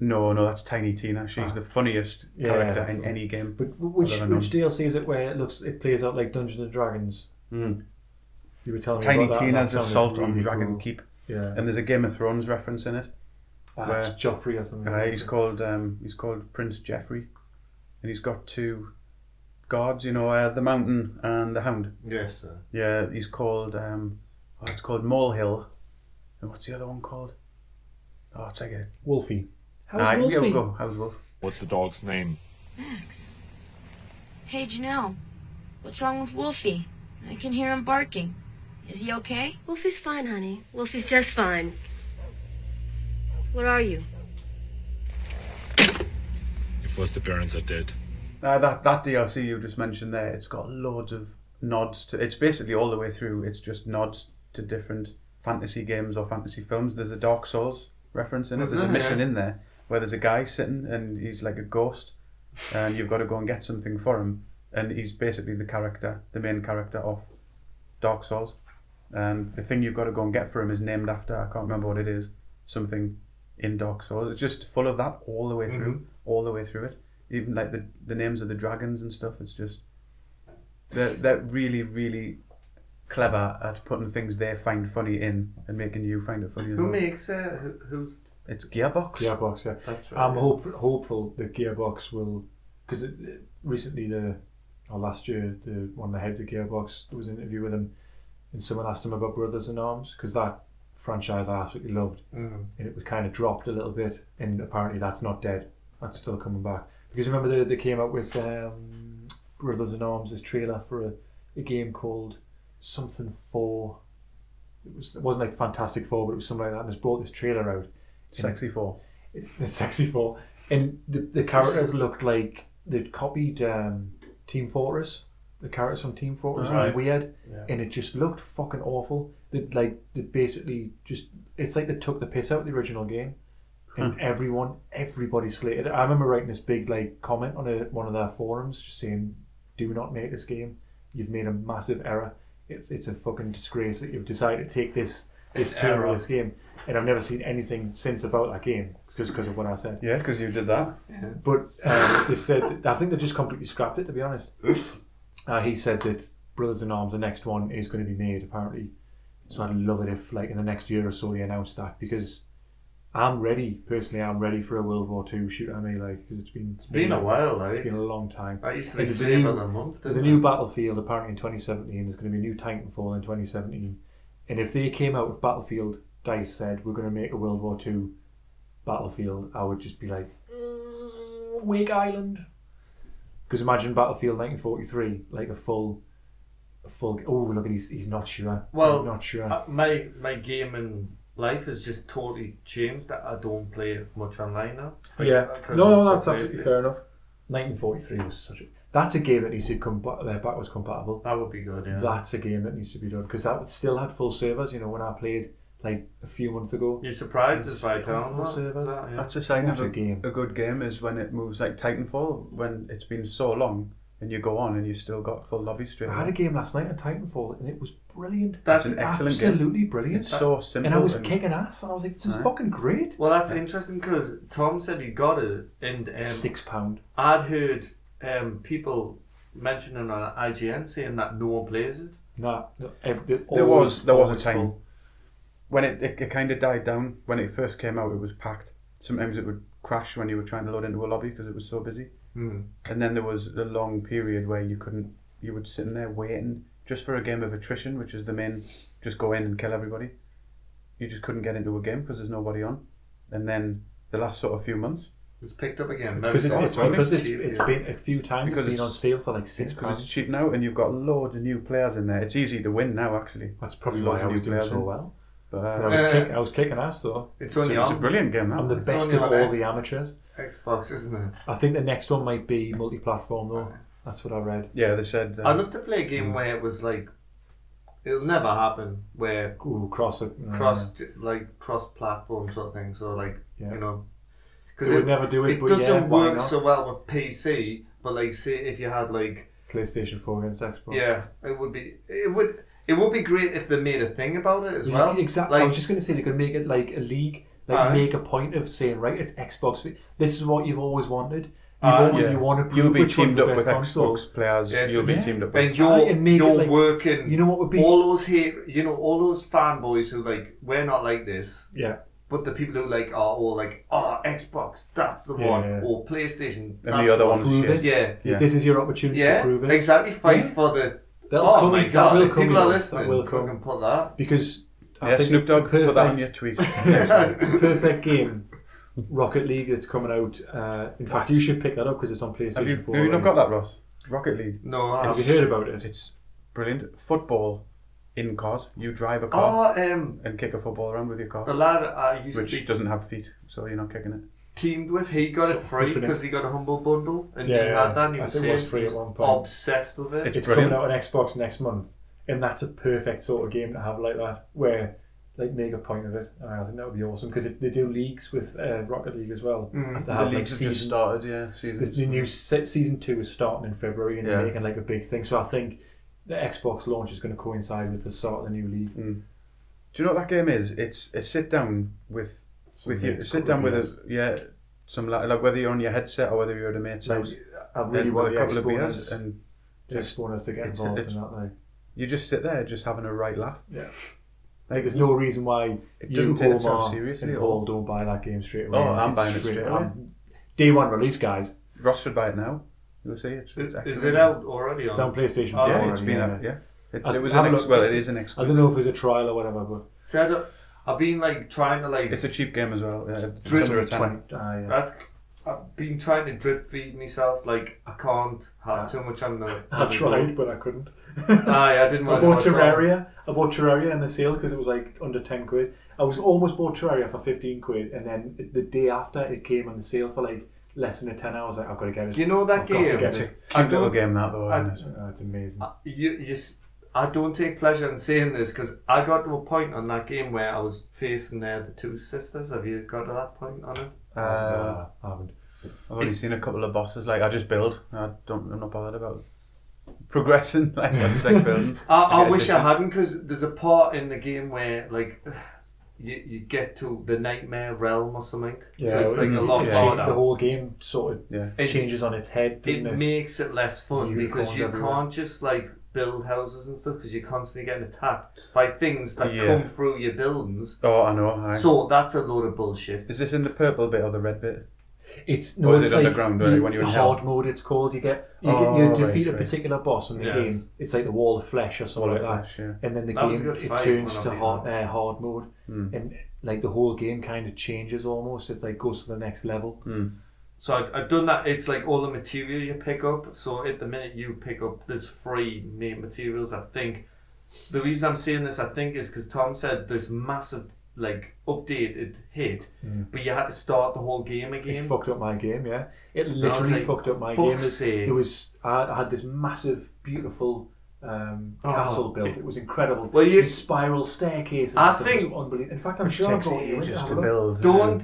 Speaker 1: No, no, that's Tiny Tina. She's the funniest
Speaker 2: Ah. Yeah,
Speaker 1: character
Speaker 2: that's
Speaker 1: in
Speaker 2: all.
Speaker 1: any game.
Speaker 2: But w- which
Speaker 1: Other than
Speaker 2: which DLC is it where it looks it plays out like Dungeons and Dragons?
Speaker 1: Mm.
Speaker 2: You were telling me
Speaker 1: Tiny
Speaker 2: about that, and that.
Speaker 1: Tina's
Speaker 2: sounded
Speaker 1: Assault on
Speaker 2: really
Speaker 1: Dragon
Speaker 2: cool.
Speaker 1: Keep.
Speaker 2: Yeah,
Speaker 1: And there's a Game of Thrones reference in it.
Speaker 2: Ah,
Speaker 1: where-
Speaker 2: it's Joffrey or something.
Speaker 1: Uh, he's called um, he's called Prince Jeffrey, and he's got two guards. You know, uh, the Mountain and the Hound.
Speaker 3: Yes, sir.
Speaker 1: Yeah, he's called um, oh, it's called Molehill, and what's the other one called? Oh, it's like a
Speaker 2: Wolfie. How's
Speaker 1: Ah, yeah,
Speaker 2: Wolfie?
Speaker 1: we'll go. How's Wolf?
Speaker 8: What's the dog's name?
Speaker 9: Max. Hey, Janelle. What's wrong with Wolfie? I can hear him barking. Is he okay?
Speaker 10: Wolfie's fine, honey. Wolfie's just fine. Where are you?
Speaker 8: Your foster parents are dead.
Speaker 1: Uh, that that DLC you just mentioned there, it's got loads of nods to. It's basically all the way through. It's just nods to different fantasy games or fantasy films. There's a Dark Souls reference in it.
Speaker 3: Was
Speaker 1: There's a
Speaker 3: there?
Speaker 1: mission
Speaker 3: Yeah.
Speaker 1: in there where there's a guy sitting and he's like a ghost, and you've got to go and get something for him. And he's basically the character, the main character of Dark Souls. And Um, the thing you've got to go and get for him is named after. I can't remember what it is. Something in Dark Souls. It's just full of that all the way through, all the way through it. Even like the the names of the dragons and stuff. It's just they're they're really really clever at putting things they find funny in and making you find it funny. As
Speaker 3: Who
Speaker 1: well.
Speaker 3: makes uh, who, who's
Speaker 1: It's Gearbox.
Speaker 2: Gearbox. Yeah,
Speaker 3: That's right,
Speaker 2: I'm
Speaker 3: yeah.
Speaker 2: hopeful hopeful that Gearbox will because it, it- recently the or last year the one of the heads of Gearbox there was an interview with him and someone asked him about Brothers in Arms because that franchise I absolutely loved
Speaker 3: Mm.
Speaker 2: and it was kind of dropped a little bit and apparently that's not dead that's still coming back because remember they, they came out with um, Brothers in Arms this trailer for a, a game called something Four it was it wasn't like Fantastic Four but it was something like that and just brought this trailer out
Speaker 1: Sexy Four.
Speaker 2: the sexy four, and the, the characters looked like they'd copied um, Team Fortress. The characters from Team Fortress was
Speaker 1: Alright.
Speaker 2: weird, and it just looked fucking awful. They like they basically just it's like they took the piss out of the original game, and everyone everybody slated. it. I remember writing this big like comment on a, one of their forums, just saying, "Do not make this game. You've made a massive error. It, it's a fucking disgrace that you've decided to take this." This turn
Speaker 3: error.
Speaker 2: of this game, and I've never seen anything since about that game because of what I said.
Speaker 1: Yeah, because you did that.
Speaker 2: But um, they said, that- I think they just completely scrapped it. To be honest, uh, he said that Brothers in Arms, the next one, is going to be made apparently. So I'd love it if, like, in the next year or so, they announced that because I'm ready personally. I'm ready for a World War Two shoot at me like because it's been it's
Speaker 3: been a while, eh?
Speaker 2: It's been a long time.
Speaker 3: That used
Speaker 2: And
Speaker 3: to be
Speaker 2: there's a
Speaker 3: favourite
Speaker 2: new-
Speaker 3: of the month,
Speaker 2: There's a
Speaker 3: didn't
Speaker 2: new
Speaker 3: it?
Speaker 2: Battlefield apparently in 2017. There's going to be a new Titanfall in 2017. And if they came out with Battlefield, Dice said we're going to make a World War Two Battlefield, I would just be like, "Mm, Wake Island. Because imagine Battlefield 1943, like a full, a full. Oh, look at he's he's not sure.
Speaker 3: Well,
Speaker 2: He's not sure.
Speaker 3: uh, my my game and life has just totally changed. I I don't play much online now.
Speaker 2: yeah,
Speaker 3: Because
Speaker 2: no,
Speaker 3: of
Speaker 2: no, that's
Speaker 3: the
Speaker 2: absolutely
Speaker 3: PlayStation.
Speaker 2: fair enough. 1943 was such a. That's a game that needs to come back. Uh, backwards compatible.
Speaker 3: That would be good. Yeah.
Speaker 2: That's a game that needs to be done because that still had full servers. You know, when I played like a few months ago.
Speaker 3: You're surprised as by
Speaker 2: Still
Speaker 3: down
Speaker 2: full servers.
Speaker 1: That's a sign
Speaker 2: What
Speaker 1: of
Speaker 2: a
Speaker 1: a,
Speaker 2: game.
Speaker 1: a good game is when it moves like Titanfall, when it's been so long and you go on and you still got full lobby straight.
Speaker 2: I had a
Speaker 1: away.
Speaker 2: game last night on Titanfall and it was brilliant.
Speaker 3: That's
Speaker 1: an excellent game.
Speaker 2: absolutely brilliant.
Speaker 1: It's so simple.
Speaker 2: and I was kicking ass and I was like, this is
Speaker 1: Right.
Speaker 2: fucking great.
Speaker 3: Well, that's interesting because Tom said he got it, and um,
Speaker 2: Six pound.
Speaker 3: I'd heard um, people mentioning on IGN saying that no one plays it.
Speaker 2: Nah, no, ev- there
Speaker 1: There
Speaker 2: always-
Speaker 1: was there was a
Speaker 2: always
Speaker 1: time
Speaker 2: full.
Speaker 1: when it, it, it kind of died down. When it first came out, it was packed. Sometimes it would crash when you were trying to load into a lobby because it was so busy.
Speaker 2: Hmm.
Speaker 3: Mm.
Speaker 1: And then there was a long period where you couldn't. You would sit in there waiting just for a game of attrition, which is the main. Just go in and kill everybody. You just couldn't get into a game because there's nobody on. And then the last sort of few months,
Speaker 3: It's picked up again. Very
Speaker 2: Because it's,
Speaker 3: soon.
Speaker 2: it's because it's,
Speaker 3: cheap,
Speaker 2: it's
Speaker 3: yeah.
Speaker 2: been a few times
Speaker 1: Because
Speaker 2: it's been
Speaker 1: it's-
Speaker 2: on sale for like six
Speaker 1: it's because it's
Speaker 2: pounds.
Speaker 1: cheap now, and you've got loads of new players in there. It's easy to win now, actually.
Speaker 2: That's probably
Speaker 1: There's
Speaker 2: why
Speaker 1: loads
Speaker 2: I
Speaker 1: of
Speaker 2: was
Speaker 1: new
Speaker 2: doing
Speaker 1: players
Speaker 2: so
Speaker 1: in.
Speaker 2: well.
Speaker 1: But
Speaker 2: But I
Speaker 1: uh,
Speaker 2: was,
Speaker 3: Uh,
Speaker 2: kick, I was kicking ass though.
Speaker 3: It's
Speaker 1: it's,
Speaker 3: only
Speaker 1: a, it's a
Speaker 3: on
Speaker 1: brilliant game. That
Speaker 2: I'm the
Speaker 1: one.
Speaker 2: best
Speaker 3: only
Speaker 2: of
Speaker 3: on
Speaker 2: all
Speaker 3: X.
Speaker 2: the amateurs.
Speaker 3: Xbox, isn't it?
Speaker 2: I think the next one might be multi-platform though. That's what I read.
Speaker 1: Yeah, they said. Uh,
Speaker 3: I'd love to play a
Speaker 2: Mm.
Speaker 3: game where it was like, it'll never happen. Where
Speaker 2: Ooh, cross uh,
Speaker 3: cross like cross platform sort of thing. So like
Speaker 2: Yeah.
Speaker 3: you know,
Speaker 2: They would never do it,
Speaker 3: It
Speaker 2: but yeah,
Speaker 3: doesn't
Speaker 2: why
Speaker 3: work
Speaker 2: not?
Speaker 3: so well with PC. But like, say if you had like
Speaker 2: PlayStation 4 against Xbox.
Speaker 3: yeah, it would be it would it would be great if they made a thing about it as
Speaker 2: You
Speaker 3: well.
Speaker 2: could- exactly. I
Speaker 3: Like,
Speaker 2: was just going to say they could make it like a league, like
Speaker 3: Aye.
Speaker 2: make a point of saying, right, it's Xbox. v- This is what you've always wanted. You've
Speaker 3: Aye,
Speaker 2: always
Speaker 1: yeah.
Speaker 2: you want to prove
Speaker 1: You'll be
Speaker 2: which one's
Speaker 1: teamed
Speaker 2: the
Speaker 1: up
Speaker 2: best
Speaker 1: with
Speaker 2: console.
Speaker 1: Xbox players.
Speaker 3: Yes,
Speaker 1: You'll be
Speaker 2: yeah.
Speaker 1: teamed up with.
Speaker 3: and you're
Speaker 2: Aye, and make it,
Speaker 3: you're
Speaker 2: like-
Speaker 3: working.
Speaker 2: You know what would be-
Speaker 3: all those hate. You know all those fanboys who like we're not like this.
Speaker 2: Yeah,
Speaker 3: But the people who like are all like, oh, Xbox, that's the
Speaker 2: Yeah,
Speaker 3: one,
Speaker 2: yeah.
Speaker 3: or PlayStation,
Speaker 1: the
Speaker 3: that's
Speaker 1: other
Speaker 3: one.
Speaker 1: one's
Speaker 2: Prove
Speaker 1: shit.
Speaker 2: it.
Speaker 3: Yeah,
Speaker 1: Yeah.
Speaker 2: This is your opportunity to
Speaker 3: yeah,
Speaker 2: prove it.
Speaker 3: exactly. Fight
Speaker 2: Yeah.
Speaker 3: for the.
Speaker 2: That'll
Speaker 3: oh
Speaker 2: come
Speaker 3: my
Speaker 2: in- that
Speaker 3: god,
Speaker 2: will
Speaker 3: if
Speaker 2: come
Speaker 3: people
Speaker 2: in.
Speaker 3: are
Speaker 2: That
Speaker 3: listening.
Speaker 2: will come.
Speaker 3: Fucking put that.
Speaker 2: Because I
Speaker 1: Yeah,
Speaker 2: think
Speaker 1: Snoop Dogg,
Speaker 2: perfect,
Speaker 1: put that on your tweet.
Speaker 2: perfect game. Rocket League that's coming out. Uh, in fact, you should pick that up because it's on PlayStation
Speaker 1: Have you,
Speaker 2: 4.
Speaker 1: have you not
Speaker 2: already.
Speaker 1: got that, Ross? Rocket League.
Speaker 3: No,
Speaker 2: Have
Speaker 3: I-
Speaker 2: you heard about it?
Speaker 1: It's brilliant. Football in cars. You drive a car
Speaker 3: Oh, um,
Speaker 2: Ah.
Speaker 1: and kick a football around with your
Speaker 3: the
Speaker 1: car,
Speaker 3: lad I used to
Speaker 1: which
Speaker 3: be
Speaker 1: doesn't have feet, so you're not kicking it.
Speaker 3: teamed with, he got
Speaker 2: So
Speaker 3: it free
Speaker 2: infinite.
Speaker 3: because he got a humble bundle, and
Speaker 2: Yeah,
Speaker 3: he
Speaker 2: yeah.
Speaker 3: had that. And he
Speaker 2: I
Speaker 3: was,
Speaker 2: think it was
Speaker 3: saying
Speaker 2: free
Speaker 3: he
Speaker 2: at one point.
Speaker 3: Obsessed with it.
Speaker 1: It's
Speaker 2: it's
Speaker 1: brilliant.
Speaker 2: coming out on Xbox next month, and that's a perfect sort of game to have like that, where like make a point of it. And I think that would be awesome because they do leagues with uh, Rocket League as well.
Speaker 1: Mm.
Speaker 2: They have, like, seasons.
Speaker 1: yeah.
Speaker 2: This the new se- season two is starting in February, and they're
Speaker 1: Yeah.
Speaker 2: making like a big thing. So I think the Xbox launch is going to coincide with the start of the new league.
Speaker 1: Mm. Do you know what that game is? It's a sit down with with
Speaker 2: mate,
Speaker 1: you.
Speaker 2: it's
Speaker 1: Sit
Speaker 2: got
Speaker 1: down with
Speaker 2: beers.
Speaker 1: a yeah. Some la- like whether you're on your headset or whether you're at a mate's
Speaker 2: So
Speaker 1: house.
Speaker 2: I really
Speaker 1: Then
Speaker 2: want
Speaker 1: with
Speaker 2: the
Speaker 1: a couple of beers
Speaker 2: Xbox owners-
Speaker 1: and
Speaker 2: the Xbox owners to get
Speaker 1: it's-
Speaker 2: involved
Speaker 1: it's-
Speaker 2: in that. Like,
Speaker 1: you just sit there just having a right laugh.
Speaker 2: yeah. Like,
Speaker 1: Like
Speaker 2: there's no reason why
Speaker 1: It
Speaker 2: you,
Speaker 1: doesn't take
Speaker 2: Omar,
Speaker 1: itself seriously
Speaker 2: and
Speaker 1: at
Speaker 2: Paul
Speaker 1: all.
Speaker 2: don't buy that game straight away.
Speaker 1: Oh, I'm
Speaker 2: It's
Speaker 1: buying it straight away.
Speaker 2: I'm- Day one release, guys.
Speaker 1: Ross would buy it now. You'll see. It's, it's
Speaker 3: Is-
Speaker 1: excellent.
Speaker 3: Is it out already?
Speaker 2: It's on
Speaker 3: On?
Speaker 2: PlayStation 4
Speaker 3: Oh,
Speaker 1: Yeah,
Speaker 2: already,
Speaker 1: it's been out. Yeah, it's,
Speaker 2: I've-
Speaker 1: it was
Speaker 2: have
Speaker 1: an
Speaker 2: a
Speaker 1: ex.
Speaker 2: look.
Speaker 1: Well, it is an ex.
Speaker 2: I don't know if it was a trial or whatever, but
Speaker 3: See, I don't, I've been like trying to like.
Speaker 1: It's a cheap game as well. Yeah, it's
Speaker 3: Three
Speaker 1: under a
Speaker 2: twenty.
Speaker 1: ten.
Speaker 2: ah, yeah.
Speaker 3: That's. I've been trying to drip feed myself. Like I can't have too much on the.
Speaker 2: I tried, but I couldn't.
Speaker 1: Ah,
Speaker 3: Aye, I didn't
Speaker 2: I
Speaker 3: want
Speaker 2: bought
Speaker 3: to.
Speaker 2: Terraria. I bought Terraria in the sale because it was like under ten quid. I was almost bought Terraria for fifteen quid, and then it- the day after it came on the sale for like less than a ten. I was like, I've got to get it.
Speaker 3: You know that
Speaker 2: I've got to
Speaker 3: game?
Speaker 2: get
Speaker 1: It's a
Speaker 2: it.
Speaker 3: I
Speaker 1: cute little
Speaker 3: don't-
Speaker 1: game that though,
Speaker 3: I-
Speaker 1: isn't it?
Speaker 2: Oh, it's amazing.
Speaker 1: Uh,
Speaker 3: you, you, s- I don't take pleasure in saying this because I got to a point on that game where I was facing there the two sisters. Have you got to that point on it?
Speaker 1: Uh,
Speaker 2: Nah, I haven't.
Speaker 1: I've only
Speaker 3: It's-
Speaker 1: seen a couple of bosses. Like I just build. I don't. I'm not bothered about progressing. Like I just like building.
Speaker 3: I, I
Speaker 1: get
Speaker 3: wish I
Speaker 1: addicted.
Speaker 3: hadn't because there's a part in the game where like you, you get to the nightmare realm or something.
Speaker 2: Yeah,
Speaker 3: so it's like a
Speaker 2: it-
Speaker 3: lot
Speaker 2: it
Speaker 1: yeah.
Speaker 2: changed-
Speaker 3: harder.
Speaker 2: The whole game sort of
Speaker 1: Yeah.
Speaker 3: It-
Speaker 2: changes on its head.
Speaker 3: it
Speaker 2: doesn't it?
Speaker 3: makes it less fun because
Speaker 2: Unicorns
Speaker 3: you
Speaker 2: everywhere.
Speaker 3: can't just like build houses and stuff because you're constantly getting attacked by things that
Speaker 1: Yeah.
Speaker 3: come through your buildings.
Speaker 1: Oh, I know. Aye.
Speaker 3: So that's a load of bullshit.
Speaker 1: is this in the purple bit or the red bit?
Speaker 2: It's
Speaker 1: Or
Speaker 2: no,
Speaker 1: is
Speaker 2: it's
Speaker 1: it
Speaker 2: like
Speaker 1: underground, uh, when you're in hell?
Speaker 2: hard mode. It's called. You get you,
Speaker 1: Oh,
Speaker 2: get, you
Speaker 1: right,
Speaker 2: defeat a
Speaker 1: right.
Speaker 2: particular boss in the
Speaker 3: Yes.
Speaker 2: game. It's like the wall of flesh or something
Speaker 1: Wall
Speaker 2: like
Speaker 1: of
Speaker 2: that.
Speaker 1: Flesh, yeah.
Speaker 2: And then the
Speaker 3: That was a
Speaker 2: game
Speaker 3: good
Speaker 2: it
Speaker 3: fight
Speaker 2: turns
Speaker 3: when I
Speaker 2: to
Speaker 3: beat
Speaker 2: hard,
Speaker 3: that. Hmm.
Speaker 2: uh, hard mode, and like the whole game kind of changes almost. It like goes to the next level.
Speaker 3: So I, I've done that. It's like all the material you pick up. So at the minute you pick up, there's three main materials. I think the reason I'm saying this, I think, is because Tom said this massive like updated hit, but you had to start the whole game
Speaker 2: It
Speaker 3: again.
Speaker 2: Mm. fucked up my game. Yeah, it literally
Speaker 3: like,
Speaker 2: fucked up my
Speaker 3: "Fuck's
Speaker 2: game. It-
Speaker 3: sake."
Speaker 2: It was I I had this massive, beautiful. Um,
Speaker 3: Oh,
Speaker 2: castle built. It was incredible.
Speaker 3: Well, you-
Speaker 2: These spiral staircases.
Speaker 3: I
Speaker 2: and stuff. It was
Speaker 3: think-
Speaker 2: unbelievable. In fact, I'm sure I brought you in to
Speaker 1: ages
Speaker 2: have
Speaker 1: to
Speaker 2: a look.
Speaker 1: build.
Speaker 3: Don't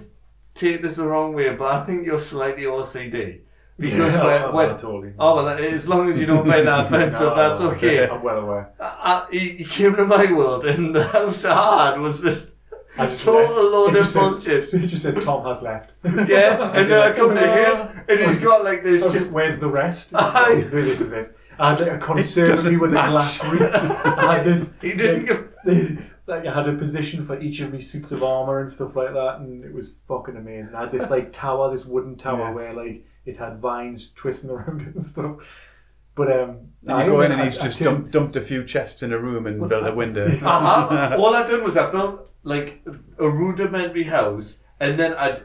Speaker 3: take this the wrong way, but I think you're slightly OCD. Because
Speaker 2: Yeah,
Speaker 3: when,
Speaker 2: I'm
Speaker 3: when,
Speaker 2: not totally.
Speaker 3: oh well, as long as you don't play that offensive,
Speaker 2: No,
Speaker 3: that's okay.
Speaker 2: I'm well aware.
Speaker 3: I, I, he came to my world, and the house hard was just
Speaker 2: I just
Speaker 3: total
Speaker 2: left.
Speaker 3: load
Speaker 2: It
Speaker 3: of
Speaker 2: just said-
Speaker 3: bullshit.
Speaker 2: It just said Tom has left.
Speaker 3: Yeah, and then I come to
Speaker 2: "Oh."
Speaker 3: his, and he's got like this
Speaker 1: Oh,
Speaker 2: It's
Speaker 3: just
Speaker 2: just where's the rest? Oh,
Speaker 3: Aye.
Speaker 2: this is it. Uh, I had like a conservatory
Speaker 1: doesn't
Speaker 2: with
Speaker 1: match.
Speaker 2: a glass roof. I had this.
Speaker 3: He didn't
Speaker 2: Like, like I had a position for each of my suits of armor and stuff like that, and it was fucking amazing. I had this like tower, this wooden tower
Speaker 1: Yeah.
Speaker 2: where like it had vines twisting around it and stuff. But um,
Speaker 1: And you go in and
Speaker 2: I-
Speaker 1: he's
Speaker 2: I
Speaker 1: just
Speaker 2: turned-
Speaker 1: dumped, dumped a few chests in a room and built a window.
Speaker 3: Uh-huh. All I did was I built like a rudimentary house, and then I'd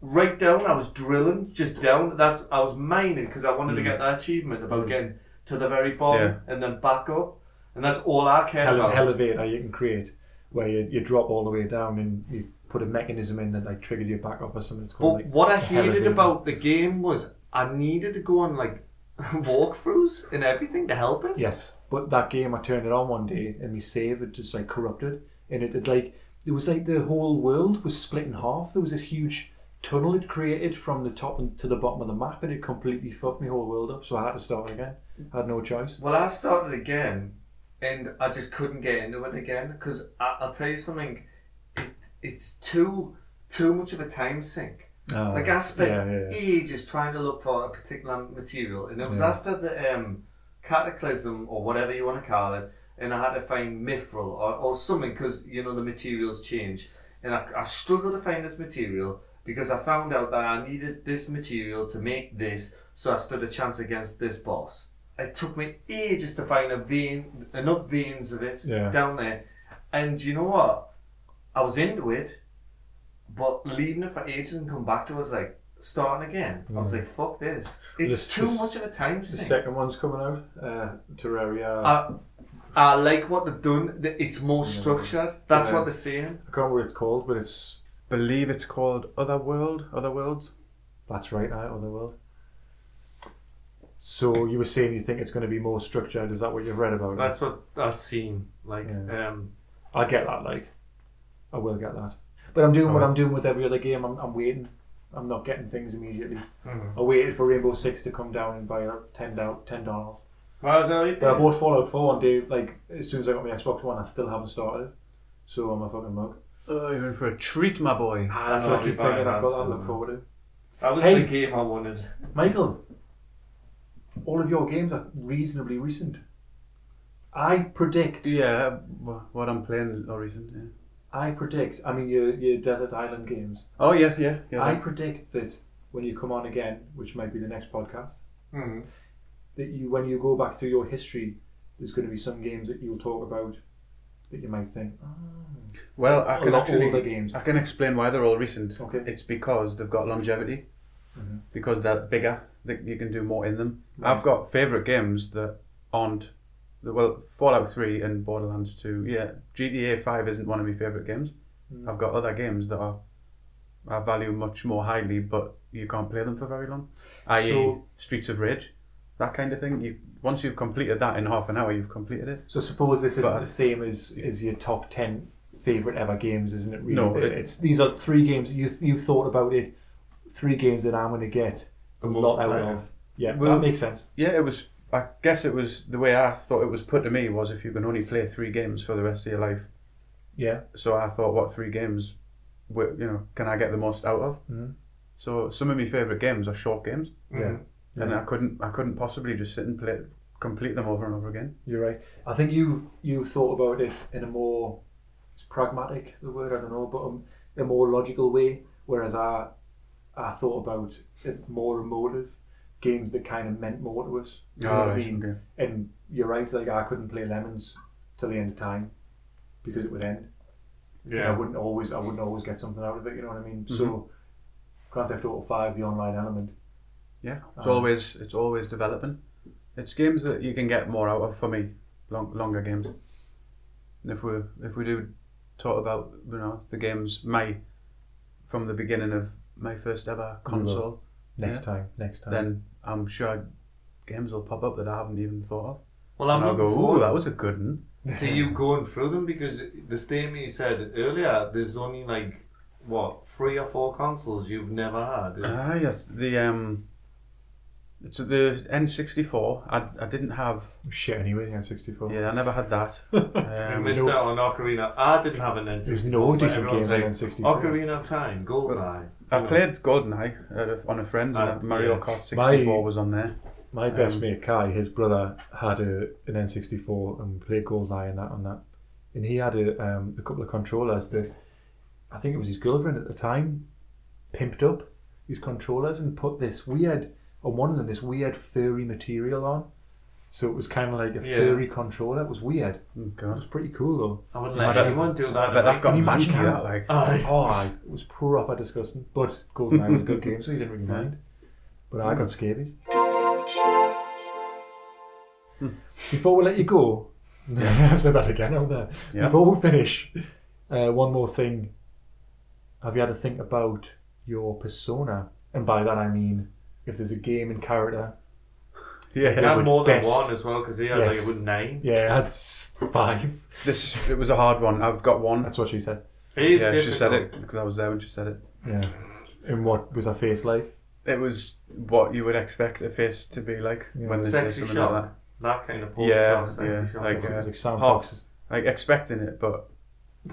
Speaker 3: right down. I was drilling just down. That's I was mining because I wanted to get that achievement about getting to the very bottom and then back up, and that's all I cared
Speaker 2: ele-
Speaker 3: about.
Speaker 2: elevator you can create where you, you drop all the way down and you put a mechanism in that like triggers you back up or something. It's
Speaker 3: But
Speaker 2: called, like,
Speaker 3: what I
Speaker 2: a
Speaker 3: hated
Speaker 2: elevator.
Speaker 3: about the game was I needed to go on like walkthroughs and everything to help us.
Speaker 2: yes, but that game I turned it on one day and we save it just like corrupted and it, it like it was like the whole world was split in half. There was this huge tunnel it created from the top and to the bottom of the map and it completely fucked my whole world up. So I had to start again. I had no choice.
Speaker 3: Well, I started again, and I just couldn't get into it again because I'll tell you something. It, it's too too much of a time sink.
Speaker 2: Uh,
Speaker 3: Like I spent
Speaker 2: yeah, yeah, yeah.
Speaker 3: ages trying to look for a particular material, and it was after the um, cataclysm or whatever you want to call it, and I had to find mithril or, or something because you know the materials change, and I, I struggled to find this material because I found out that I needed this material to make this, so I stood a chance against this boss. It took me ages to find a vein, enough veins of it
Speaker 2: Yeah.
Speaker 3: down there, and you know what? I was into it. But leaving it for ages and come back to was like starting again. I was like, fuck this. It's
Speaker 2: This-
Speaker 3: too
Speaker 2: this-
Speaker 3: much of a time
Speaker 2: The
Speaker 3: sink.
Speaker 2: second one's coming out, uh, Terraria.
Speaker 3: I, I like what they've done. th- It's more structured. That's what they're saying.
Speaker 2: I can't remember what it's called, but it's
Speaker 1: believe it's called Otherworld. Other Worlds.
Speaker 2: That's right, I Otherworld. So you were saying you think it's going to be more structured? Is that what you've read about? it?
Speaker 3: That's what I've seen. Like,
Speaker 2: Yeah.
Speaker 3: um,
Speaker 2: I get that. Like, I will get that. But I'm doing what I'm doing with every other game. I'm, I'm waiting. I'm not getting things immediately.
Speaker 3: Mm-hmm.
Speaker 2: I waited for Rainbow Six to come down and buy a ten down ten dollars.
Speaker 3: well, I was
Speaker 2: But I bought Fallout Four one day. Like as soon as I got my Xbox One, I still haven't started. it. So I'm a fucking mug.
Speaker 1: Oh, you're in for a treat, my boy.
Speaker 2: Ah, that's
Speaker 3: I'll
Speaker 2: what I
Speaker 3: be
Speaker 2: keep thinking.
Speaker 3: buying
Speaker 2: I've
Speaker 3: that
Speaker 2: got that to look
Speaker 3: soon.
Speaker 2: forward
Speaker 3: that was
Speaker 2: Hey.
Speaker 3: the game I wanted.
Speaker 2: to. Michael, all of your games are reasonably recent. I predict.
Speaker 1: Yeah, wh- what I'm playing or recent. Yeah.
Speaker 2: I predict. I mean, your your desert island games.
Speaker 1: Oh yeah, yeah, yeah.
Speaker 2: I predict that when you come on again, which might be the next podcast,
Speaker 3: Hmm.
Speaker 2: that you when you go back through your history, there's going to be some games that you'll talk about that you might think. Oh.
Speaker 1: Well, I
Speaker 2: A
Speaker 1: can
Speaker 2: lot
Speaker 1: actually
Speaker 2: older games.
Speaker 1: I can explain why they're all recent.
Speaker 2: Okay. Mm-hmm.
Speaker 1: It's because they've got longevity, because they're bigger. That you can do more in them. I've got favorite games that aren't. that- Well, Fallout Three and Borderlands Two. Yeah, GTA Five isn't one of my favorite games.
Speaker 2: Mm.
Speaker 1: I've got other games that are I value much more highly, but you can't play them for very long. I.e.,
Speaker 2: So-
Speaker 1: Streets of Rage, that kind of thing. You once you've completed that in half an hour, you've completed it.
Speaker 2: So suppose this isn't
Speaker 1: But-
Speaker 2: the same as as your top ten favorite ever games, isn't it? Really?
Speaker 1: No, it-
Speaker 2: it's these are three games you you've thought about it. Three games that I'm going to get a lot out
Speaker 3: player.
Speaker 2: of. Yeah,
Speaker 1: Well-
Speaker 2: that makes sense.
Speaker 1: Yeah, it was. I guess it was the way I thought it was put to me was if you can only play three games for the rest of your life.
Speaker 2: Yeah.
Speaker 1: So I thought, what three games, wi- you know, can I get the most out of?
Speaker 2: Mhm.
Speaker 1: So some of my favorite games are short games,
Speaker 2: Yeah.
Speaker 1: and I couldn't, I couldn't possibly just sit and play complete them over and over again.
Speaker 2: You're right. I think you you thought about it in a more it's pragmatic the word I don't know, but um, a more logical way. Whereas I I thought about it more emotive games that kind of meant more to us. You know
Speaker 1: Ah,
Speaker 2: what I
Speaker 1: right,
Speaker 2: mean?
Speaker 1: okay.
Speaker 2: And you're right. Like I couldn't play Lemons till the end of time because it would end. And I wouldn't always I wouldn't always get something out of it. You know what I mean?
Speaker 1: Mm-hmm.
Speaker 2: So Grand Theft Auto Five, the online element.
Speaker 1: Yeah, it's
Speaker 2: Um,
Speaker 1: always it's always developing. It's games that you can get more out of for me, long, longer games. And if we if we do talk about you know the games my from the beginning of my first ever
Speaker 2: We will.
Speaker 1: console,
Speaker 2: Next
Speaker 1: Yeah.
Speaker 2: time. Next time.
Speaker 1: then I'm sure games will pop up that I haven't even thought of.
Speaker 3: Well, I'm
Speaker 1: and I'll
Speaker 3: looking
Speaker 1: go,
Speaker 3: forward
Speaker 1: oh, that was a good one.
Speaker 3: to you going through them because the statement you said earlier, there's only like what three or four consoles you've never had. Is-
Speaker 1: Ah, yes, the um, it's the N64. I I didn't have.
Speaker 2: Shit. Anyway, the N64.
Speaker 1: Yeah, I never had that.
Speaker 3: I
Speaker 1: Um,
Speaker 3: missed out on Ocarina. I didn't have an N64.
Speaker 2: There's no
Speaker 3: but
Speaker 2: decent
Speaker 3: everyone's
Speaker 2: games on
Speaker 3: like,
Speaker 2: N64.
Speaker 3: Ocarina of Time, Goldeneye.
Speaker 1: I
Speaker 3: you know.
Speaker 1: played GoldenEye uh, on a friend's, and
Speaker 3: Uh,
Speaker 1: uh, Mario
Speaker 3: yeah.
Speaker 1: Kart 64
Speaker 2: Ah, My-
Speaker 1: was on there.
Speaker 2: My best
Speaker 1: Um,
Speaker 2: mate Kai, his brother had a, an N64 and played Goldeneye and that on that, and he had a, um, a couple of controllers that I think it was his girlfriend at the time pimped up these controllers and put this weird on one of them this weird furry material on, so it was kind of like a
Speaker 3: Yeah.
Speaker 2: furry controller. It was weird.
Speaker 1: Oh,
Speaker 2: It was
Speaker 1: God.
Speaker 2: pretty cool though.
Speaker 3: I wouldn't let
Speaker 1: But-
Speaker 3: anyone do that.
Speaker 1: But that
Speaker 3: like-
Speaker 1: got
Speaker 2: you
Speaker 1: manky,
Speaker 2: imagine how-
Speaker 1: that, like.
Speaker 3: Aye.
Speaker 2: Oh, I, it was proper disgusting. But Goldeneye was a good game, so he didn't really mind. But I got scabies.
Speaker 1: Hmm.
Speaker 2: Before we let you go, I said that again, haven't I?
Speaker 1: Yeah.
Speaker 2: Before we finish, uh, one more thing. Have you had to think about your persona? And by that I mean, if there's a game and character.
Speaker 3: You
Speaker 1: Yeah,
Speaker 2: Yeah.
Speaker 3: had more than
Speaker 2: Best.
Speaker 3: one as well because he had
Speaker 2: Yes.
Speaker 3: like a good name.
Speaker 2: Yeah, I had s- five.
Speaker 1: this it was a hard one. I've got one.
Speaker 2: That's what she said.
Speaker 3: It is
Speaker 1: yeah, she said
Speaker 3: difficult.
Speaker 1: it because I was there when she said it.
Speaker 2: Yeah. And what was her face like?
Speaker 1: It was what you would expect a face to be like
Speaker 2: Yeah.
Speaker 1: when they say
Speaker 3: Sexy
Speaker 1: something
Speaker 3: shock.
Speaker 1: like that.
Speaker 3: That. kind of porn
Speaker 1: Yeah,
Speaker 3: yeah, sexy
Speaker 1: yeah,
Speaker 3: shock.
Speaker 1: like,
Speaker 2: It
Speaker 1: uh,
Speaker 2: was like Sam
Speaker 1: half.
Speaker 2: Fox's.
Speaker 1: Like expecting it, but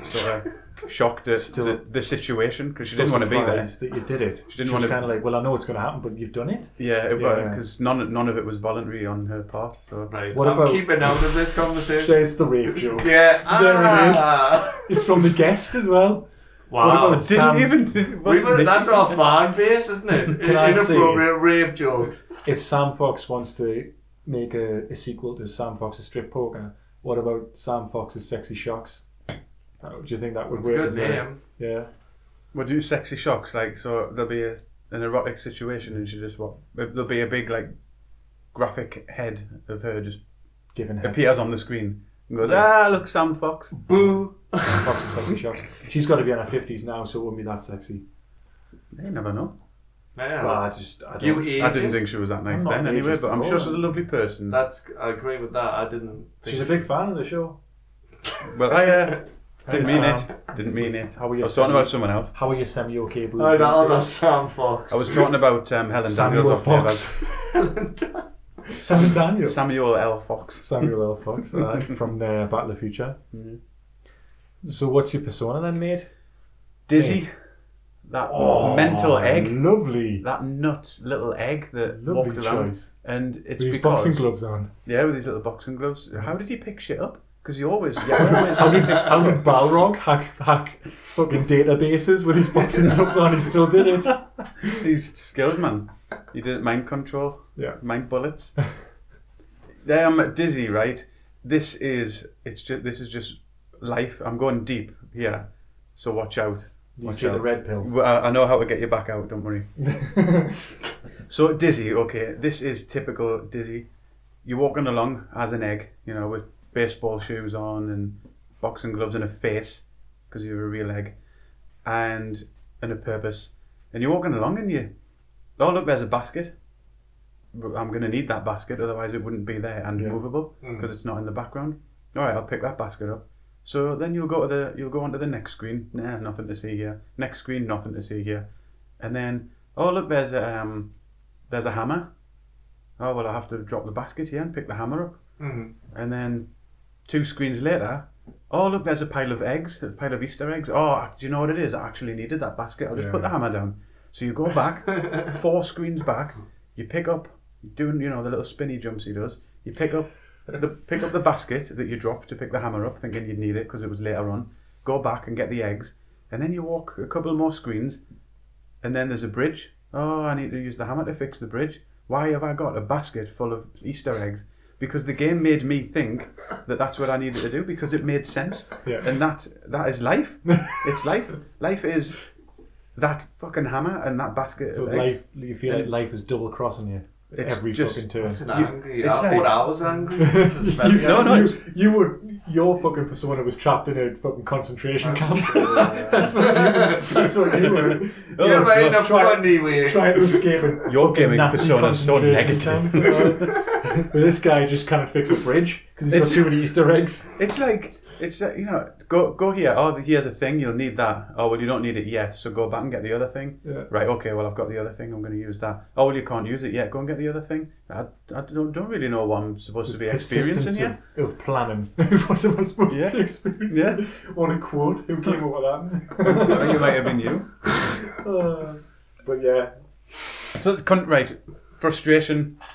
Speaker 1: sort of shocked at
Speaker 2: Still-
Speaker 1: the, the situation because she didn't want to be there.
Speaker 2: surprised That you did it.
Speaker 1: didn't
Speaker 2: She
Speaker 1: want
Speaker 2: didn't want
Speaker 1: to-
Speaker 2: Kind of like, well, I know it's going to happen, but you've done it.
Speaker 1: Yeah, it
Speaker 2: Yeah.
Speaker 1: because none none of it was voluntary on her part. So
Speaker 3: right.
Speaker 2: uh, What
Speaker 3: I'm
Speaker 2: about-
Speaker 3: keeping out of this conversation.
Speaker 2: There's the rape joke.
Speaker 3: yeah.
Speaker 2: There it is.
Speaker 3: ah.
Speaker 2: It's from the guest as well.
Speaker 3: Wow.
Speaker 2: What about
Speaker 1: didn't
Speaker 2: Sam-
Speaker 1: even.
Speaker 3: We were, that's our fan base, isn't it?
Speaker 2: Can I see?
Speaker 3: Inappropriate rape jokes.
Speaker 2: If Sam Fox wants to make a, a sequel to Sam Fox's Strip Poker, what about Sam Fox's Sexy Shocks? Uh, Do you think that would
Speaker 3: It's a
Speaker 2: work?
Speaker 3: good
Speaker 2: as a-
Speaker 3: name.
Speaker 2: Yeah.
Speaker 1: We'll do sexy shocks, like so there'll be a, an erotic situation and she just what there'll be a big like graphic head of her just
Speaker 2: Given her
Speaker 1: appears on the screen and goes, Ah look Sam Fox.
Speaker 3: Boo.
Speaker 2: Sam Fox's Sexy Shocks. She's got to be in her 50s now, so it wouldn't be that sexy.
Speaker 1: You never know.
Speaker 3: Yeah.
Speaker 2: Well, I just. I don't,
Speaker 3: you
Speaker 1: I didn't
Speaker 3: ageist?
Speaker 1: think she was that nice
Speaker 2: I'm not
Speaker 1: then anyway,
Speaker 2: ageist
Speaker 1: but I'm
Speaker 2: at
Speaker 1: sure
Speaker 2: all.
Speaker 1: she's a lovely person.
Speaker 3: That's. I agree with that. I didn't. Think
Speaker 2: She's a big fan of the show.
Speaker 1: well I uh, didn't
Speaker 2: Hey,
Speaker 1: mean
Speaker 2: Sam.
Speaker 1: it. Didn't mean it.
Speaker 2: How are
Speaker 1: I
Speaker 2: you
Speaker 1: was talking
Speaker 2: Sam?
Speaker 1: about someone else.
Speaker 2: How are your semi okay blues?
Speaker 3: Oh,
Speaker 2: these
Speaker 3: that other
Speaker 2: days?
Speaker 3: Sam Fox.
Speaker 1: I was talking about um, Helen Daniels
Speaker 2: Samuel
Speaker 1: off here,
Speaker 2: Fox.
Speaker 3: Helen Dun-
Speaker 1: but
Speaker 2: Sam Daniel.
Speaker 1: Samuel L. Fox.
Speaker 2: Samuel L. Fox uh, from uh, Battle of the Future.
Speaker 1: Mm-hmm.
Speaker 2: So, what's your persona then, mate?
Speaker 1: Dizzy. That
Speaker 2: Oh,
Speaker 1: Oh, mental egg.
Speaker 2: Lovely.
Speaker 1: That nuts little egg that
Speaker 2: Lovely
Speaker 1: walked around.
Speaker 2: choice.
Speaker 1: And it's
Speaker 2: With his
Speaker 1: because
Speaker 2: boxing gloves on.
Speaker 1: Yeah, with these little boxing gloves. How did he pick shit up? Because you always, yeah, always
Speaker 2: How did, how did Balrog hack, hack fucking databases with his boxing gloves on? He still did it.
Speaker 1: these skills, man. You did mind control,
Speaker 2: Yeah.
Speaker 1: mind bullets. yeah, I'm dizzy, right? This is it's just this is just life. I'm going deep here, so watch out.
Speaker 2: You
Speaker 1: Watch
Speaker 2: took the
Speaker 1: out.
Speaker 2: red pill.
Speaker 1: Well, I I know how to get you back out. Don't worry. So dizzy, okay. This is typical dizzy. You're walking along as an egg, you know, with baseball shoes on and boxing gloves and a face, because you're a real egg, and and a purpose. And you're walking along, and you, oh look, there's a basket. I'm gonna need that basket, otherwise it wouldn't be there and movable because it's not in the background. All right, I'll pick that basket up. So then you'll go to the you'll go onto the next screen. Nah, nothing to see here. Next screen, nothing to see here. And then oh look, there's a um, there's a hammer. Oh well, I have to drop the basket here and pick the hammer up. And then two screens later, oh look, there's a pile of eggs, a pile of Easter eggs. Oh, do you know what it is? I actually needed that basket. I'll just put the hammer down. So you go back four screens back. You pick up doing you know the little spinny jumps he does. You pick up the pick up the basket that you dropped to pick the hammer up, thinking you'd need it because it was later on. Go back and get the eggs, and then you walk a couple more screens, and then there's a bridge. Oh, I need to use the hammer to fix the bridge. Why have I got a basket full of Easter eggs? Because the game made me think that that's what I needed to do because it made sense,
Speaker 2: Yeah.
Speaker 1: and that that is life. it's life. Life is that fucking hammer and that basket.
Speaker 2: So
Speaker 1: of eggs.
Speaker 2: life, you feel like life is double crossing you
Speaker 1: It's
Speaker 2: every
Speaker 1: just-
Speaker 2: fucking turn.
Speaker 3: That's an
Speaker 1: You-
Speaker 3: angry.
Speaker 1: it's
Speaker 3: I
Speaker 1: like-
Speaker 3: thought I was angry. This is very
Speaker 1: No, no,
Speaker 2: you,
Speaker 1: it's-
Speaker 2: you were you're fucking for someone who was trapped in a fucking concentration camp.
Speaker 3: Yeah.
Speaker 2: that's what you were. That's what you were.
Speaker 1: Oh,
Speaker 3: Yeah, but in
Speaker 1: God.
Speaker 3: a funny way.
Speaker 2: Trying to escape. a
Speaker 1: Your gaming
Speaker 2: Nazi
Speaker 1: persona is so
Speaker 2: concentration
Speaker 1: negative.
Speaker 2: camp. But this guy just can't fix a bridge because he's got
Speaker 1: It's-
Speaker 2: too many Easter eggs.
Speaker 1: it's like it's like, you know go go here. Oh, here's a thing. You'll need that. Oh well, you don't need it yet. So go back and get the other thing.
Speaker 2: Yeah.
Speaker 1: Right. Okay. Well, I've got the other thing. I'm going to use that. Oh well, you can't use it yet. Go and get the other thing. I, I don't don't really know what I'm supposed to be experiencing
Speaker 2: Persistence
Speaker 1: yet.
Speaker 2: of, of planning. what am I supposed
Speaker 1: Yeah.
Speaker 2: to be experiencing?
Speaker 1: Yeah.
Speaker 2: What a quote. Who came up with
Speaker 1: I think it
Speaker 2: that?
Speaker 1: might have been you.
Speaker 2: Uh, but yeah,
Speaker 1: So con- right, frustration.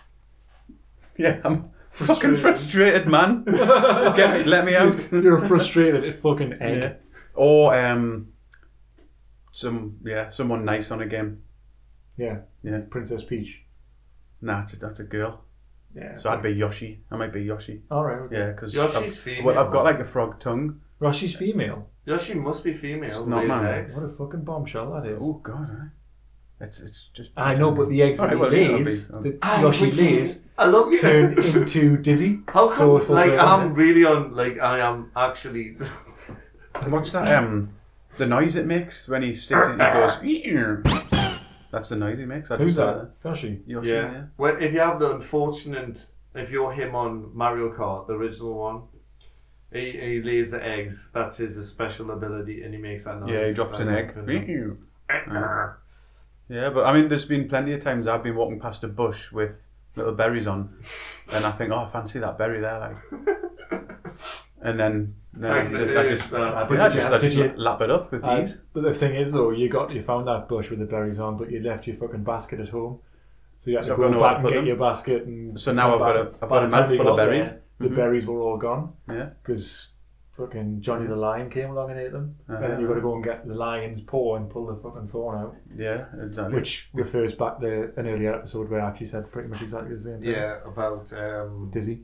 Speaker 1: Yeah, I'm fucking frustrated, man. get me, let me out.
Speaker 2: you're frustrated at fucking egg.
Speaker 1: Yeah. Or um, some yeah, someone nice on a game.
Speaker 2: Yeah.
Speaker 1: Yeah.
Speaker 2: Princess Peach.
Speaker 1: Nah, it's a, that's a girl.
Speaker 2: Yeah.
Speaker 1: So I'd be Yoshi. I might be Yoshi.
Speaker 2: All right. Okay.
Speaker 1: Yeah, because
Speaker 3: Yoshi's
Speaker 1: I've,
Speaker 3: female.
Speaker 1: well, I've got like a frog tongue.
Speaker 2: Roshi's female.
Speaker 3: Yoshi must be female.
Speaker 1: It's not
Speaker 3: lays
Speaker 1: mine.
Speaker 3: eggs.
Speaker 2: What a fucking bombshell that is.
Speaker 1: Oh God, eh? it's it's just.
Speaker 2: I know, but the eggs
Speaker 1: All
Speaker 2: that
Speaker 1: right,
Speaker 2: he
Speaker 1: well, yeah,
Speaker 2: lays,
Speaker 1: that'll be- um,
Speaker 2: that
Speaker 3: Ah,
Speaker 2: Yoshi
Speaker 3: we can-
Speaker 2: lays,
Speaker 3: I love you.
Speaker 2: turn into Dizzy.
Speaker 3: How come?
Speaker 2: So it falls
Speaker 3: like
Speaker 2: over,
Speaker 3: I'm
Speaker 2: yeah.
Speaker 3: really on. Like I am actually.
Speaker 1: And what's that? Um, the noise it makes when he sticks it, he goes. That's the noise he makes. I
Speaker 2: Who's
Speaker 1: just thought
Speaker 2: that?
Speaker 1: of
Speaker 2: Yoshi.
Speaker 1: Yoshi. Yeah.
Speaker 3: yeah. Well, if you have the unfortunate, if you're him on Mario Kart, the original one, he, he lays the eggs. That's his special ability, and he makes that noise.
Speaker 1: Yeah, he drops an
Speaker 3: That's
Speaker 1: egg.
Speaker 3: good.
Speaker 1: Yeah. Yeah, but I mean, there's been plenty of times I've been walking past a bush with little berries on, and I think, oh, I fancy that berry there, like. And then, then I
Speaker 3: Thank
Speaker 1: just,
Speaker 3: you.
Speaker 1: I just, I
Speaker 2: Did
Speaker 1: think I
Speaker 2: you-
Speaker 1: just, I
Speaker 2: did
Speaker 1: just
Speaker 2: you-
Speaker 1: lap it up with
Speaker 2: Uh,
Speaker 1: ease.
Speaker 2: but the thing is, though, you got you found that bush with the berries on, but you left your fucking basket at home. So you had
Speaker 1: So
Speaker 2: to
Speaker 1: I've got
Speaker 2: go
Speaker 1: nowhere to
Speaker 2: back and
Speaker 1: put
Speaker 2: get
Speaker 1: them.
Speaker 2: your basket. And
Speaker 1: So now I've
Speaker 2: by-
Speaker 1: got a- I've
Speaker 2: by
Speaker 1: got a
Speaker 2: the time
Speaker 1: mouthful
Speaker 2: you
Speaker 1: of
Speaker 2: got
Speaker 1: berries. Mm-hmm.
Speaker 2: there, the berries were all gone
Speaker 1: Yeah.
Speaker 2: because fucking Johnny the Lion came along and ate them. And then
Speaker 1: Uh-huh.
Speaker 2: you got to go and get the lion's paw and pull the fucking thorn out.
Speaker 1: Yeah, exactly.
Speaker 2: Which refers back to an earlier episode where I actually said pretty much exactly the same thing.
Speaker 3: Yeah, about um.
Speaker 2: Dizzy.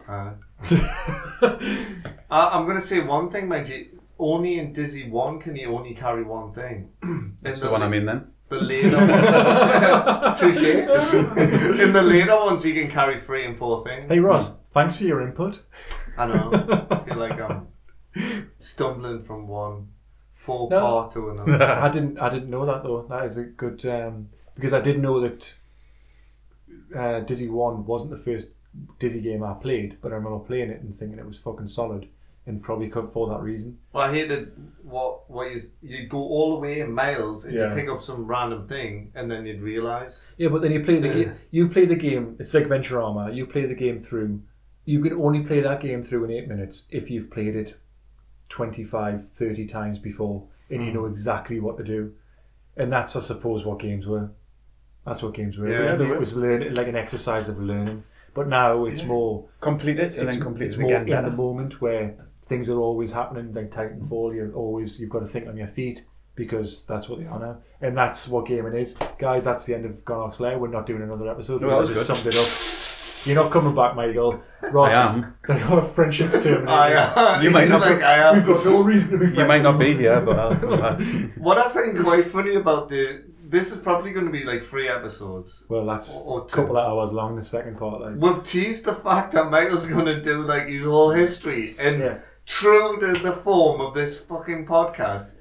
Speaker 3: uh, I- Uh, I'm gonna say one thing, my G. Only in Dizzy One can you only carry one thing.
Speaker 1: That's the one I mean then.
Speaker 3: The later ones, touche. In the later ones, you can carry three and four things.
Speaker 2: Hey Ross, thanks for your input.
Speaker 3: I know. I feel like I'm stumbling from one full
Speaker 2: No.
Speaker 3: part to another.
Speaker 2: I didn't I didn't know that though. That is a good um, because I did know that uh, Dizzy One wasn't the first Dizzy game I played, but I remember playing it and thinking it was fucking solid, and probably co- for that reason.
Speaker 3: well, I hated what what you you'd go all the way in miles and
Speaker 2: Yeah.
Speaker 3: you pick up some random thing and then you'd realise.
Speaker 2: Yeah, but then you play the
Speaker 3: Yeah.
Speaker 2: game. You play the game. It's like Venturama. You play the game through. You can only play that game through in eight minutes if you've played it 25, 30 times before, and you know
Speaker 3: Mm.
Speaker 2: exactly what to do. And that's, I suppose, what games were. That's what games were.
Speaker 3: Yeah,
Speaker 2: Originally,
Speaker 1: they
Speaker 2: it
Speaker 1: were.
Speaker 2: was learn, like an exercise of learning. But now it's more.
Speaker 1: Complete it and
Speaker 2: it's,
Speaker 1: then complete
Speaker 2: it's
Speaker 1: it
Speaker 2: more
Speaker 1: again.
Speaker 2: in
Speaker 1: better.
Speaker 2: the moment where things are always happening, like Titanfall. You're always you've got to think on your feet because that's what they are now, and that's what gaming is, guys. That's the end of Gonox Lair. We're not doing another episode.
Speaker 1: No,
Speaker 2: because
Speaker 1: that
Speaker 2: I
Speaker 1: was
Speaker 2: just summed it up. You're not coming back, Michael. Ross,
Speaker 1: am.
Speaker 2: Our friendship's terminated.
Speaker 3: I,
Speaker 1: You might
Speaker 3: he's
Speaker 1: not
Speaker 3: Like,
Speaker 1: be-
Speaker 3: I am.
Speaker 2: We've got no reason to be friends.
Speaker 1: You might not be
Speaker 2: anymore.
Speaker 1: here, but I'll, I'll-
Speaker 3: What I find quite funny about the this is probably going to be like three episodes.
Speaker 2: Well, that's
Speaker 3: Or- or
Speaker 2: a couple of hours long. The second part, like.
Speaker 3: We've teased the fact that Michael's going to do like his whole history and
Speaker 2: Yeah.
Speaker 3: true to the form of this fucking podcast.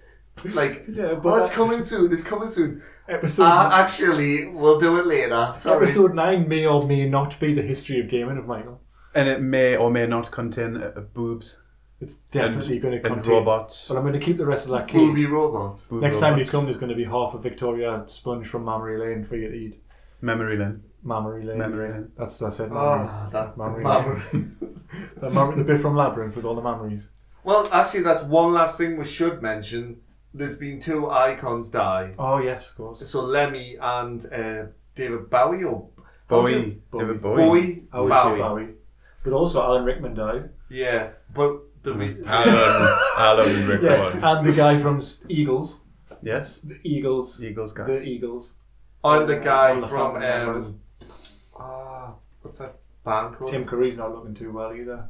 Speaker 3: Like,
Speaker 2: Yeah, but
Speaker 3: oh, it's
Speaker 2: that-
Speaker 3: coming soon. It's coming soon.
Speaker 2: Episode
Speaker 3: Uh, actually, we'll do it later. Sorry.
Speaker 2: episode nine may or may not be the history of gaming of Michael.
Speaker 1: and it may or may not contain uh, boobs.
Speaker 2: It's
Speaker 1: and-
Speaker 2: definitely going
Speaker 1: and
Speaker 2: to contain.
Speaker 1: robots.
Speaker 2: But I'm going to keep the rest of that cake.
Speaker 3: Ruby Robot.
Speaker 1: Boob
Speaker 2: Next time you
Speaker 1: robots.
Speaker 2: come, there's going to be half a Victoria sponge from Mammary Lane for you to eat.
Speaker 1: memory lane.
Speaker 2: Mammary Lane.
Speaker 1: Mammary
Speaker 2: yeah.
Speaker 1: Lane.
Speaker 2: That's what I said. Mammary.
Speaker 3: Ah, that
Speaker 2: Mammary.
Speaker 3: Mammary.
Speaker 2: The, Mam- the bit from Labyrinth with all the mammaries.
Speaker 3: Well, actually, that's one last thing we should mention. There's been two icons die.
Speaker 2: Oh, yes, of course.
Speaker 3: So Lemmy and uh, David Bowie, or
Speaker 1: Bowie.
Speaker 2: Bowie.
Speaker 1: David
Speaker 3: Bowie,
Speaker 1: Bowie.
Speaker 2: I would say
Speaker 3: Bowie.
Speaker 2: Bowie. But also Alan Rickman died.
Speaker 3: Yeah, but the
Speaker 1: Mm.
Speaker 3: re-
Speaker 1: Ah,
Speaker 11: Alan, Alan Rickman.
Speaker 2: and the guy from S- Eagles.
Speaker 1: Yes.
Speaker 2: The Eagles.
Speaker 1: Eagles guy.
Speaker 2: The Eagles.
Speaker 3: or the guy
Speaker 2: All the
Speaker 3: from
Speaker 2: family members.
Speaker 3: um, ah, what's that band called?
Speaker 2: Tim Curry's not looking too well either.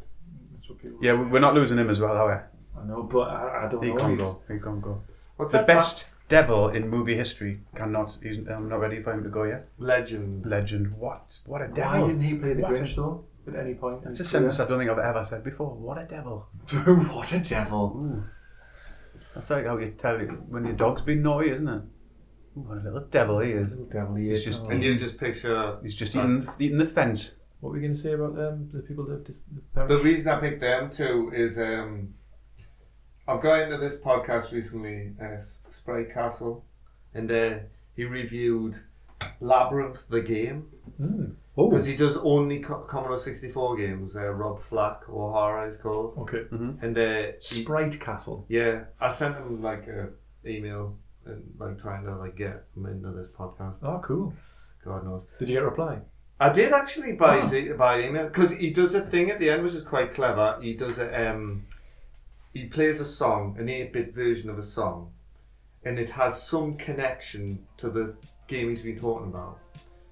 Speaker 2: That's what people
Speaker 1: Yeah, we- we're not losing him as well, are
Speaker 2: I know, but I, I don't
Speaker 1: we? He
Speaker 2: know.
Speaker 1: can
Speaker 2: He's-
Speaker 1: go. He can go.
Speaker 3: What's
Speaker 1: the
Speaker 3: that ba-
Speaker 1: best devil in movie history cannot. He's, I'm not ready for him to go yet.
Speaker 3: legend?
Speaker 1: Legend. What? What a devil!
Speaker 2: Why didn't he play the
Speaker 1: What a-
Speaker 2: Grinch though? At any point? in
Speaker 1: That's a
Speaker 2: his
Speaker 1: sentence I don't think I've ever said before. What a devil!
Speaker 2: career? what a devil!
Speaker 1: Ooh. That's like how you tell it when your dog's been naughty, isn't it? Ooh, what a little devil he is.
Speaker 2: Little devil he
Speaker 1: He's
Speaker 2: is.
Speaker 1: just-
Speaker 2: Oh.
Speaker 3: And you just picture
Speaker 1: He's just eating, eating the fence.
Speaker 2: What were you going to say about them? The people that have dis- the
Speaker 3: the
Speaker 2: parents?
Speaker 3: reason I picked them two is um, I've got into this podcast recently, uh, S- Spray Castle, and uh, he reviewed Labyrinth the game.
Speaker 2: Mm. Oh,
Speaker 3: Because he does only Co- Commodore 64 games, uh, Rob Flack, O'Hara is called.
Speaker 2: okay.
Speaker 1: Mm-hmm.
Speaker 3: And uh, he-
Speaker 2: Sprite Castle.
Speaker 3: yeah, I sent him like a email and like trying to like get him into this podcast.
Speaker 2: Oh, cool.
Speaker 3: God knows.
Speaker 2: Did you get a reply?
Speaker 3: I did actually by his e- by email because he does a thing at the end which is quite clever. He does a um, he plays a song, an eight bit version of a song, and it has some connection to the game he's been talking about.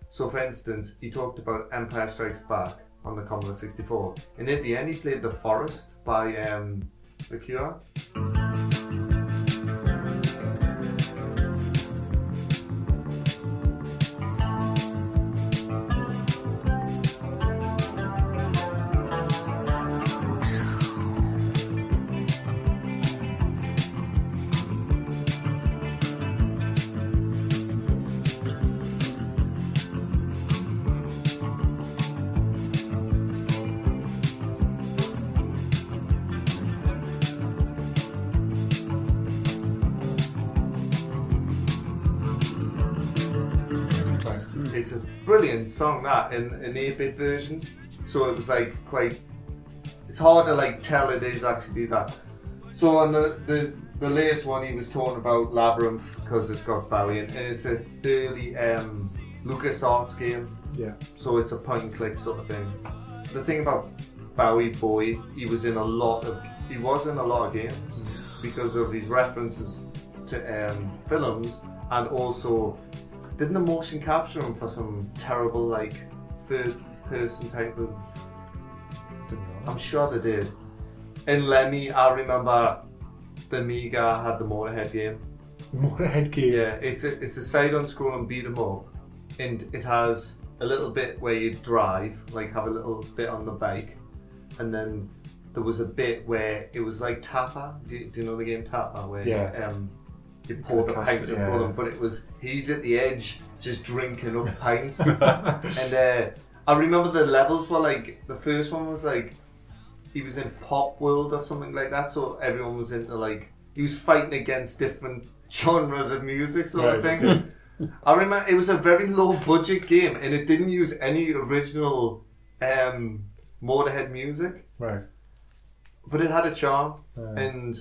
Speaker 3: So, for instance, he talked about Empire Strikes Back on the Commodore 64, and at the end he played The Forest by um, The Cure. It's a brilliant song that in an 8-bit version. So it was like quite. It's hard to like tell it is actually that. So on the the, the latest one, he was talking about Labyrinth because it's got Bowie in, and it's a early um, LucasArts game.
Speaker 2: Yeah.
Speaker 3: So it's a point and click sort of thing. The thing about Bowie Boy, he was in a lot of he was in a lot of games because of his references to um, films and also didn't the motion capture him for some terrible like third person type of I'm sure they did. In Lemmy I remember the Amiga had the Motorhead game.
Speaker 2: Motorhead Key.
Speaker 3: Yeah, it's a it's a side on scrolling beat 'em up, and it has a little bit where you drive, like have a little bit on the bike, and then there was a bit where it was like Tapper. Do you, do you know the game Tapper? Where
Speaker 2: Yeah.
Speaker 3: um, you pour the
Speaker 2: Cast-
Speaker 3: pints and pour
Speaker 2: yeah.
Speaker 3: them, but it was he's at the edge just drinking up pints, and uh, I remember the levels were like the first one was like he was in pop world or something like that, so everyone was into like he was fighting against different genres of music sort of
Speaker 2: Right,
Speaker 3: thing. I remember it was a very low budget game and it didn't use any original um Motorhead music,
Speaker 2: Right.
Speaker 3: but it had a charm
Speaker 2: Right.
Speaker 3: and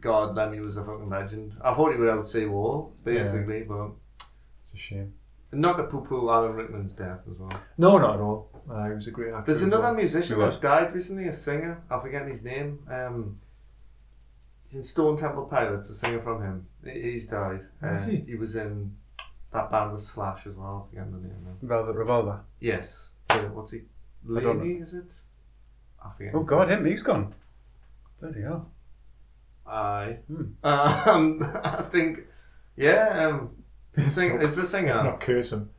Speaker 3: God, Lemmy was a fucking legend. I thought he would outsay Wall, basically,
Speaker 2: It's a shame.
Speaker 3: but not to poo poo Alan Rickman's death as well.
Speaker 2: No, not at all. Uh, he was a great actor.
Speaker 3: There's
Speaker 2: as
Speaker 3: another
Speaker 2: well.
Speaker 3: musician
Speaker 1: Who
Speaker 3: that's died recently, a singer. I forget his name. Um, he's in Stone Temple Pilots, a singer from him. He- He's died. Um,
Speaker 2: Who is he?
Speaker 3: was in that band with Slash as well. I forget the name now.
Speaker 1: Velvet Revolver.
Speaker 3: Yes. Uh, What's he?
Speaker 1: I don't
Speaker 3: Levy, is it? I forget.
Speaker 1: Oh God, him. He's gone. Bloody hell.
Speaker 3: Aye.
Speaker 1: Hmm.
Speaker 3: Um, I think, yeah, um, sing,
Speaker 2: not-
Speaker 3: it's the singer.
Speaker 2: Let's not curse him.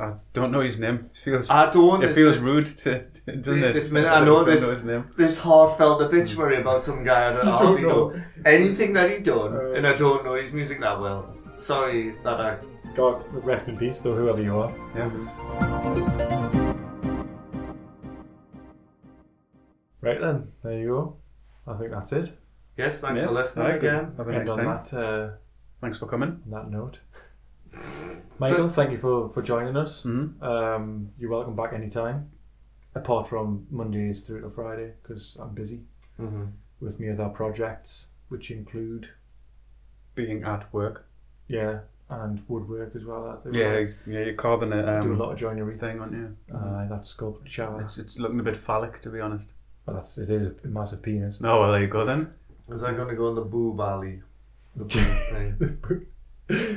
Speaker 1: I don't know his name. It feels.
Speaker 3: I don't.
Speaker 1: it feels rude to, to- doesn't it?
Speaker 3: This minute,
Speaker 1: that
Speaker 3: I
Speaker 1: we
Speaker 3: know
Speaker 1: don't
Speaker 3: this-
Speaker 1: know his name.
Speaker 3: this heartfelt obituary about some guy I don't,
Speaker 2: You don't
Speaker 3: I hardly
Speaker 2: know.
Speaker 3: know. anything that he done,
Speaker 2: Uh,
Speaker 3: and I don't know his music that well. Sorry that I.
Speaker 2: God rest in peace, though, whoever you are.
Speaker 1: Yeah.
Speaker 2: Right then, there you go. I think that's it.
Speaker 3: Yes, thanks
Speaker 1: Yeah,
Speaker 3: for listening
Speaker 1: alright, good.
Speaker 3: again.
Speaker 1: Have a
Speaker 2: End
Speaker 1: nice
Speaker 2: on
Speaker 1: time.
Speaker 2: that, uh,
Speaker 1: Thanks for coming.
Speaker 2: on that note. Michael, thank you for, for joining us.
Speaker 3: Mm-hmm.
Speaker 1: Mhm.
Speaker 2: Um, you're welcome back anytime, apart from Mondays through to Friday, because I'm busy
Speaker 3: Mm-hmm.
Speaker 2: with me other projects, which include,
Speaker 1: Being at work.
Speaker 2: yeah, and woodwork as well. that they were
Speaker 1: Yeah,
Speaker 2: like-
Speaker 1: ex- yeah, you're carving a Oh. um,
Speaker 2: do a lot of joinery
Speaker 1: thing, aren't you?
Speaker 2: Uh, that sculpture.
Speaker 1: It's it's looking a bit phallic, to be honest.
Speaker 2: Well, that's it is a massive penis.
Speaker 1: No, well there you go then.
Speaker 3: Is that going to go in the boob alley? The boob thing.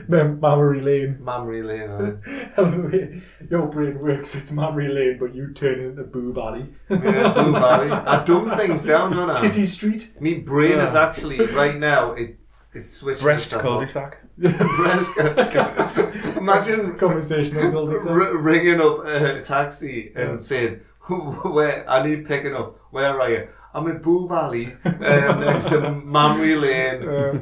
Speaker 2: Mem- Mammary Lane.
Speaker 3: Mammary Lane. alley.
Speaker 2: Your brain works. It's Mammary Lane, but you turn it into Boob Alley.
Speaker 3: Yeah, boob alley. I dumb things down, don't I?
Speaker 2: Titty Street.
Speaker 3: Me brain is
Speaker 2: Yeah.
Speaker 3: actually right now. It it switched.
Speaker 1: Breast
Speaker 3: itself
Speaker 1: cul-de-sac.
Speaker 3: off. Breast cul-de-sac. Imagine
Speaker 2: Conversational cul-de-sac.
Speaker 3: r- ringing up a taxi and saying, "Where I need picking up? Where are you? I'm in Boob Alley uh, next to Mammary Lane."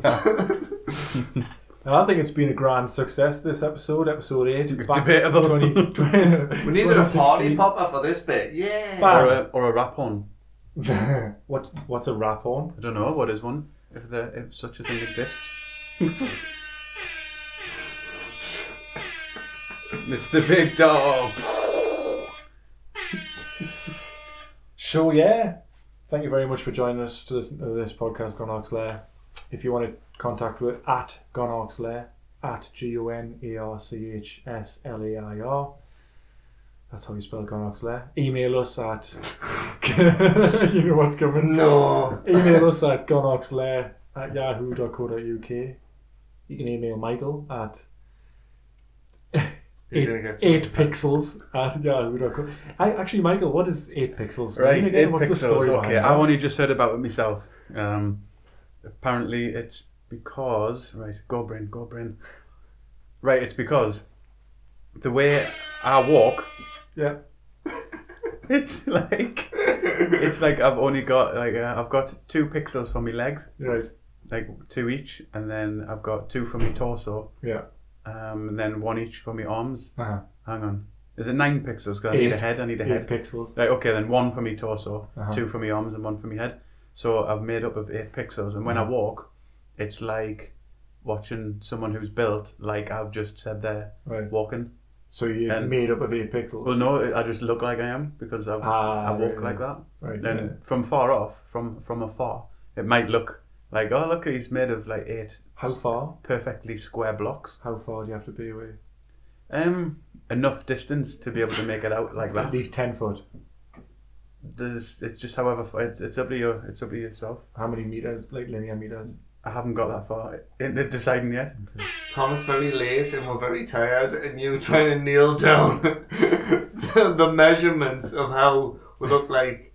Speaker 2: And I think it's been a grand success. This episode, episode eight, back
Speaker 1: Debatable.
Speaker 2: 20,
Speaker 3: we needed a party popper for this bit. Yeah.
Speaker 2: Bang.
Speaker 1: Or a or a rap on.
Speaker 2: what what's a rap on?
Speaker 1: I don't know what is one if there if such a thing exists. it's the big dog.
Speaker 2: So yeah, thank you very much for joining us to listen to this podcast, Gonorch's Lair. If you want to contact with at Gonorch's Lair at G O N E R C H S L A I R. That's how you spell Gonorch's Lair. Email us at you know what's coming.
Speaker 3: No.
Speaker 2: Email us at gonorchslair at yahoo.co.uk. You can email Michael at
Speaker 3: You're
Speaker 2: eight,
Speaker 3: gonna get some
Speaker 2: eight pixels at yahoo.co. I, actually, Michael, what is eight pixels? mean
Speaker 1: Right,
Speaker 2: again?
Speaker 1: eight
Speaker 2: What's the
Speaker 1: pixels.
Speaker 2: story
Speaker 1: Okay,
Speaker 2: behind
Speaker 1: I
Speaker 2: that?
Speaker 1: only just heard about it myself. Um, apparently, it's because right, go brain, go brain. Right, it's because the way I walk,
Speaker 2: Yeah.
Speaker 1: it's like it's like I've only got like uh, I've got two pixels for my legs,
Speaker 2: Right.
Speaker 1: like two each, and then I've got two for my torso,
Speaker 2: Yeah.
Speaker 1: um, and then one each for my arms.
Speaker 2: Uh-huh.
Speaker 1: Hang on, is it nine pixels? 'Cause I need a
Speaker 2: Eight.
Speaker 1: head. I need a
Speaker 2: Eight
Speaker 1: head.
Speaker 2: pixels.
Speaker 1: Right, okay, then one for me torso,
Speaker 2: Uh-huh.
Speaker 1: two for me arms, and one for me head. So I've made up of eight pixels, and when
Speaker 2: Mm-hmm.
Speaker 1: I walk, it's like watching someone who's built like I've just said they're
Speaker 2: Right.
Speaker 1: walking.
Speaker 2: So you're
Speaker 1: And-
Speaker 2: made up of eight pixels.
Speaker 1: Well, no, I just look like I am because I've,
Speaker 2: Ah,
Speaker 1: I walk
Speaker 2: right,
Speaker 1: like
Speaker 2: right.
Speaker 1: that.
Speaker 2: Right,
Speaker 1: Then
Speaker 2: yeah.
Speaker 1: from far off, from from afar, it might look like oh look, he's made of like eight
Speaker 2: How far?
Speaker 1: perfectly square blocks.
Speaker 2: How far do you have to be away?
Speaker 1: Um, enough distance to be able to make it out like
Speaker 2: At
Speaker 1: that.
Speaker 2: least 10 foot.
Speaker 1: There's, it's just however far, it's it's up to you. It's up to yourself.
Speaker 2: How many meters? Like linear meters?
Speaker 1: I haven't got that far in in deciding yet.
Speaker 3: Tom's very late and we're very tired, and you trying to nail down the the measurements of how we look like.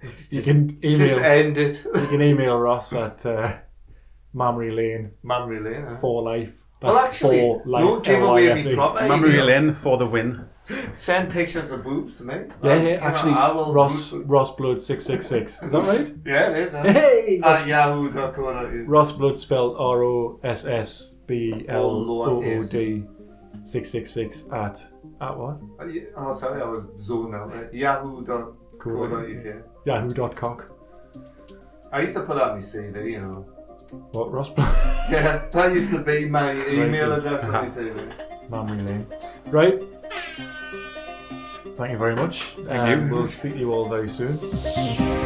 Speaker 3: Just,
Speaker 2: You can email.
Speaker 3: just end it.
Speaker 2: You can email Ross at uh, Mammary Lane
Speaker 3: Mammary Lane. eh?
Speaker 2: for life. That's
Speaker 3: Well, actually,
Speaker 2: for life.
Speaker 3: don't give away me
Speaker 2: L-Y-F-E.
Speaker 3: proper.
Speaker 1: Memory
Speaker 3: email.
Speaker 1: Lane for the win.
Speaker 3: Send pictures of boobs to me.
Speaker 2: Yeah,
Speaker 3: Um,
Speaker 2: yeah,
Speaker 3: you know,
Speaker 2: actually,
Speaker 3: I will-
Speaker 2: Ross Ross Blood six six six. Is that right?
Speaker 3: Yeah, it is. eh?
Speaker 2: Hey,
Speaker 3: At yahoo.co.uk.
Speaker 2: Ross Blood spelled R O S S B L O O D six six six at at what?
Speaker 3: Uh, yeah, Oh, sorry, I was zoned out. eh? Yahoo.co.uk.
Speaker 2: Yahoo.cock.
Speaker 3: I used to put out my CV, you know.
Speaker 2: What Ross Blood?
Speaker 3: Yeah, that used to be my email
Speaker 2: Right.
Speaker 3: address on my CV.
Speaker 2: Mammary Lane. Right. Thank you very much. Thank
Speaker 1: you.
Speaker 2: We'll speak to you all very soon.